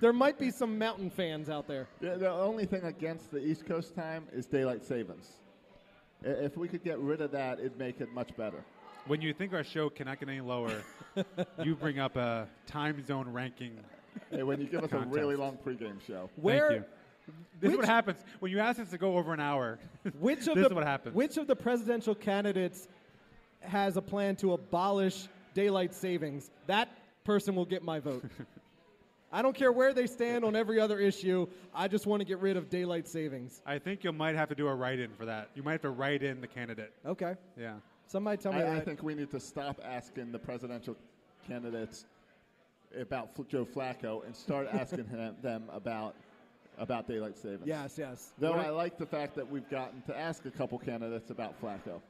Speaker 3: there might be some mountain fans out there.
Speaker 4: The, the only thing against the East Coast time is daylight savings. I- If we could get rid of that, it'd make it much better.
Speaker 2: When you think our show cannot get any
Speaker 4: *laughs*
Speaker 2: lower, you bring up a time zone ranking.
Speaker 4: Hey, when you give us a
Speaker 2: Contest.
Speaker 4: really long pregame show.
Speaker 3: Where
Speaker 2: Thank you. This is
Speaker 3: which-
Speaker 2: what happens when you ask us to go over an hour.
Speaker 3: Which
Speaker 2: this
Speaker 3: of the
Speaker 2: is what happens.
Speaker 3: which of the presidential candidates has a plan to abolish daylight savings? That person will get my
Speaker 2: *laughs*
Speaker 3: vote. I don't care where they stand on every other issue. I just want to get rid of daylight savings.
Speaker 2: *laughs* I think you might have to do a write-in for that. You might have to write in the candidate.
Speaker 3: Okay.
Speaker 2: Yeah.
Speaker 3: Somebody tell me
Speaker 4: I, I
Speaker 3: that.
Speaker 4: think we need to stop asking the presidential candidates about Fl- Joe Flacco and *laughs* start asking him, them about about daylight savings.
Speaker 3: yes, yes.
Speaker 4: Though I like the fact that we've gotten to ask a couple candidates about Flacco.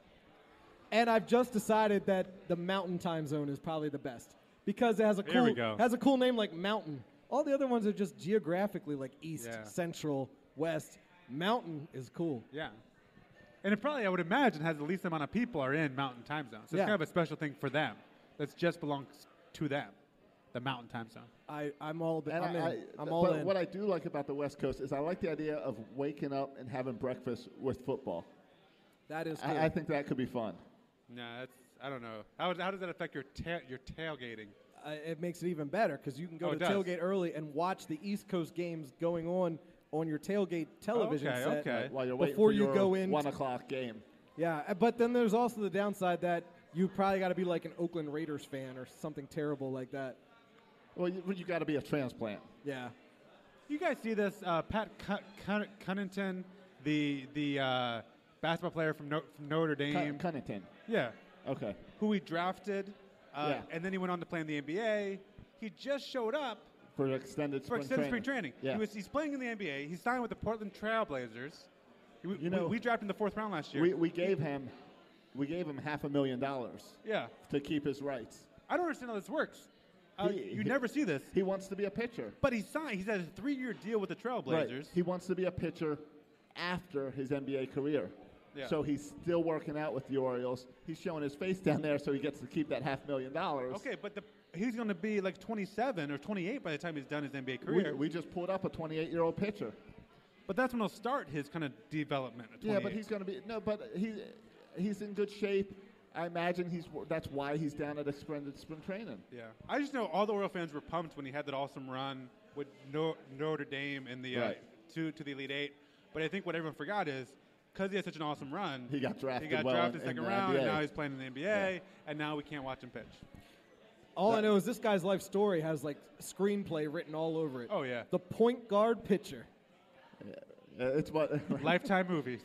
Speaker 3: And I've just decided that the Mountain Time Zone is probably the best because it has a
Speaker 2: Here
Speaker 3: cool
Speaker 2: we go.
Speaker 3: has a cool name like Mountain. All the other ones are just geographically like East,
Speaker 2: Yeah.
Speaker 3: Central, West. Mountain is cool.
Speaker 2: Yeah. And it probably, I would imagine, has the least amount of people are in Mountain Time Zone. So
Speaker 3: Yeah.
Speaker 2: it's kind of a special thing for them. That's just belongs to them. the Mountain Time Zone.
Speaker 3: I, I'm all.
Speaker 4: And
Speaker 3: I'm in.
Speaker 4: I,
Speaker 3: I, am
Speaker 4: but
Speaker 3: all in.
Speaker 4: what I do like about the West Coast is I like the idea of waking up and having breakfast with football.
Speaker 3: that is.
Speaker 4: I, I think that could be fun.
Speaker 2: Nah, that's I don't know. How, how does that affect your ta- your tailgating?
Speaker 3: I, it makes it even better because you can go
Speaker 2: Oh, it
Speaker 3: to
Speaker 2: does.
Speaker 3: tailgate early and watch the East Coast games going on on your tailgate television
Speaker 2: okay,
Speaker 3: set
Speaker 2: okay.
Speaker 4: While you're waiting
Speaker 3: before
Speaker 4: for
Speaker 3: you
Speaker 4: your
Speaker 3: go in.
Speaker 4: one o'clock game.
Speaker 3: yeah, uh, but then there's also the downside that you probably got to be like an Oakland Raiders fan or something terrible like that.
Speaker 4: Well, you, you got to be a transplant.
Speaker 3: Yeah,
Speaker 2: You guys see this? Uh, Pat Cun- Cun- Cunnington, the the uh, basketball player from, no- from Notre
Speaker 4: Cun-
Speaker 2: Dame.
Speaker 4: Cunnington.
Speaker 2: yeah,
Speaker 4: Okay.
Speaker 2: who he drafted, uh,
Speaker 4: Yeah.
Speaker 2: and then he went on to play in the NBA. He just showed up
Speaker 4: For extended
Speaker 2: for
Speaker 4: spring
Speaker 2: extended
Speaker 4: training.
Speaker 2: spring training.
Speaker 4: Yeah.
Speaker 2: He was, he's playing in the NBA. He's signed with the Portland Trailblazers. We,
Speaker 4: You know-
Speaker 2: we, we drafted in the fourth round last year.
Speaker 4: we, we gave him we gave him half a million dollars
Speaker 2: yeah,
Speaker 4: to keep his rights.
Speaker 2: I don't understand how this works. Uh,
Speaker 4: He-
Speaker 2: you never see this.
Speaker 4: He wants to be a pitcher.
Speaker 2: But he signed. He's had a three-year deal with the
Speaker 4: Right.
Speaker 2: Trailblazers.
Speaker 4: He wants to be a pitcher after his NBA career.
Speaker 2: Yeah.
Speaker 4: So he's still working out with the Orioles. He's showing his face down there, so he gets to keep that half million dollars.
Speaker 2: Okay, but the, he's going to be like 27 or 28 by the time he's done his NBA
Speaker 4: We,
Speaker 2: career.
Speaker 4: we just pulled up a 28 year old pitcher.
Speaker 2: but that's when he'll start his kind of development. At
Speaker 4: Yeah, but
Speaker 2: 28.
Speaker 4: he's going to be no, but he he's in good shape. I imagine he's that's why he's down at extended spring training.
Speaker 2: Yeah, I just know all the Oriole fans were pumped when he had that awesome run with no- Notre Dame in the uh,
Speaker 4: Right.
Speaker 2: two to the Elite Eight. But I think what everyone forgot is because he had such an awesome run,
Speaker 4: He got drafted
Speaker 2: He got
Speaker 4: well
Speaker 2: drafted
Speaker 4: in-
Speaker 2: second
Speaker 4: in the
Speaker 2: round, and
Speaker 4: NBA.
Speaker 2: now he's playing in the NBA, and now we can't watch him pitch.
Speaker 3: all I know is this guy's life story has like screenplay written all over it.
Speaker 2: Oh, yeah.
Speaker 3: the point guard pitcher.
Speaker 4: Uh, It's what
Speaker 2: *laughs* Lifetime
Speaker 4: *laughs*
Speaker 2: movie.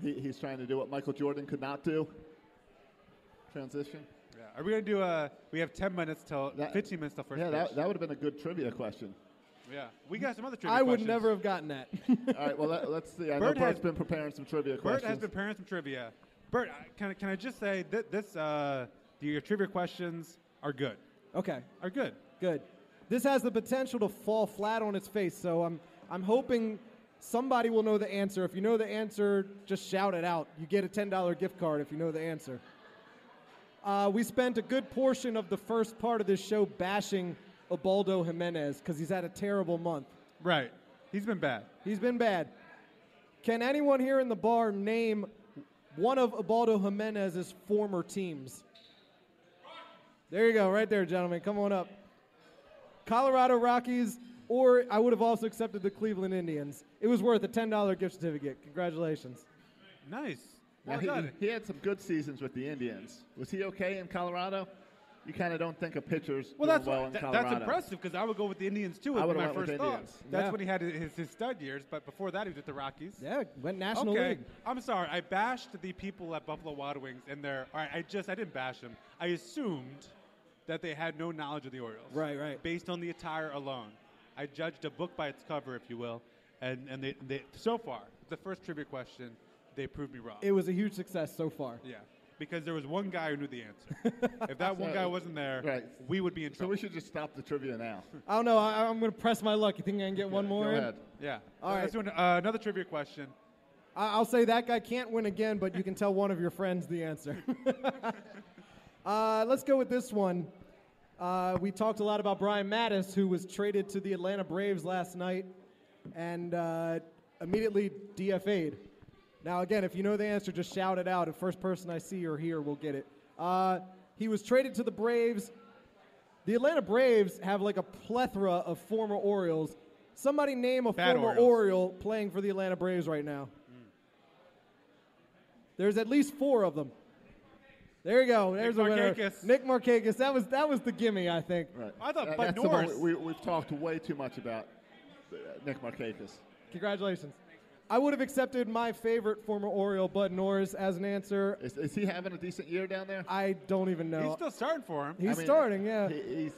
Speaker 4: he, he's trying to do what Michael Jordan could not do. Transition.
Speaker 2: Yeah. Are we gonna do a? We have 10 minutes till
Speaker 4: That-
Speaker 2: 15 minutes till first.
Speaker 4: Yeah, that,
Speaker 2: pitch.
Speaker 4: that would have been a good trivia question.
Speaker 2: yeah. We got some other trivia.
Speaker 3: I would
Speaker 2: questions.
Speaker 3: never have gotten that.
Speaker 4: All right, well, let, us see. I
Speaker 2: Bert
Speaker 4: know
Speaker 2: has-
Speaker 4: Bert's been preparing some trivia
Speaker 2: Bert
Speaker 4: questions.
Speaker 2: has been preparing some trivia. Bert, I- can I, can I just say that this uh, your trivia questions are good.
Speaker 3: *laughs* okay,
Speaker 2: Are good.
Speaker 3: Good. This has the potential to fall flat on its face, so I'm I'm hoping somebody will know the answer. If you know the answer, just shout it out. You get a ten dollar gift card if you know the answer. Uh, we spent a good portion of the first part of this show bashing Obaldo Jimenez because he's had a terrible month.
Speaker 2: Right. He's been bad.
Speaker 3: He's been bad. Can anyone here in the bar name one of Obaldo Jimenez's former teams? There you go, right there, gentlemen. Come on up. Colorado Rockies, or I would have also accepted the Cleveland Indians. It was worth a $10 gift certificate. Congratulations.
Speaker 2: Nice.
Speaker 4: Now,
Speaker 2: Well
Speaker 4: he,
Speaker 2: done.
Speaker 4: he had some good seasons with the Indians. Was he okay in Colorado? You kind of don't think of pitchers
Speaker 2: Well,
Speaker 4: doing
Speaker 2: that's
Speaker 4: well in
Speaker 2: that-
Speaker 4: Colorado.
Speaker 2: that's impressive because I would go with the Indians too.
Speaker 4: I
Speaker 2: would
Speaker 4: would've
Speaker 2: my
Speaker 4: went with
Speaker 2: first
Speaker 4: the
Speaker 2: thought.
Speaker 4: Indians.
Speaker 2: That's
Speaker 3: Yeah.
Speaker 2: when he had his, his stud years, but before that he was with the Rockies.
Speaker 3: Yeah, went National
Speaker 2: Okay.
Speaker 3: League.
Speaker 2: I'm sorry. I bashed the people at Buffalo Wild Wings and their. All right, I just I didn't bash them. I assumed that they had no knowledge of the Orioles.
Speaker 3: Right, right.
Speaker 2: Based on the attire alone, I judged a book by its cover, if you will, and and they, they so far the first trivia question they proved me wrong.
Speaker 3: It was a huge success so far.
Speaker 2: yeah. Because there was one guy who knew the
Speaker 3: *laughs*
Speaker 2: answer. if that one
Speaker 4: So-
Speaker 2: guy wasn't there,
Speaker 4: right.
Speaker 2: we would be in
Speaker 4: So
Speaker 2: trouble.
Speaker 4: we should just stop the trivia now.
Speaker 3: I don't know. I, I'm going to press my luck. You think I can get one more?
Speaker 4: Go
Speaker 3: in?
Speaker 4: ahead.
Speaker 2: yeah.
Speaker 3: All
Speaker 2: Let's
Speaker 3: right.
Speaker 2: do an- uh, another trivia question.
Speaker 3: I- I'll say that guy can't win again, but you can tell one of your friends the answer. *laughs* uh, let's go with this one. Uh, we talked a lot about Brian Mattis, who was traded to the Atlanta Braves last night and uh, immediately DFA'd. Now, again, if you know the answer, just shout it out. The first person I see or hear will get it. Uh, he was traded to the Braves. The Atlanta Braves have like a plethora of former Orioles. Somebody name a
Speaker 2: Bad
Speaker 3: former
Speaker 2: Orioles.
Speaker 3: Oriole playing for the Atlanta Braves right now. There's at least four of them. There you go. There's a winner.
Speaker 2: Markakis.
Speaker 3: Nick Markakis. That was that was the gimme, I think.
Speaker 4: Right.
Speaker 2: I thought
Speaker 4: That-
Speaker 2: Bud
Speaker 4: that's the one
Speaker 2: Norris-
Speaker 4: We, we, we've talked way too much about uh, Nick Markakis.
Speaker 3: Congratulations. I would have accepted my favorite former Oriole, Bud Norris, as an answer.
Speaker 4: Is, is he having a decent year down there?
Speaker 3: I don't even know.
Speaker 2: He's still starting for him.
Speaker 3: He's starting, yeah.
Speaker 4: he- he's.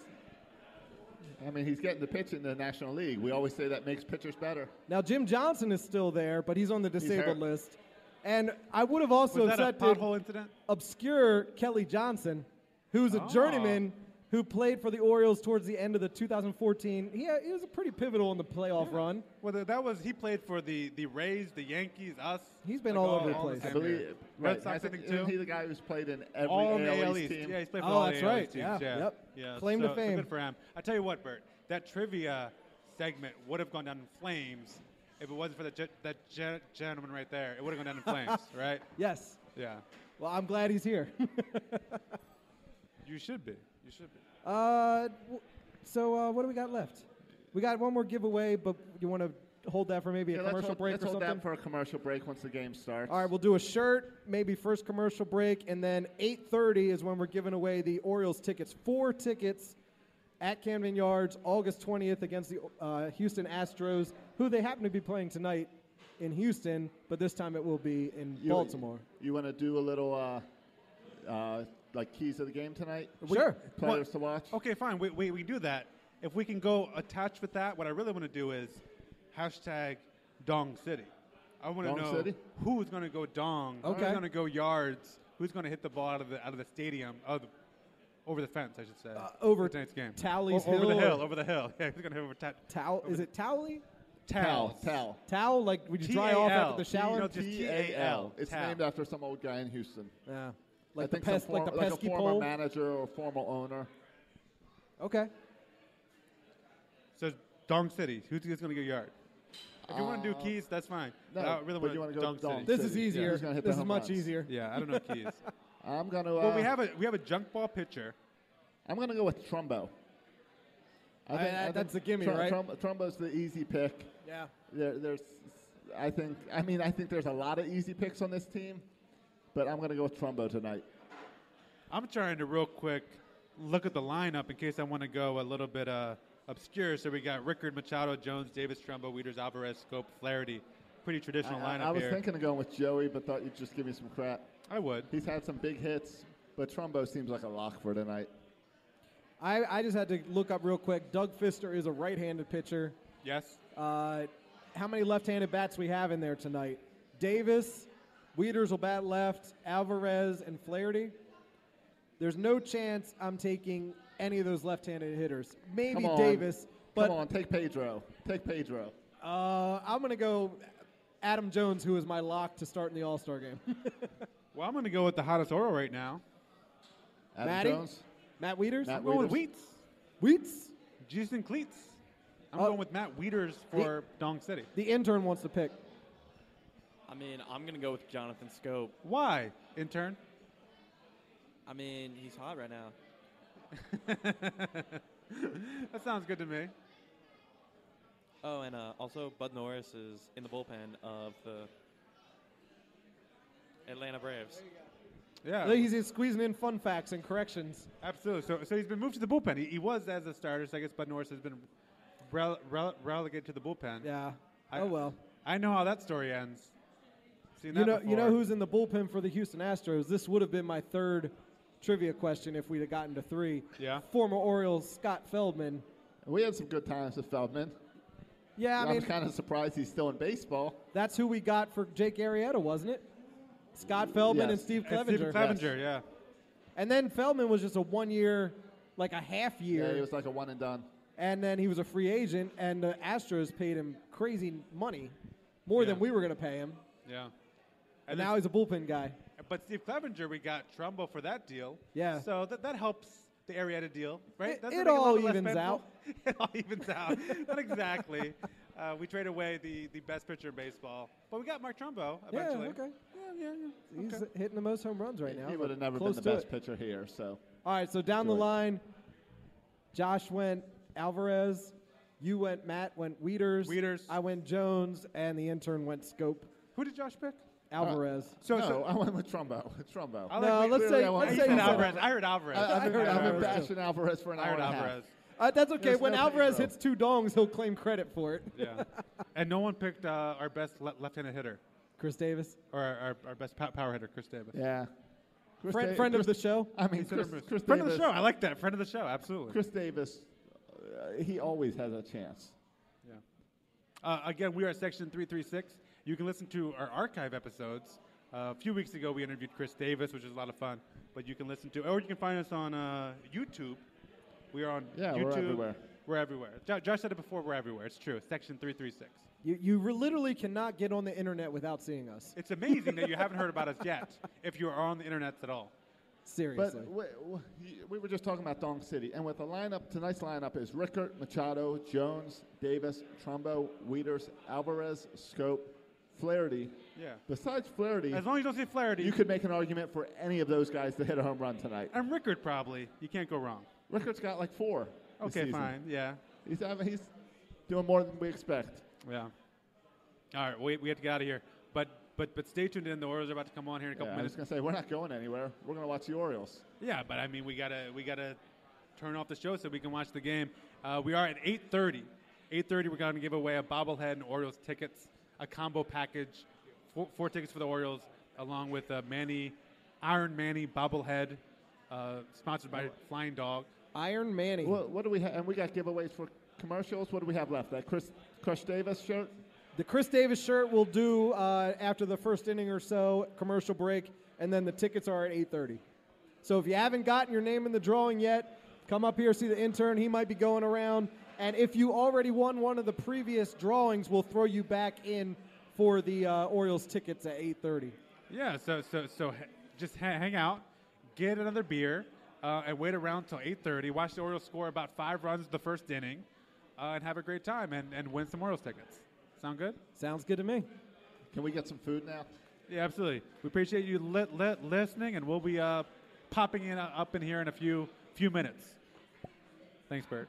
Speaker 4: I mean, he's getting the pitch in the National League. We always say that makes pitchers better.
Speaker 3: now Jim Johnson is still there, but he's on the disabled
Speaker 4: hurt.
Speaker 3: list. And I would have also
Speaker 2: Was that a
Speaker 3: accepted
Speaker 2: pothole incident?
Speaker 3: obscure Kelly Johnson, who's a
Speaker 2: Oh.
Speaker 3: journeyman who played for the Orioles towards the end of the 2014. He, had- he was pretty pivotal in the playoff run.
Speaker 2: Well, th- that was he played for the the Rays, the Yankees, us.
Speaker 3: He's been
Speaker 2: like,
Speaker 3: all over the
Speaker 2: all
Speaker 3: place.
Speaker 2: same
Speaker 4: I believe,
Speaker 2: year.
Speaker 4: right,
Speaker 2: Red Sox, I think,
Speaker 4: Isn't he
Speaker 2: too.
Speaker 4: the guy who's played in every
Speaker 2: all in
Speaker 4: AL
Speaker 2: the AL
Speaker 4: East
Speaker 2: East.
Speaker 4: team?
Speaker 2: Yeah, he's played for
Speaker 3: Oh,
Speaker 2: all
Speaker 3: that's
Speaker 2: the AL
Speaker 3: right.
Speaker 2: East teams.
Speaker 3: Yeah,
Speaker 2: yeah.
Speaker 3: yep.
Speaker 2: Yeah,
Speaker 3: Claim
Speaker 2: so,
Speaker 3: to
Speaker 2: so
Speaker 3: fame.
Speaker 2: good for him. I tell you what, Bert, that trivia segment would have gone down in flames if it wasn't for that ge- that ge- gentleman right there. It would have gone down in
Speaker 3: *laughs*
Speaker 2: flames, right?
Speaker 3: Yes.
Speaker 2: Yeah.
Speaker 3: Well, I'm glad he's here. *laughs*
Speaker 2: You should be. You should be.
Speaker 3: uh, w- so uh, what do we got left? We got one more giveaway, but you want to hold that for maybe
Speaker 4: Yeah,
Speaker 3: a
Speaker 4: let's
Speaker 3: commercial
Speaker 4: hold-
Speaker 3: break
Speaker 4: let's
Speaker 3: or
Speaker 4: hold
Speaker 3: something?
Speaker 4: that for a commercial break once the game starts.
Speaker 3: All right, we'll do a shirt, maybe first commercial break, and then 8:30 is when we're giving away the Orioles tickets. Four tickets at Camden Yards, August 20th against the uh, Houston Astros, who they happen to be playing tonight in Houston, but this time it will be in
Speaker 4: You-
Speaker 3: Baltimore.
Speaker 4: You want to do a little, uh, uh, like keys of the game tonight?
Speaker 3: Sure.
Speaker 4: Players
Speaker 2: Well,
Speaker 4: to watch.
Speaker 2: Okay, fine. We, we, we do that. If we can go attached with that, what I really want to do is hashtag Dong City. I want to
Speaker 4: Dong
Speaker 2: know
Speaker 4: City?
Speaker 2: who's going to go Dong, who's
Speaker 3: Okay.
Speaker 2: going to go yards, who's going to hit the ball out of the out of the stadium, out of the, over the fence, I should say.
Speaker 4: Uh,
Speaker 3: over
Speaker 2: for tonight's game.
Speaker 3: Towley's
Speaker 2: O- over the
Speaker 3: Hill or-
Speaker 2: hill, over the hill. *laughs* Yeah, who's going to hit over ta-
Speaker 3: Towel is it Towley?
Speaker 4: Towel.
Speaker 2: towels.
Speaker 4: Towel.
Speaker 3: Towel like would you dry off after the
Speaker 2: T-A-L.
Speaker 3: shower?
Speaker 2: No, just T-A-L.
Speaker 4: It's
Speaker 2: Towel.
Speaker 4: named after some old guy in Houston.
Speaker 3: yeah.
Speaker 4: I
Speaker 3: Like the,
Speaker 4: think some
Speaker 3: pest, like
Speaker 4: form-
Speaker 3: the pesky
Speaker 4: a former
Speaker 3: pole.
Speaker 4: manager or former owner.
Speaker 3: Okay.
Speaker 2: So it's Dong City. Who's, who's going to go yard? If you want to do keys, that's fine.
Speaker 4: Uh, no,
Speaker 2: But I really
Speaker 4: but you
Speaker 2: want
Speaker 4: wanna go Dong
Speaker 2: City.
Speaker 3: This
Speaker 4: City.
Speaker 3: is
Speaker 4: Yeah.
Speaker 3: easier.
Speaker 4: Who's gonna hit the
Speaker 3: this is
Speaker 4: home
Speaker 3: much
Speaker 4: runs?
Speaker 3: easier.
Speaker 2: Yeah, I don't know keys.
Speaker 4: *laughs* I'm gonna. Uh,
Speaker 2: well, we have a we have a junk ball pitcher.
Speaker 4: I'm gonna go with Trumbo.
Speaker 3: I- I- that's a gimme,
Speaker 4: Trum-
Speaker 3: right?
Speaker 4: Trum- Trumbo's the easy pick.
Speaker 3: Yeah.
Speaker 4: There, there's, I think. I mean, I think there's a lot of easy picks on this team, but I'm gonna go with Trumbo tonight.
Speaker 2: I'm trying to real quick look at the lineup in case I want to go a little bit uh, obscure. So we got Rickard, Machado, Jones, Davis, Trumbo, Weeders, Alvarez, Scope, Flaherty. Pretty
Speaker 4: I,
Speaker 2: traditional
Speaker 4: I-
Speaker 2: lineup
Speaker 4: I was
Speaker 2: here.
Speaker 4: thinking of going with Joey, but thought you'd just give me some crap.
Speaker 2: I would.
Speaker 4: He's had some big hits, but Trumbo seems like a lock for tonight.
Speaker 3: I, I just had to look up real quick. Doug Fister is a right-handed pitcher.
Speaker 2: Yes.
Speaker 3: Uh, how many left-handed bats we have in there tonight? Davis, Weeders will bat left, Alvarez, and Flaherty. There's no chance I'm taking any of those left-handed hitters. Maybe
Speaker 4: Come on,
Speaker 3: Davis, but
Speaker 4: come on, take Pedro. Take Pedro.
Speaker 3: Uh, I'm going to go Adam Jones, who is my lock to start in the All-Star game. *laughs*
Speaker 2: Well, I'm going to go with the hottest oral right now.
Speaker 4: Adam
Speaker 3: Matty?
Speaker 4: Jones.
Speaker 3: Matt Weeders?
Speaker 4: Matt
Speaker 2: I'm going with
Speaker 4: Weeders.
Speaker 2: Wheats.
Speaker 3: Weeds?
Speaker 2: Jason Cleats. I'm
Speaker 3: Oh.
Speaker 2: going with Matt Weeders for Dong City.
Speaker 3: The intern wants to pick.
Speaker 5: I mean, I'm gonna go with Jonathan Scope.
Speaker 2: Why, intern?
Speaker 5: I mean, he's hot right now.
Speaker 2: That sounds good to me.
Speaker 5: Oh, and uh, also Bud Norris is in the bullpen of the Atlanta Braves.
Speaker 2: Yeah.
Speaker 3: He's, he's squeezing in fun facts and corrections.
Speaker 2: Absolutely. So, so he's been moved to the bullpen. He, he was as a starter. So I guess Bud Norris has been rele- rele- relegated to the bullpen.
Speaker 3: Yeah.
Speaker 2: I-
Speaker 3: oh, well.
Speaker 2: I know how that story ends. Seen that
Speaker 3: You know, you know
Speaker 2: before.
Speaker 3: who's in the bullpen for the Houston Astros. This would have been my third trivia question if we'd have gotten to three.
Speaker 2: Yeah.
Speaker 3: Former Orioles Scott Feldman.
Speaker 4: We had some good times with Feldman.
Speaker 3: Yeah, I
Speaker 4: I'm
Speaker 3: mean
Speaker 4: kind of surprised he's still in baseball.
Speaker 3: that's who we got for Jake Arrieta, wasn't it? Scott Feldman
Speaker 4: Yes.
Speaker 3: and Steve
Speaker 2: Uh,
Speaker 3: Clevenger.
Speaker 2: Stephen Clevenger,
Speaker 3: And then Feldman was just a one year, like a half year,
Speaker 4: Yeah, he was like a one and done.
Speaker 3: and then he was a free agent, and the Astros paid him crazy money, more than
Speaker 2: Yeah.
Speaker 3: we were going to pay him.
Speaker 2: yeah. Yeah.
Speaker 3: And
Speaker 2: And
Speaker 3: now
Speaker 2: now
Speaker 3: he's a bullpen guy.
Speaker 2: but Steve Clevenger, we got Trumbo for that deal.
Speaker 3: Yeah.
Speaker 2: So that, that helps the Arietta deal, right?
Speaker 3: It-
Speaker 2: Doesn't
Speaker 3: it
Speaker 2: make a
Speaker 3: all
Speaker 2: little less
Speaker 3: evens
Speaker 2: painful?
Speaker 3: out.
Speaker 2: *laughs* it all evens out. Not exactly. Uh, we trade away the, the best pitcher in baseball, but we got Mark Trumbo eventually.
Speaker 3: okay.
Speaker 2: Yeah, yeah, yeah.
Speaker 3: He's
Speaker 2: Okay.
Speaker 3: hitting the most home runs right now.
Speaker 4: He
Speaker 3: but
Speaker 4: would have never been
Speaker 3: close
Speaker 4: the
Speaker 3: to
Speaker 4: best
Speaker 3: it.
Speaker 4: pitcher here. So
Speaker 3: All right, so down the
Speaker 4: Good.
Speaker 3: line, Josh went Alvarez, you went Matt, went Weeders,
Speaker 2: Wieters.
Speaker 3: I went Jones, and the intern went Scope
Speaker 2: Who did Josh pick?
Speaker 3: Alvarez.
Speaker 2: So,
Speaker 4: no,
Speaker 2: so
Speaker 4: I went with Trumbo. *laughs* Trumbo.
Speaker 2: I
Speaker 4: I,
Speaker 2: like
Speaker 3: No,
Speaker 2: we-
Speaker 3: let's
Speaker 2: clearly
Speaker 3: say-
Speaker 2: I want-
Speaker 3: let's
Speaker 2: you
Speaker 3: say
Speaker 2: said
Speaker 3: he's-
Speaker 2: Alvarez. I heard Alvarez.
Speaker 4: have
Speaker 3: heard
Speaker 4: been, I've been
Speaker 3: Alvarez,
Speaker 4: bashing Alvarez for an
Speaker 2: I
Speaker 4: hour
Speaker 2: heard
Speaker 4: and a half.
Speaker 2: Alvarez.
Speaker 3: Uh, that's okay.
Speaker 4: There's
Speaker 3: When
Speaker 4: no
Speaker 3: Alvarez
Speaker 4: Pedro.
Speaker 3: hits two dongs, he'll claim credit for it.
Speaker 2: Yeah.
Speaker 4: *laughs*
Speaker 2: and no one picked uh, our best le- left-handed hitter
Speaker 3: Chris Davis,
Speaker 2: or our, our, our best pow- power hitter, Chris Davis.
Speaker 4: Yeah. Chris
Speaker 3: friend,
Speaker 4: Da-
Speaker 3: friend of
Speaker 4: Chris-
Speaker 3: the show.
Speaker 4: I mean,
Speaker 2: Consider
Speaker 4: Chris,
Speaker 2: him a-
Speaker 4: Chris
Speaker 2: friend
Speaker 4: Davis.
Speaker 2: of the show. I like that. Friend of the show. Absolutely.
Speaker 4: Chris Davis, uh, he always has a chance.
Speaker 2: Yeah. Uh, again, we are at Section 336. You can listen to our archive episodes. Uh, a few weeks ago, we interviewed Chris Davis, which was a lot of fun. But you can listen to, or you can find us on uh, YouTube We are on
Speaker 4: Yeah,
Speaker 2: YouTube.
Speaker 4: we're everywhere.
Speaker 2: We're everywhere. Jo- Josh said it before. We're everywhere. It's true. Section 336.
Speaker 3: You, you re- literally cannot get on the internet without seeing us.
Speaker 2: It's amazing that you haven't heard about us yet, if you are on the internet at all.
Speaker 3: Seriously.
Speaker 4: But we, we- we were just talking about Dong City, and with the lineup, tonight's lineup is Rickert, Machado, Jones, Davis, Trumbo, Weeders, Alvarez, Scope, Flaherty.
Speaker 2: Yeah.
Speaker 4: Besides Flaherty,
Speaker 2: As long as Uh, you don't see Flaherty
Speaker 4: you could make an argument for any of those guys to hit a home run tonight.
Speaker 2: and Rickard, probably you can't go wrong.
Speaker 4: Rickert's got like four. this
Speaker 2: Okay,
Speaker 4: season.
Speaker 2: fine. Yeah,
Speaker 4: He's, having- he's doing more than we expect.
Speaker 2: yeah. All right, we, we have to get out of here. But but but stay tuned in. The Orioles are about to come on here in a couple
Speaker 4: Yeah, I was
Speaker 2: minutes.
Speaker 4: going to say, we're not going anywhere. We're going to watch the Orioles.
Speaker 2: Yeah, but I mean, we gotta we gotta turn off the show so we can watch the game. Uh, we are at 8:30. 8:30. We're gonna give away a bobblehead and Orioles tickets, a combo package, four, four tickets for the Orioles, along with a Manny, Iron Manny bobblehead, uh, sponsored by Flying Dog.
Speaker 3: Iron Manny.
Speaker 4: What, what do we have? And we got giveaways for commercials. What do we have left? That Chris Crush Davis shirt?
Speaker 3: the Chris Davis shirt will do uh, after the first inning or so, commercial break, and then the tickets are at 8.30. So if you haven't gotten your name in the drawing yet, come up here, see the intern. He might be going around. And if you already won one of the previous drawings, we'll throw you back in for the uh, Orioles tickets at 8.30.
Speaker 2: Yeah, so so so ha- just ha- hang out, get another beer, uh, and wait around till 8:30. Watch the Orioles score about five runs the first inning, uh, and have a great time and, and win some Orioles tickets. Sound good?
Speaker 3: Sounds good to me.
Speaker 4: Can we get some food now?
Speaker 2: Yeah, absolutely. We appreciate you li- li- listening, and we'll be uh, popping in uh, up in here in a few few minutes. Thanks, Bert.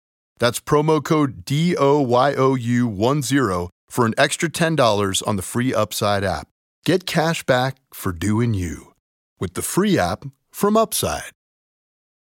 Speaker 7: That's promo code DOYOU10 for an extra $10 on the free Upside app. Get cash back for doing you with the free app from Upside.